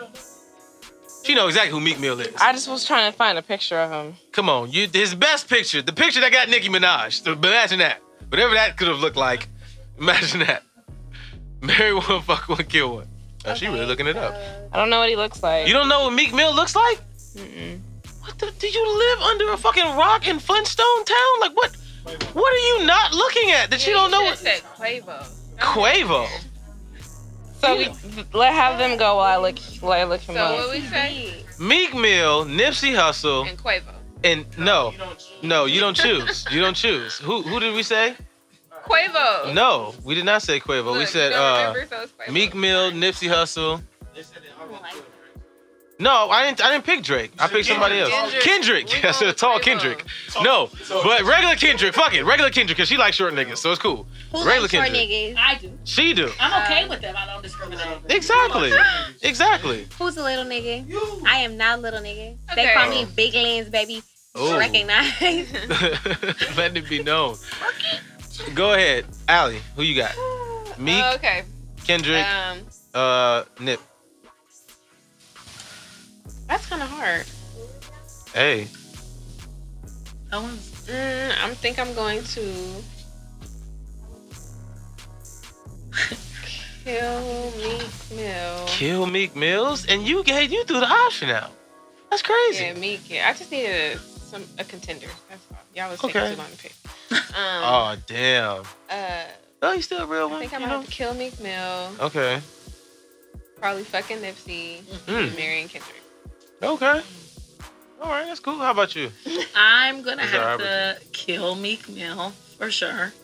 [SPEAKER 3] She know exactly who Meek Mill is.
[SPEAKER 7] I just was trying to find a picture of him.
[SPEAKER 3] Come on, you his best picture, the picture that got Nicki Minaj. So Imagine that. Whatever that could have looked like, imagine that. Marry one, fuck one, kill one. Oh, she really looking it up.
[SPEAKER 7] I don't know what he looks like.
[SPEAKER 3] You don't know what Meek Mill looks like?
[SPEAKER 7] Mm-mm.
[SPEAKER 3] What the? Do you live under a fucking rock in Flintstone Town? Like what? What are you not looking at that you
[SPEAKER 8] Yeah,
[SPEAKER 3] don't know?
[SPEAKER 8] should've
[SPEAKER 3] What,
[SPEAKER 8] Said Quavo.
[SPEAKER 3] Quavo.
[SPEAKER 7] So we, let have them go while I look while I look him
[SPEAKER 8] So what
[SPEAKER 7] up.
[SPEAKER 8] we say?
[SPEAKER 3] Meek Mill, Nipsey Hussle,
[SPEAKER 8] And Quavo.
[SPEAKER 3] and no, no, you don't choose. You don't choose. Who? Who did we say?
[SPEAKER 8] Quavo.
[SPEAKER 3] No, we did not say Quavo.
[SPEAKER 8] Look,
[SPEAKER 3] we
[SPEAKER 8] you
[SPEAKER 3] said
[SPEAKER 8] don't
[SPEAKER 3] uh,
[SPEAKER 8] remember, so it's Quavo.
[SPEAKER 3] Meek Mill, Nipsey Hussle.
[SPEAKER 5] like
[SPEAKER 3] No, I didn't. I didn't pick Drake. I picked somebody else.
[SPEAKER 8] Kendrick.
[SPEAKER 3] Kendrick.
[SPEAKER 8] We
[SPEAKER 3] I said
[SPEAKER 8] going
[SPEAKER 3] a tall
[SPEAKER 8] Quavo.
[SPEAKER 3] Kendrick. No, but regular Kendrick. Fuck it, regular Kendrick, cause she likes short niggas, so it's cool.
[SPEAKER 5] Who
[SPEAKER 3] Regular
[SPEAKER 5] likes short
[SPEAKER 3] Kendrick.
[SPEAKER 5] niggas?
[SPEAKER 4] I do.
[SPEAKER 3] She do.
[SPEAKER 4] I'm
[SPEAKER 5] Um,
[SPEAKER 4] okay with them. I don't discriminate.
[SPEAKER 3] Exactly. Exactly.
[SPEAKER 5] Who's a little nigga? I am not a little nigga. They
[SPEAKER 8] Okay.
[SPEAKER 5] call me Big Lens, baby.
[SPEAKER 3] Oh.
[SPEAKER 5] Recognize.
[SPEAKER 3] Let it be known. Go ahead, Allie. Who you got? Meek,
[SPEAKER 8] Oh, okay.
[SPEAKER 3] Kendrick,
[SPEAKER 8] Um,
[SPEAKER 3] uh, Nip.
[SPEAKER 8] that's kind of hard.
[SPEAKER 3] Hey,
[SPEAKER 4] Oh,
[SPEAKER 8] Mm, I think I'm going to kill Meek Mill.
[SPEAKER 3] kill Meek Mills, and you gave you threw the option out. That's crazy.
[SPEAKER 8] Yeah, Meek. Yeah, I just needed a, some a contender. That's all. Y'all was taking
[SPEAKER 3] Okay.
[SPEAKER 8] too long to pick. Um,
[SPEAKER 3] Oh damn.
[SPEAKER 8] uh,
[SPEAKER 3] Oh, you still a real
[SPEAKER 8] I
[SPEAKER 3] one?
[SPEAKER 8] think I'm
[SPEAKER 3] you
[SPEAKER 8] gonna
[SPEAKER 3] know?
[SPEAKER 8] have to kill Meek Mill.
[SPEAKER 3] Okay.
[SPEAKER 8] Probably fucking Nipsey,
[SPEAKER 3] Mm.
[SPEAKER 8] marrying Kendrick.
[SPEAKER 3] Okay. All right, that's cool. How about you?
[SPEAKER 4] I'm gonna
[SPEAKER 3] Is
[SPEAKER 4] have
[SPEAKER 3] that
[SPEAKER 4] to kill Meek Mill for sure.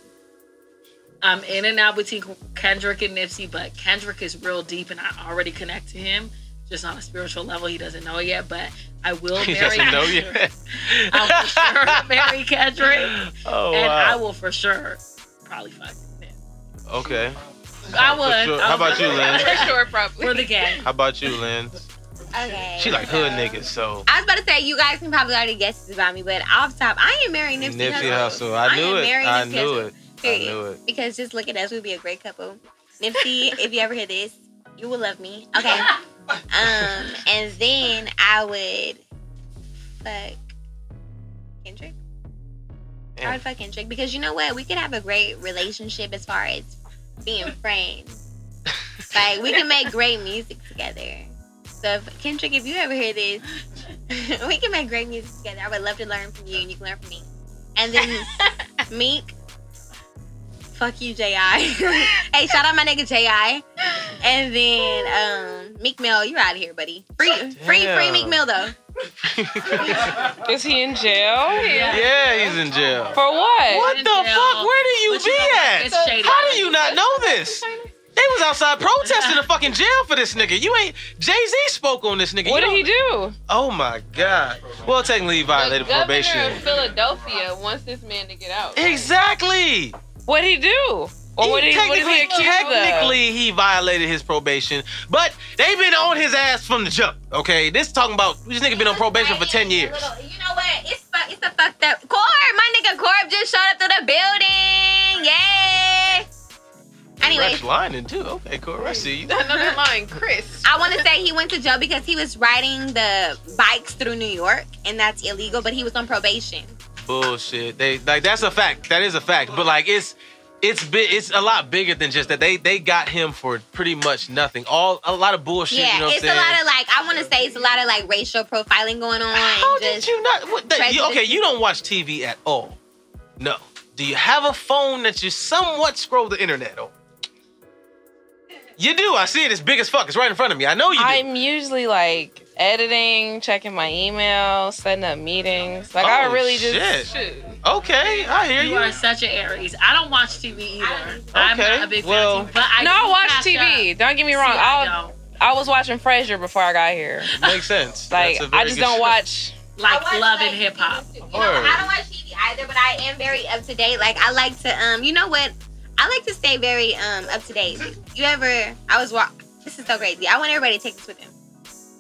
[SPEAKER 4] I'm in and out between Kendrick and Nipsey, but Kendrick is real deep, and I already connect to him. Just on a spiritual level, he doesn't know it yet, but I will
[SPEAKER 3] He
[SPEAKER 4] marry.
[SPEAKER 3] doesn't know
[SPEAKER 4] Kendrick.
[SPEAKER 3] yet.
[SPEAKER 4] I will sure marry Kendrick,
[SPEAKER 3] Oh
[SPEAKER 4] and I
[SPEAKER 3] wow.
[SPEAKER 4] will for sure probably fuck. Nip.
[SPEAKER 3] Okay.
[SPEAKER 4] I
[SPEAKER 3] For
[SPEAKER 4] would.
[SPEAKER 3] sure.
[SPEAKER 4] I
[SPEAKER 3] How
[SPEAKER 4] would.
[SPEAKER 3] about you, Lynn?
[SPEAKER 8] For sure, probably.
[SPEAKER 4] For the game.
[SPEAKER 3] How about you, Lynn?
[SPEAKER 5] okay.
[SPEAKER 3] She like hood niggas, so.
[SPEAKER 5] I was about to say you guys can probably already guess this about me, but off top, I am marrying Nipsey,
[SPEAKER 3] Nipsey
[SPEAKER 5] Hussle.
[SPEAKER 3] Hussle. I
[SPEAKER 5] am
[SPEAKER 3] knew it.
[SPEAKER 5] marrying
[SPEAKER 3] I
[SPEAKER 5] Nipsey
[SPEAKER 3] knew
[SPEAKER 5] Hussle,
[SPEAKER 3] it. I
[SPEAKER 5] Period.
[SPEAKER 3] knew it.
[SPEAKER 5] Because just look at us, we'd be a great couple. Nipsey, if you ever hear this, you will love me. Okay. um, and then I would fuck Kendrick. I
[SPEAKER 3] Yeah.
[SPEAKER 5] would fuck Kendrick because you know what? We could have a great relationship as far as being friends. like we can make great music together. So if, Kendrick, if you ever hear this, we can make great music together. I would love to learn from you, and you can learn from me. And then Meek, fuck you, Ji. hey, shout out my nigga Ji. And then um, Meek Mill, you're out of here, buddy. Free, free, free
[SPEAKER 3] Damn.
[SPEAKER 5] Meek Mill though.
[SPEAKER 7] Is he in jail?
[SPEAKER 3] Yeah, he's in jail.
[SPEAKER 7] For what?
[SPEAKER 3] What
[SPEAKER 4] in
[SPEAKER 3] the
[SPEAKER 4] jail,
[SPEAKER 3] fuck? Where do you
[SPEAKER 4] but
[SPEAKER 3] be
[SPEAKER 4] you know,
[SPEAKER 3] at?
[SPEAKER 4] it's shady.
[SPEAKER 3] How do you not know this? They was outside protesting the fucking jail for this nigga. You ain't Jay Z spoke on this nigga.
[SPEAKER 7] What
[SPEAKER 3] You
[SPEAKER 7] did he
[SPEAKER 3] don't-
[SPEAKER 7] do?
[SPEAKER 3] Oh my god. Well, technically he
[SPEAKER 8] the
[SPEAKER 3] violated
[SPEAKER 8] governor
[SPEAKER 3] probation.
[SPEAKER 8] of Philadelphia wants this man to get out.
[SPEAKER 3] Exactly.
[SPEAKER 7] What did he do? Or what did he, what did he
[SPEAKER 3] technically,
[SPEAKER 7] accused of?
[SPEAKER 3] technically he violated his probation, but they've been on his ass from the jump. Okay, this talking about this nigga been on probation for ten years.
[SPEAKER 5] you know what? It's fu- it's a fucked up. Corb, my nigga Corb just showed up to the building. Yay! Anyway,
[SPEAKER 3] Rex Lyman too. Okay, cool. I see you.
[SPEAKER 8] Another line, Chris.
[SPEAKER 5] I want to say he went to jail because he was riding the bikes through New York, and that's illegal. But he was on probation.
[SPEAKER 3] Bullshit. They like that's a fact. That is a fact. But like it's it's bi- it's a lot bigger than just that. They they got him for pretty much nothing. All a lot of bullshit.
[SPEAKER 5] yeah,
[SPEAKER 3] you know what I'm
[SPEAKER 5] it's a
[SPEAKER 3] saying?
[SPEAKER 5] lot of like I want to say it's a lot of like racial profiling going on. and
[SPEAKER 3] How did
[SPEAKER 5] just,
[SPEAKER 3] you not? What, that, you,
[SPEAKER 5] prejudice.
[SPEAKER 3] okay, you don't watch TV at all. No. Do you have a phone that you somewhat scroll the internet on? You do. I see it. It's big as fuck. It's right in front of me. I know you do.
[SPEAKER 7] I'm usually like editing, checking my email, setting up meetings. Like
[SPEAKER 3] Oh,
[SPEAKER 7] I really just
[SPEAKER 3] shit.
[SPEAKER 8] Shoot.
[SPEAKER 3] okay, I hear
[SPEAKER 4] You
[SPEAKER 3] you.
[SPEAKER 4] are such an Aries. I don't watch TV either. I'm
[SPEAKER 3] Okay,
[SPEAKER 4] not a big
[SPEAKER 3] well-
[SPEAKER 4] fan of TV, but I
[SPEAKER 7] no,
[SPEAKER 4] do
[SPEAKER 7] I watch
[SPEAKER 4] catch
[SPEAKER 7] TV.
[SPEAKER 4] up.
[SPEAKER 7] Don't get me wrong.
[SPEAKER 4] See, I
[SPEAKER 7] I
[SPEAKER 4] don't.
[SPEAKER 7] I was watching Frasier before I got here.
[SPEAKER 3] Makes sense.
[SPEAKER 7] Like
[SPEAKER 3] That's a very
[SPEAKER 7] I just
[SPEAKER 3] good
[SPEAKER 7] don't
[SPEAKER 3] show.
[SPEAKER 7] watch.
[SPEAKER 4] Like
[SPEAKER 5] I watch,
[SPEAKER 4] love
[SPEAKER 5] like,
[SPEAKER 4] and hip hop.
[SPEAKER 5] You know,
[SPEAKER 3] Word.
[SPEAKER 5] I don't watch TV either, but I am very up to date. Like I like to um, you know what? I like to stay very um up to date. You ever? I was walk. This is so crazy. I want everybody to take this with them.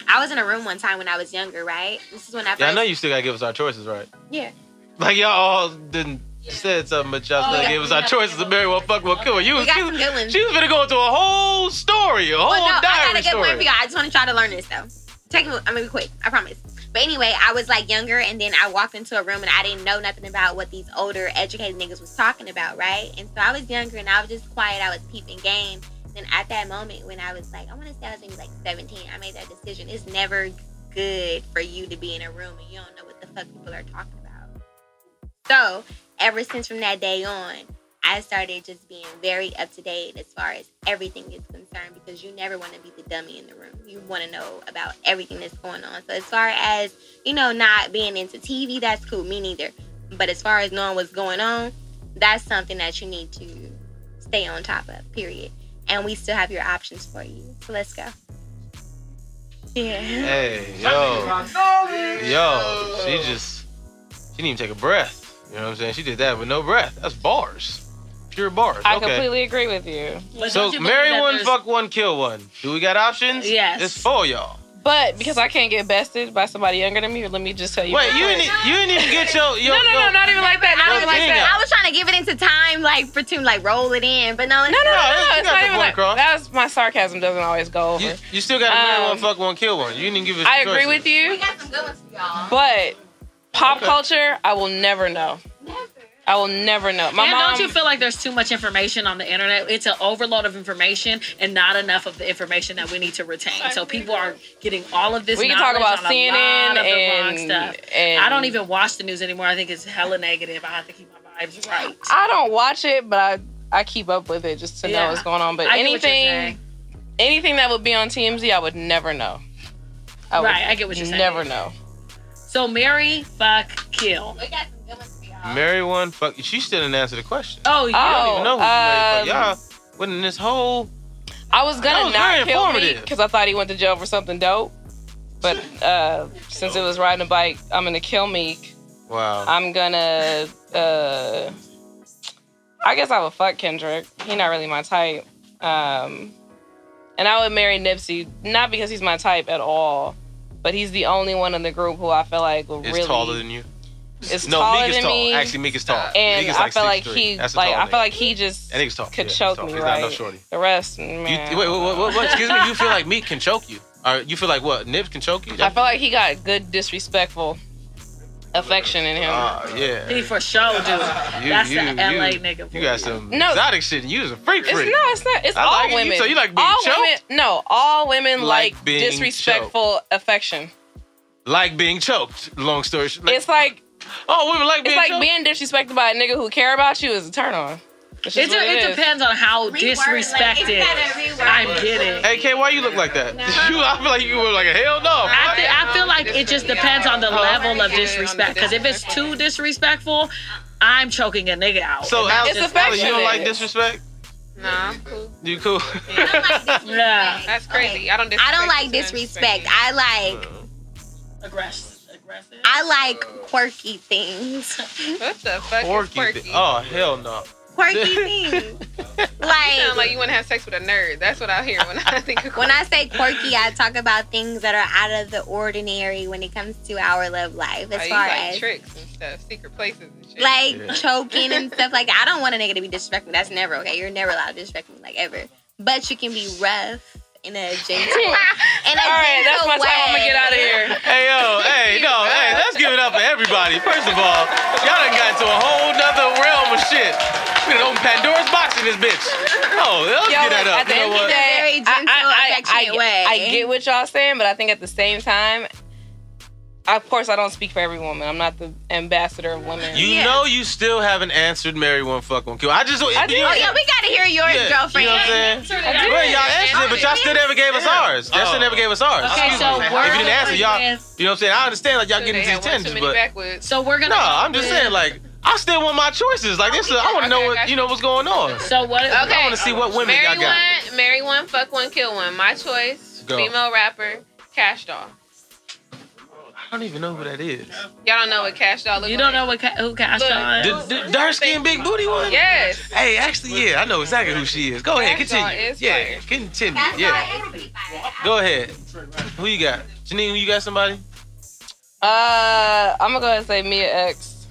[SPEAKER 5] I was in a room one time when I was younger, right? This is when I first.
[SPEAKER 3] Yeah, I know you still gotta give us our choices, right?
[SPEAKER 5] Yeah.
[SPEAKER 3] Like y'all all didn't said something, but y'all
[SPEAKER 4] Oh,
[SPEAKER 3] still
[SPEAKER 4] yeah,
[SPEAKER 3] gave us
[SPEAKER 4] we
[SPEAKER 3] our
[SPEAKER 4] got-
[SPEAKER 3] choices to marry one fuck one kill. You
[SPEAKER 5] we
[SPEAKER 3] was
[SPEAKER 5] got
[SPEAKER 3] you
[SPEAKER 5] some
[SPEAKER 3] was-
[SPEAKER 5] good ones.
[SPEAKER 3] she was gonna go into a whole story, a whole
[SPEAKER 5] Well, no, I
[SPEAKER 3] diary
[SPEAKER 5] got a good
[SPEAKER 3] story.
[SPEAKER 5] point for y'all. I just want to try to learn this though. Take me, I'm gonna be quick. I promise. But anyway, I was like younger, and then I walked into a room and I didn't know nothing about what these older, educated niggas was talking about, right? And so I was younger and I was just quiet. I was peeping game. Then at that moment, when I was like, I want to say I was maybe like 17, I made that decision. It's never good for you to be in a room and you don't know what the fuck people are talking about. So ever since from that day on, I started just being very up to date as far as everything is concerned because you never want to be the dummy in the room. You want to know about everything that's going on. So as far as you know, not being into TV, that's cool. Me neither. But as far as knowing what's going on, that's something that you need to stay on top of. Period. And we still have your options for you. So let's go. Yeah.
[SPEAKER 3] Hey, yo. Yo, she just, she didn't even take a breath. You know what I'm saying? She did that with no breath. That's bars. Pure bars.
[SPEAKER 7] I
[SPEAKER 3] okay.
[SPEAKER 7] completely agree with you.
[SPEAKER 4] But
[SPEAKER 3] So
[SPEAKER 4] don't you believe
[SPEAKER 3] marry
[SPEAKER 4] that
[SPEAKER 3] one,
[SPEAKER 4] there's-
[SPEAKER 3] fuck one, kill one. Do we got options?
[SPEAKER 4] Yes.
[SPEAKER 3] It's for y'all.
[SPEAKER 7] But because I can't get bested by somebody younger than me, let me just tell you.
[SPEAKER 3] Wait, you
[SPEAKER 7] real
[SPEAKER 3] didn't, e,
[SPEAKER 7] quick.
[SPEAKER 3] you didn't even get your, your
[SPEAKER 7] No, no, no,
[SPEAKER 3] your-
[SPEAKER 7] not even like that. Not
[SPEAKER 3] Yo,
[SPEAKER 7] even like
[SPEAKER 3] Daniel.
[SPEAKER 7] that.
[SPEAKER 5] I was trying to give it into time, like for to like roll it in, but no, let's
[SPEAKER 7] No, no, no,
[SPEAKER 3] No,
[SPEAKER 7] no.
[SPEAKER 3] you
[SPEAKER 7] It's
[SPEAKER 3] got
[SPEAKER 7] not
[SPEAKER 3] the
[SPEAKER 7] even
[SPEAKER 3] point
[SPEAKER 7] like
[SPEAKER 3] across.
[SPEAKER 7] that. Was, my sarcasm doesn't always go over.
[SPEAKER 3] You, you still got to marry one,
[SPEAKER 7] Um,
[SPEAKER 3] fuck one, kill one. You didn't give us.
[SPEAKER 7] I agree with you,
[SPEAKER 5] got some good ones for y'all.
[SPEAKER 7] but pop
[SPEAKER 3] Okay.
[SPEAKER 7] culture, I will never know. I will never know. My
[SPEAKER 4] and
[SPEAKER 7] mom.
[SPEAKER 4] don't you feel like there's too much information on the internet? It's an overload of information and not enough of the information that we need to retain. So people are getting all of this.
[SPEAKER 7] we can talk about
[SPEAKER 4] knowledge on a lot
[SPEAKER 7] CNN
[SPEAKER 4] of the wrong
[SPEAKER 7] and,
[SPEAKER 4] stuff.
[SPEAKER 7] and
[SPEAKER 4] I don't even watch the news anymore. I think it's hella negative. I have to keep my vibes right.
[SPEAKER 7] I don't watch it, but I I keep up with it just to
[SPEAKER 4] Yeah.
[SPEAKER 7] know what's going on. But
[SPEAKER 4] I get what you're
[SPEAKER 7] anything
[SPEAKER 4] saying.
[SPEAKER 7] anything that would be on TMZ, I would never know. I would
[SPEAKER 4] Right, I get what you're saying.
[SPEAKER 7] Never know.
[SPEAKER 4] So marry, fuck, kill.
[SPEAKER 5] We got some good ones for y'all.
[SPEAKER 3] Marry one, fuck. She still didn't answer the question.
[SPEAKER 4] Oh, you.
[SPEAKER 3] I don't
[SPEAKER 7] Oh,
[SPEAKER 3] even know who you married.
[SPEAKER 7] um,
[SPEAKER 3] fuck. Y'all went in this whole.
[SPEAKER 7] I was
[SPEAKER 3] That
[SPEAKER 7] gonna
[SPEAKER 3] was very
[SPEAKER 7] not kill me
[SPEAKER 3] informative.
[SPEAKER 7] because I thought he went to jail for something dope. But uh, since it was riding a bike, I'm gonna kill Meek.
[SPEAKER 3] Wow.
[SPEAKER 7] I'm gonna. Uh, I guess I would fuck Kendrick. He's not really my type. Um, and I would marry Nipsey, not because he's my type at all, but he's the only one in the group who I feel like will
[SPEAKER 3] It's
[SPEAKER 7] really
[SPEAKER 3] taller than you.
[SPEAKER 7] is
[SPEAKER 3] No,
[SPEAKER 7] taller
[SPEAKER 3] Meek is
[SPEAKER 7] than
[SPEAKER 3] tall.
[SPEAKER 7] me.
[SPEAKER 3] Actually, Meek is tall.
[SPEAKER 7] and
[SPEAKER 3] Meek is
[SPEAKER 7] I feel like
[SPEAKER 3] 6'3".
[SPEAKER 7] he,
[SPEAKER 3] That's a
[SPEAKER 7] like
[SPEAKER 3] tall
[SPEAKER 7] I
[SPEAKER 3] nigga.
[SPEAKER 7] feel like he just
[SPEAKER 3] That nigga's tough.
[SPEAKER 7] could
[SPEAKER 3] Yeah,
[SPEAKER 7] choke
[SPEAKER 3] he's tough.
[SPEAKER 7] me,
[SPEAKER 3] He's
[SPEAKER 7] right?
[SPEAKER 3] not no shorty.
[SPEAKER 7] The rest,
[SPEAKER 3] You,
[SPEAKER 7] man.
[SPEAKER 3] wait, wait, what, what, what? Excuse me. You feel like Meek can choke you? Or you feel like what? Nip can choke you?
[SPEAKER 7] I feel like he got good disrespectful affection in him.
[SPEAKER 3] Ah, yeah.
[SPEAKER 4] He for sure do. it. That's the LA nigga. for
[SPEAKER 3] You got some
[SPEAKER 7] No.
[SPEAKER 3] exotic shit. and You was a freak
[SPEAKER 7] it's
[SPEAKER 3] freak.
[SPEAKER 7] no, it's not. It's
[SPEAKER 3] I
[SPEAKER 7] all
[SPEAKER 3] like it. You-
[SPEAKER 7] women.
[SPEAKER 3] so you like being
[SPEAKER 7] all
[SPEAKER 3] choked?
[SPEAKER 7] women? No, all women
[SPEAKER 3] Like
[SPEAKER 7] like,
[SPEAKER 3] being
[SPEAKER 7] disrespectful affection.
[SPEAKER 3] Like being choked. Long story short. Like,
[SPEAKER 7] it's like
[SPEAKER 3] oh, women like
[SPEAKER 7] it's
[SPEAKER 3] being
[SPEAKER 7] like
[SPEAKER 3] choked.
[SPEAKER 7] being disrespected by a nigga who care about you is a turn on. It's
[SPEAKER 4] It,
[SPEAKER 7] just
[SPEAKER 4] de-
[SPEAKER 7] what
[SPEAKER 4] it
[SPEAKER 7] it is.
[SPEAKER 4] depends on how
[SPEAKER 5] Reword, like, it's
[SPEAKER 4] disrespected
[SPEAKER 5] gotta reword.
[SPEAKER 4] I'm getting.
[SPEAKER 3] hey, K, why you look like that? You, I feel like you were like, hell no.
[SPEAKER 4] I, thi- I feel like it just depends on the
[SPEAKER 3] Huh?
[SPEAKER 4] level of disrespect. Because if it's too disrespectful, I'm choking a nigga out.
[SPEAKER 3] so,
[SPEAKER 4] And that's
[SPEAKER 3] Alex,
[SPEAKER 7] It's
[SPEAKER 4] just-
[SPEAKER 3] Alex, you don't
[SPEAKER 7] affectionate.
[SPEAKER 3] like disrespect?
[SPEAKER 8] Nah, I'm cool.
[SPEAKER 3] You cool?
[SPEAKER 8] Yeah.
[SPEAKER 5] I don't like
[SPEAKER 4] Yeah.
[SPEAKER 5] disrespect.
[SPEAKER 8] That's crazy. I don't.
[SPEAKER 5] Okay. I don't like
[SPEAKER 8] disrespect you, so
[SPEAKER 5] disrespect. I like
[SPEAKER 4] Aggressive. Aggressive.
[SPEAKER 5] I like quirky things.
[SPEAKER 7] What the fuck
[SPEAKER 3] Porky.
[SPEAKER 7] is quirky?
[SPEAKER 3] Oh hell no.
[SPEAKER 5] Quirky things.
[SPEAKER 8] You sound
[SPEAKER 5] Like
[SPEAKER 8] like you want to have sex with a nerd. That's what I hear when I think of
[SPEAKER 5] when I say quirky, I talk about things that are out of the ordinary when it comes to our love life. As
[SPEAKER 8] Oh, you
[SPEAKER 5] far
[SPEAKER 8] like
[SPEAKER 5] as
[SPEAKER 8] tricks and stuff, secret places and shit.
[SPEAKER 5] like
[SPEAKER 3] Yeah.
[SPEAKER 5] choking and stuff like that. I don't want a nigga to be disrespectful. That's never okay. You're never allowed to disrespect me like ever. But you can be rough in a gentle, in a
[SPEAKER 7] All right, that's
[SPEAKER 5] gentle
[SPEAKER 7] my
[SPEAKER 5] way.
[SPEAKER 7] time. I'm gonna get out of here.
[SPEAKER 3] Hey yo, hey, no, hey, let's give it up for everybody. First of all, y'all done got to a whole nother realm of shit. We done opened Pandora's box in this bitch. Oh, let's
[SPEAKER 7] Yo,
[SPEAKER 3] get that up.
[SPEAKER 7] at the
[SPEAKER 3] You
[SPEAKER 7] end
[SPEAKER 3] know
[SPEAKER 7] of the
[SPEAKER 3] what?
[SPEAKER 7] day,
[SPEAKER 5] Very gentle,
[SPEAKER 7] I, I,
[SPEAKER 5] affectionate
[SPEAKER 7] I,
[SPEAKER 5] way.
[SPEAKER 7] I, I get what y'all saying, but I think at the same time, of course, I don't speak for every woman. I'm not the ambassador of women.
[SPEAKER 3] You
[SPEAKER 5] Yeah.
[SPEAKER 3] know you still haven't answered Mary one fuck one kill. I just
[SPEAKER 7] I did.
[SPEAKER 5] Oh yeah, we gotta hear yours,
[SPEAKER 3] Yeah,
[SPEAKER 5] girlfriend.
[SPEAKER 3] You know what I'm saying?
[SPEAKER 7] did.
[SPEAKER 3] Well, y'all answered it, but y'all still never gave us ours. Y'all still
[SPEAKER 6] Oh.
[SPEAKER 3] never gave us ours.
[SPEAKER 4] Okay, so
[SPEAKER 3] If
[SPEAKER 4] we're
[SPEAKER 3] you didn't answer,
[SPEAKER 4] going
[SPEAKER 3] y'all,
[SPEAKER 4] with-
[SPEAKER 3] you know what I'm saying? I understand, like, y'all
[SPEAKER 8] They
[SPEAKER 3] getting these
[SPEAKER 8] had one too
[SPEAKER 3] tens,
[SPEAKER 8] many
[SPEAKER 3] but
[SPEAKER 8] backwards.
[SPEAKER 4] So we're
[SPEAKER 3] no,
[SPEAKER 4] gonna. go
[SPEAKER 3] I'm just
[SPEAKER 4] with-
[SPEAKER 3] saying, like, I still want my choices. Like, this, is, I want to
[SPEAKER 8] Okay,
[SPEAKER 3] know
[SPEAKER 8] I
[SPEAKER 3] what
[SPEAKER 8] got
[SPEAKER 3] you know what's going on.
[SPEAKER 4] So what?
[SPEAKER 8] Okay.
[SPEAKER 3] I want to see what women
[SPEAKER 8] marry
[SPEAKER 3] y'all got.
[SPEAKER 8] one, marry one, fuck one, kill one. My choice.
[SPEAKER 3] Go.
[SPEAKER 8] Female rapper, Cash Doll.
[SPEAKER 3] I don't even know who that is.
[SPEAKER 8] Y'all don't know what Cash Doll looks
[SPEAKER 4] You don't
[SPEAKER 8] like.
[SPEAKER 4] know what ca- who Cash
[SPEAKER 8] Look.
[SPEAKER 4] Doll is?
[SPEAKER 3] The, the dark skinned big booty one?
[SPEAKER 8] Yes.
[SPEAKER 3] Hey, actually, yeah, I know exactly who she is. Go ahead,
[SPEAKER 8] That's all,
[SPEAKER 3] continue.
[SPEAKER 8] it's
[SPEAKER 3] Yeah,
[SPEAKER 8] fire.
[SPEAKER 3] continue.
[SPEAKER 5] That's
[SPEAKER 3] Yeah,
[SPEAKER 5] all it is.
[SPEAKER 3] go ahead. Who you got? Janine, you got somebody?
[SPEAKER 7] Uh, I'm gonna go ahead and say Mia X.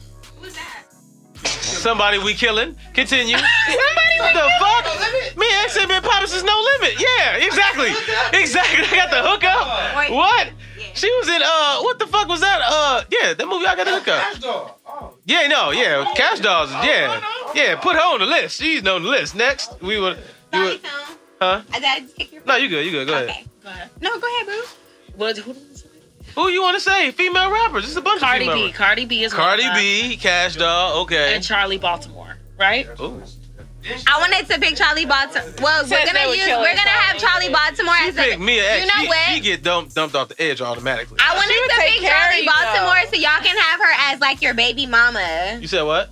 [SPEAKER 3] Somebody we killing. Continue. Somebody what the fuck? Me and X ain't been popping since No Limit. Yeah, exactly. Exactly. I got the hookup. What? She was in uh what the fuck was that? Uh yeah, that movie I got the hookup. Yeah, no, yeah. Cash dolls, yeah. Yeah, put her on the list. She's on the list. Next, we would you
[SPEAKER 5] Sorry,
[SPEAKER 3] would
[SPEAKER 5] phone.
[SPEAKER 3] Huh?
[SPEAKER 5] I gotta take your
[SPEAKER 3] No, you good, you good, go ahead.
[SPEAKER 5] Okay.
[SPEAKER 4] Go ahead.
[SPEAKER 5] No, go ahead, boo.
[SPEAKER 4] What? Who did you say?
[SPEAKER 3] Who you wanna say? Female rappers. It's a bunch
[SPEAKER 4] Cardi
[SPEAKER 3] of female
[SPEAKER 4] B.
[SPEAKER 3] rappers.
[SPEAKER 4] Cardi B is one
[SPEAKER 3] Cardi
[SPEAKER 4] of them.
[SPEAKER 3] B, Cash Doll, okay.
[SPEAKER 4] and Charlie Baltimore, right?
[SPEAKER 3] Ooh.
[SPEAKER 5] I wanted to pick Charlie Baltimore. Well,
[SPEAKER 7] Said
[SPEAKER 5] we're
[SPEAKER 7] they
[SPEAKER 5] gonna
[SPEAKER 7] would
[SPEAKER 5] use.
[SPEAKER 7] kill
[SPEAKER 5] We're
[SPEAKER 7] us
[SPEAKER 5] gonna
[SPEAKER 7] all.
[SPEAKER 5] have Charlie Baltimore
[SPEAKER 3] She
[SPEAKER 5] as a.
[SPEAKER 3] picked Mia X.
[SPEAKER 5] You know
[SPEAKER 3] she,
[SPEAKER 5] what?
[SPEAKER 3] she get dumped dumped off the edge automatically.
[SPEAKER 5] I wanted
[SPEAKER 7] She would
[SPEAKER 5] to
[SPEAKER 7] take
[SPEAKER 5] pick
[SPEAKER 7] care of
[SPEAKER 5] Charlie
[SPEAKER 7] you, though.
[SPEAKER 5] Baltimore so y'all can have her as like your baby mama.
[SPEAKER 3] You said what?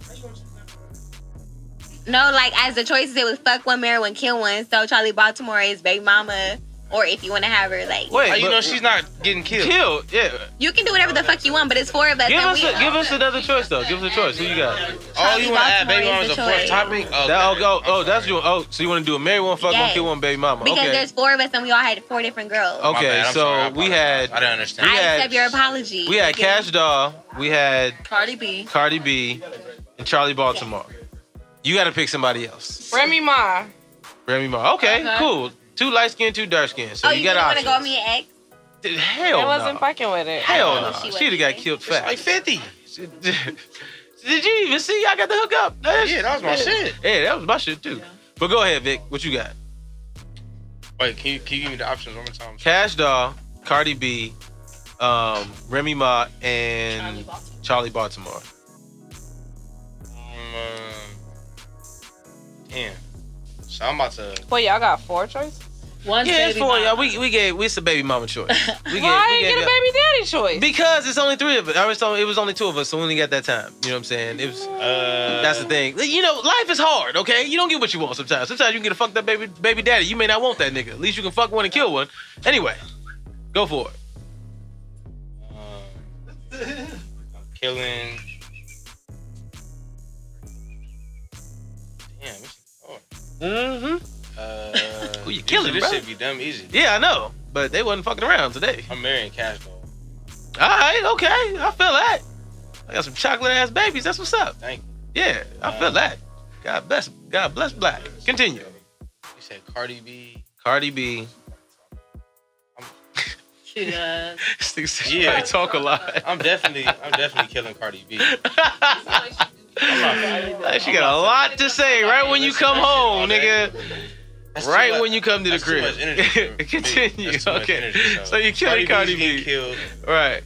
[SPEAKER 5] No, like as the choices, it was fuck one, marry one, kill one. So Charlie Baltimore is baby mama, or if you want to have her, like
[SPEAKER 3] Wait,
[SPEAKER 6] Oh, you
[SPEAKER 3] but-
[SPEAKER 6] know she's not getting killed.
[SPEAKER 3] killed. Yeah.
[SPEAKER 5] you can do whatever the fuck you want, but it's four of us.
[SPEAKER 3] Give
[SPEAKER 5] and
[SPEAKER 3] us
[SPEAKER 5] we,
[SPEAKER 3] a, give us another choice though. Give us a choice. Who you got?
[SPEAKER 6] All you want to add,
[SPEAKER 5] Charlie
[SPEAKER 6] baby
[SPEAKER 5] Baltimore
[SPEAKER 6] mama
[SPEAKER 5] is
[SPEAKER 6] is a
[SPEAKER 5] the
[SPEAKER 6] fourth
[SPEAKER 5] choice.
[SPEAKER 6] topic. Oh,
[SPEAKER 3] That, oh,
[SPEAKER 6] okay.
[SPEAKER 3] oh, oh,
[SPEAKER 6] I'm
[SPEAKER 3] that's
[SPEAKER 6] sorry.
[SPEAKER 3] you. Oh, so you want to do a marry one, fuck one,
[SPEAKER 5] Yes.
[SPEAKER 3] kill one, baby mama.
[SPEAKER 5] because
[SPEAKER 3] okay.
[SPEAKER 5] there's four of us and we all had four different girls.
[SPEAKER 3] Oh,
[SPEAKER 6] My
[SPEAKER 3] Okay,
[SPEAKER 6] bad, I'm
[SPEAKER 3] so
[SPEAKER 6] sorry, I
[SPEAKER 3] we
[SPEAKER 6] apologize.
[SPEAKER 3] had-
[SPEAKER 6] I didn't understand.
[SPEAKER 5] I
[SPEAKER 3] had-
[SPEAKER 5] accept your apology.
[SPEAKER 3] We had
[SPEAKER 5] Thank you.
[SPEAKER 3] Cash Doll. We had
[SPEAKER 4] Cardi B.
[SPEAKER 3] Cardi B and Charlie Baltimore. You got to pick somebody else.
[SPEAKER 7] Remy Ma.
[SPEAKER 3] Remy Ma. Okay,
[SPEAKER 4] Okay.
[SPEAKER 3] cool. Two light skin, two dark skin. So
[SPEAKER 5] Uh-huh. Oh,
[SPEAKER 3] you,
[SPEAKER 5] you,
[SPEAKER 3] got
[SPEAKER 5] want to
[SPEAKER 3] options.
[SPEAKER 5] go me an ex?
[SPEAKER 3] Dude,
[SPEAKER 7] I
[SPEAKER 3] Hell
[SPEAKER 7] wasn't
[SPEAKER 3] no.
[SPEAKER 7] fucking with it.
[SPEAKER 3] Hell
[SPEAKER 5] I
[SPEAKER 3] no.
[SPEAKER 5] know she
[SPEAKER 3] She'd have got
[SPEAKER 5] wasn't.
[SPEAKER 3] killed
[SPEAKER 6] It's like
[SPEAKER 3] fast.
[SPEAKER 6] fifty.
[SPEAKER 3] Did you even see? I got the hook up.
[SPEAKER 6] Yeah, that was my shit.
[SPEAKER 3] Yeah, that was my shit too.
[SPEAKER 4] Yeah.
[SPEAKER 3] But go ahead, Vic. What you got?
[SPEAKER 6] Wait, can you, can you give me the options one more time?
[SPEAKER 3] Cash Doll, Cardi B, um, Remy Ma, and Charlie
[SPEAKER 4] Charlie Baltimore.
[SPEAKER 3] Baltimore.
[SPEAKER 6] Um, uh, damn. So I'm about to.
[SPEAKER 7] Well, y'all got four choices.
[SPEAKER 4] One
[SPEAKER 3] Yeah, it's
[SPEAKER 4] baby
[SPEAKER 3] four.
[SPEAKER 4] mama.
[SPEAKER 3] Yeah, we we gave it's a baby mama choice. We
[SPEAKER 7] Why I
[SPEAKER 3] gave- we
[SPEAKER 7] didn't get a
[SPEAKER 3] gave-
[SPEAKER 7] baby daddy choice?
[SPEAKER 3] Because it's only three of us. I was told- it was only two of us, so we only got that time. You know what I'm saying? It was.
[SPEAKER 6] Uh,
[SPEAKER 3] That's the thing. You know, life is hard. Okay, you don't get what you want sometimes. Sometimes you can get a fucked up baby baby daddy. You may not want that nigga. At least you can fuck one and kill one. Anyway, go for it.
[SPEAKER 6] Um, killing. Damn. This, oh,
[SPEAKER 3] Mm-hmm.
[SPEAKER 6] uh,
[SPEAKER 3] Who you
[SPEAKER 6] this-
[SPEAKER 3] killing,
[SPEAKER 6] This
[SPEAKER 3] bro?
[SPEAKER 6] should be dumb easy.
[SPEAKER 3] Yeah, I know, but they wasn't fucking around today.
[SPEAKER 6] I'm marrying Cash though.
[SPEAKER 3] All right, okay, I feel that. I got some chocolate ass babies. That's what's up.
[SPEAKER 6] Thank you.
[SPEAKER 3] Yeah, I feel that. God bless. God bless black. Continue.
[SPEAKER 6] You said Cardi B.
[SPEAKER 3] Cardi B.
[SPEAKER 4] Yeah.
[SPEAKER 3] yeah, talk a lot.
[SPEAKER 6] I'm definitely, I'm definitely killing Cardi B.
[SPEAKER 3] Like, she got a lot to say right when you come home, nigga.
[SPEAKER 6] That's too
[SPEAKER 3] Right
[SPEAKER 6] much-
[SPEAKER 3] when you come to the
[SPEAKER 6] that's too
[SPEAKER 3] crib.
[SPEAKER 6] much energy for me.
[SPEAKER 3] Continue.
[SPEAKER 6] That's too much
[SPEAKER 3] okay.
[SPEAKER 6] energy, so.
[SPEAKER 3] so you're killing Cardi,
[SPEAKER 6] B's
[SPEAKER 3] B.
[SPEAKER 6] getting Killed.
[SPEAKER 3] Right.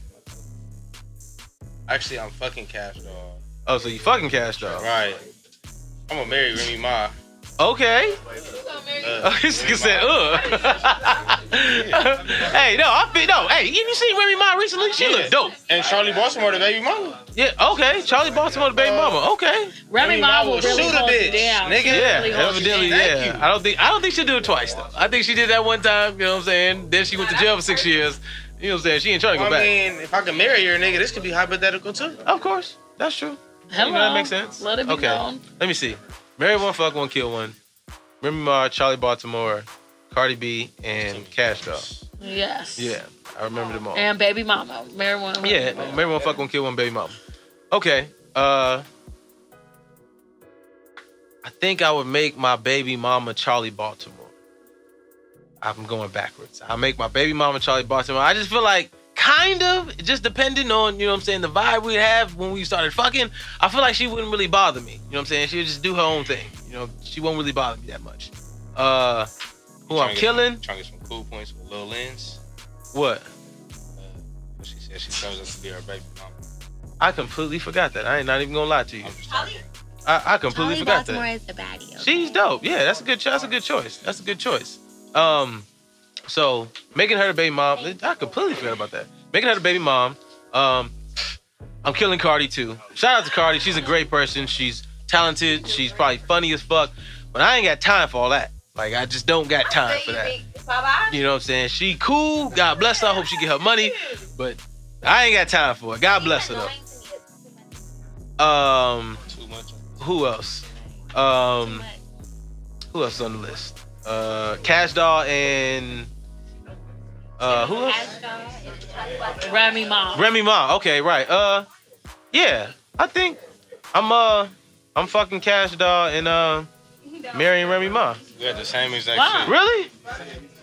[SPEAKER 6] Actually, I'm fucking Cash Doll.
[SPEAKER 3] Oh, so you fucking cashed off.
[SPEAKER 6] Right. I'm gonna marry Remy Ma.
[SPEAKER 3] Okay.
[SPEAKER 6] Uh,
[SPEAKER 3] Oh, this nigga
[SPEAKER 6] Remy
[SPEAKER 3] said,
[SPEAKER 6] Ma.
[SPEAKER 3] ugh. hey, no, I feel no. Hey, you, you seen Remy Ma recently? She look dope.
[SPEAKER 6] And Charlie Baltimore, the baby mama.
[SPEAKER 3] Yeah, okay. Charlie Baltimore, the baby mama. Okay.
[SPEAKER 4] Remy Ma will really
[SPEAKER 6] shoot a
[SPEAKER 4] hold you
[SPEAKER 6] bitch,
[SPEAKER 4] down.
[SPEAKER 6] nigga.
[SPEAKER 4] She
[SPEAKER 3] Yeah,
[SPEAKER 4] really holds you
[SPEAKER 3] evidently,
[SPEAKER 4] down.
[SPEAKER 3] yeah. I don't think I don't think she did it twice though. I think she did that one time. You know what I'm saying? Then she went to jail for six years. You know what I'm saying? She ain't trying to go
[SPEAKER 6] I
[SPEAKER 3] back.
[SPEAKER 6] mean, if I can marry her, nigga, this could be hypothetical too.
[SPEAKER 3] of course, that's true.
[SPEAKER 4] Hello.
[SPEAKER 3] You know that makes sense.
[SPEAKER 4] Let it be
[SPEAKER 3] okay.
[SPEAKER 4] known.
[SPEAKER 3] Let me see. Marry one, fuck one, kill one. Remy Ma, Charlie Baltimore, Cardi B, and Cash Doll.
[SPEAKER 4] Yes.
[SPEAKER 3] Yeah, I remember them all.
[SPEAKER 4] And baby mama, marijuana.
[SPEAKER 3] Yeah, marry one, fuck one, kill one, baby mama. Okay. Uh, I think I would make my baby mama Charlie Baltimore. I'm going backwards. I make my baby mama Charlie Baltimore. I just feel like kind of just depending on you know what I'm saying the vibe we have when we started fucking. I feel like she wouldn't really bother me. You know what I'm saying? She would just do her own thing. You know, she won't really bother me that much. Uh, who I'm killing?
[SPEAKER 6] Trying to get some cool points with Lil Lens.
[SPEAKER 3] What?
[SPEAKER 6] She said she chose us to be her baby mama.
[SPEAKER 3] I completely forgot that. I ain't not even gonna lie to you.
[SPEAKER 6] I'm just
[SPEAKER 5] Charlie,
[SPEAKER 3] I, I completely
[SPEAKER 5] Charlie
[SPEAKER 3] forgot that.
[SPEAKER 5] Baltimore is the baddie. okay?
[SPEAKER 3] She's dope. Yeah, that's a good. Cho- that's a good choice. That's a good choice. Um, so making her the baby mom. I completely forgot about that. Making her the baby mom. Um, I'm killing Cardi too. Shout out to Cardi. She's a great person. She's talented. She's probably funny as fuck. But I ain't got time for all that. Like I just don't got time for that. You know what I'm saying? She cool. God bless her. I hope she get her money. But I ain't got time for it. God bless her though. Um,
[SPEAKER 6] too much.
[SPEAKER 3] who else? Um, who else is on the list? Uh, Cash Doll and uh, who else?
[SPEAKER 4] Remy Ma.
[SPEAKER 3] Remy Ma. Okay, right. Uh, yeah, I think I'm uh, I'm fucking Cash Doll and uh, marrying Remy Ma.
[SPEAKER 6] We had the same exact
[SPEAKER 4] Wow.
[SPEAKER 6] shit.
[SPEAKER 3] Really?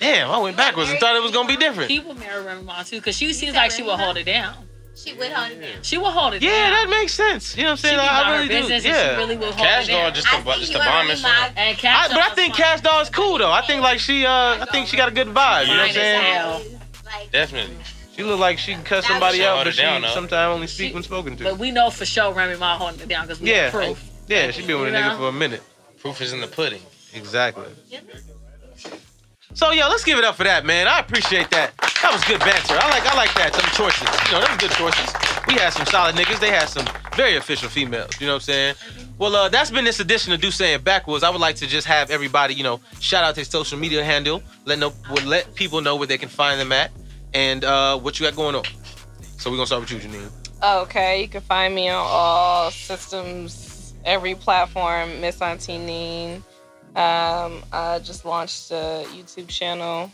[SPEAKER 3] Damn, I went backwards and thought it was gonna be different.
[SPEAKER 4] He will marry Remy Ma too, because she seems
[SPEAKER 5] said
[SPEAKER 4] like she
[SPEAKER 5] Remy
[SPEAKER 4] will
[SPEAKER 5] Ma?
[SPEAKER 4] hold it down.
[SPEAKER 5] She would hold it down.
[SPEAKER 4] She will hold it
[SPEAKER 3] Yeah,
[SPEAKER 4] down.
[SPEAKER 3] that makes sense. You know what I'm
[SPEAKER 4] she
[SPEAKER 3] saying?
[SPEAKER 4] be
[SPEAKER 3] I, I
[SPEAKER 4] about
[SPEAKER 3] really
[SPEAKER 4] her business
[SPEAKER 3] do.
[SPEAKER 4] and
[SPEAKER 3] Yeah.
[SPEAKER 4] she really will hold
[SPEAKER 6] Cash
[SPEAKER 4] it
[SPEAKER 6] doll
[SPEAKER 4] down.
[SPEAKER 6] just the
[SPEAKER 5] I
[SPEAKER 6] just
[SPEAKER 5] see
[SPEAKER 6] the
[SPEAKER 5] you and
[SPEAKER 6] bomb
[SPEAKER 5] Remy Ma.
[SPEAKER 4] and Cash
[SPEAKER 3] I, but I
[SPEAKER 4] Doll
[SPEAKER 3] think
[SPEAKER 4] is fine.
[SPEAKER 3] Cash Doll is cool though. I think like she, uh, I think she got a good vibe. You know what I'm
[SPEAKER 4] Fine as
[SPEAKER 3] saying?
[SPEAKER 4] hell.
[SPEAKER 5] Like,
[SPEAKER 6] Definitely.
[SPEAKER 3] She look like she can cut somebody
[SPEAKER 6] She
[SPEAKER 3] out,
[SPEAKER 6] hold
[SPEAKER 3] but
[SPEAKER 6] it
[SPEAKER 3] she
[SPEAKER 6] down, though.
[SPEAKER 3] sometimes only speak
[SPEAKER 4] She-
[SPEAKER 3] when spoken to.
[SPEAKER 4] But we know for sure Remy Ma holding it down because we
[SPEAKER 3] Yeah.
[SPEAKER 4] have proof.
[SPEAKER 3] Yeah, she been with a
[SPEAKER 4] You know?
[SPEAKER 3] nigga for a minute.
[SPEAKER 6] Proof is in the pudding.
[SPEAKER 3] Exactly. So yo, let's give it up for that, man. I appreciate that. That was good banter. I like I like that. Some choices. You know, them good choices. We had some solid niggas. They had some very official females. You know what I'm saying? Well, uh, that's been this edition of Do Saying Backwards. I would like to just have everybody, you know, shout out their social media handle. Let know, would let people know where they can find them at, and uh, what you got going on. So we're gonna start with you, Janine.
[SPEAKER 7] Okay, you can find me on all systems, every platform, Miss Auntie Neen. Um, I just launched a YouTube channel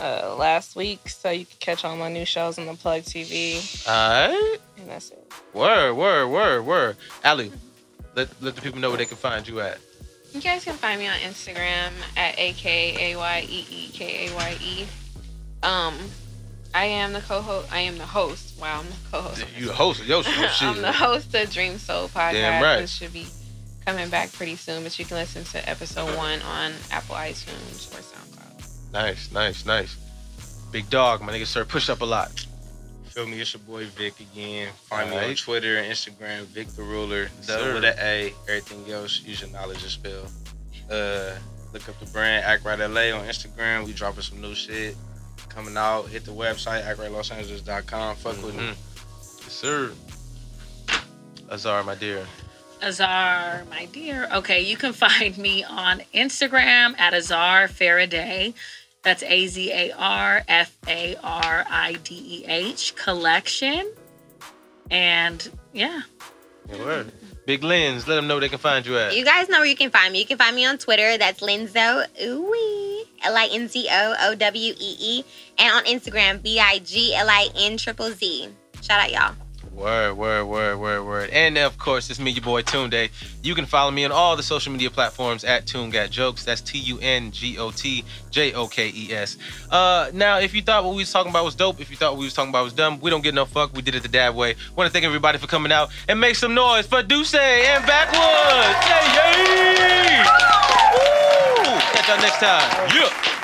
[SPEAKER 7] uh, last week, so you can catch all my new shows on the Plug TV,
[SPEAKER 3] All right.
[SPEAKER 7] and that's it.
[SPEAKER 3] Word, word, word, word. Ali, let, let the people know where they can find you at.
[SPEAKER 8] You guys can find me on Instagram at a k a y e e k a y e. Um, I am the co-host. I am the host. Wow, I'm the co-host.
[SPEAKER 3] You the host of your show.
[SPEAKER 8] I'm
[SPEAKER 3] Oh, shit.
[SPEAKER 8] the host of Dream Soul Podcast,
[SPEAKER 3] Damn right.
[SPEAKER 8] which should be coming back pretty soon. But you can listen to episode one on Apple iTunes or SoundCloud.
[SPEAKER 3] Nice, nice, nice. Big dog, my nigga, sir, push up a lot.
[SPEAKER 6] Feel me, it's your boy Vic again. Find me on
[SPEAKER 3] Alright.
[SPEAKER 6] Twitter and Instagram, Vic the Ruler.
[SPEAKER 3] Sir.
[SPEAKER 6] So with an A, everything else, use your knowledge to spell. Uh, look up the brand Act Right LA on Instagram. We dropping some new shit coming out. Hit the website actrightlosangels.com. Fuck with me.
[SPEAKER 3] Mhm. Yes, sir. Azar, my dear.
[SPEAKER 4] Azar, my dear. Okay, you can find me on Instagram at Azar Faraday. That's A Z A R F A R I D E H collection. And yeah,
[SPEAKER 3] Your word. Big Lens, let them know where they can find you at.
[SPEAKER 5] You guys know where you can find me. You can find me on Twitter. That's Linzo Ooey. L I N Z O O W E E. And on Instagram, B I G L I N triple Z. Shout out, y'all.
[SPEAKER 3] Word, word, word, word, word. And of course, it's me, your boy Toon Day. You can follow me on all the social media platforms at Toon Got Jokes. That's T U N G O T J O K E S. Uh, now, if you thought what we was talking about was dope, if you thought what we was talking about was dumb, we don't get no fuck. We did it the dad way. Want to thank everybody for coming out and make some noise for Duce and Backwoods. Yay! yay! Woo! Catch y'all next time. Yeah.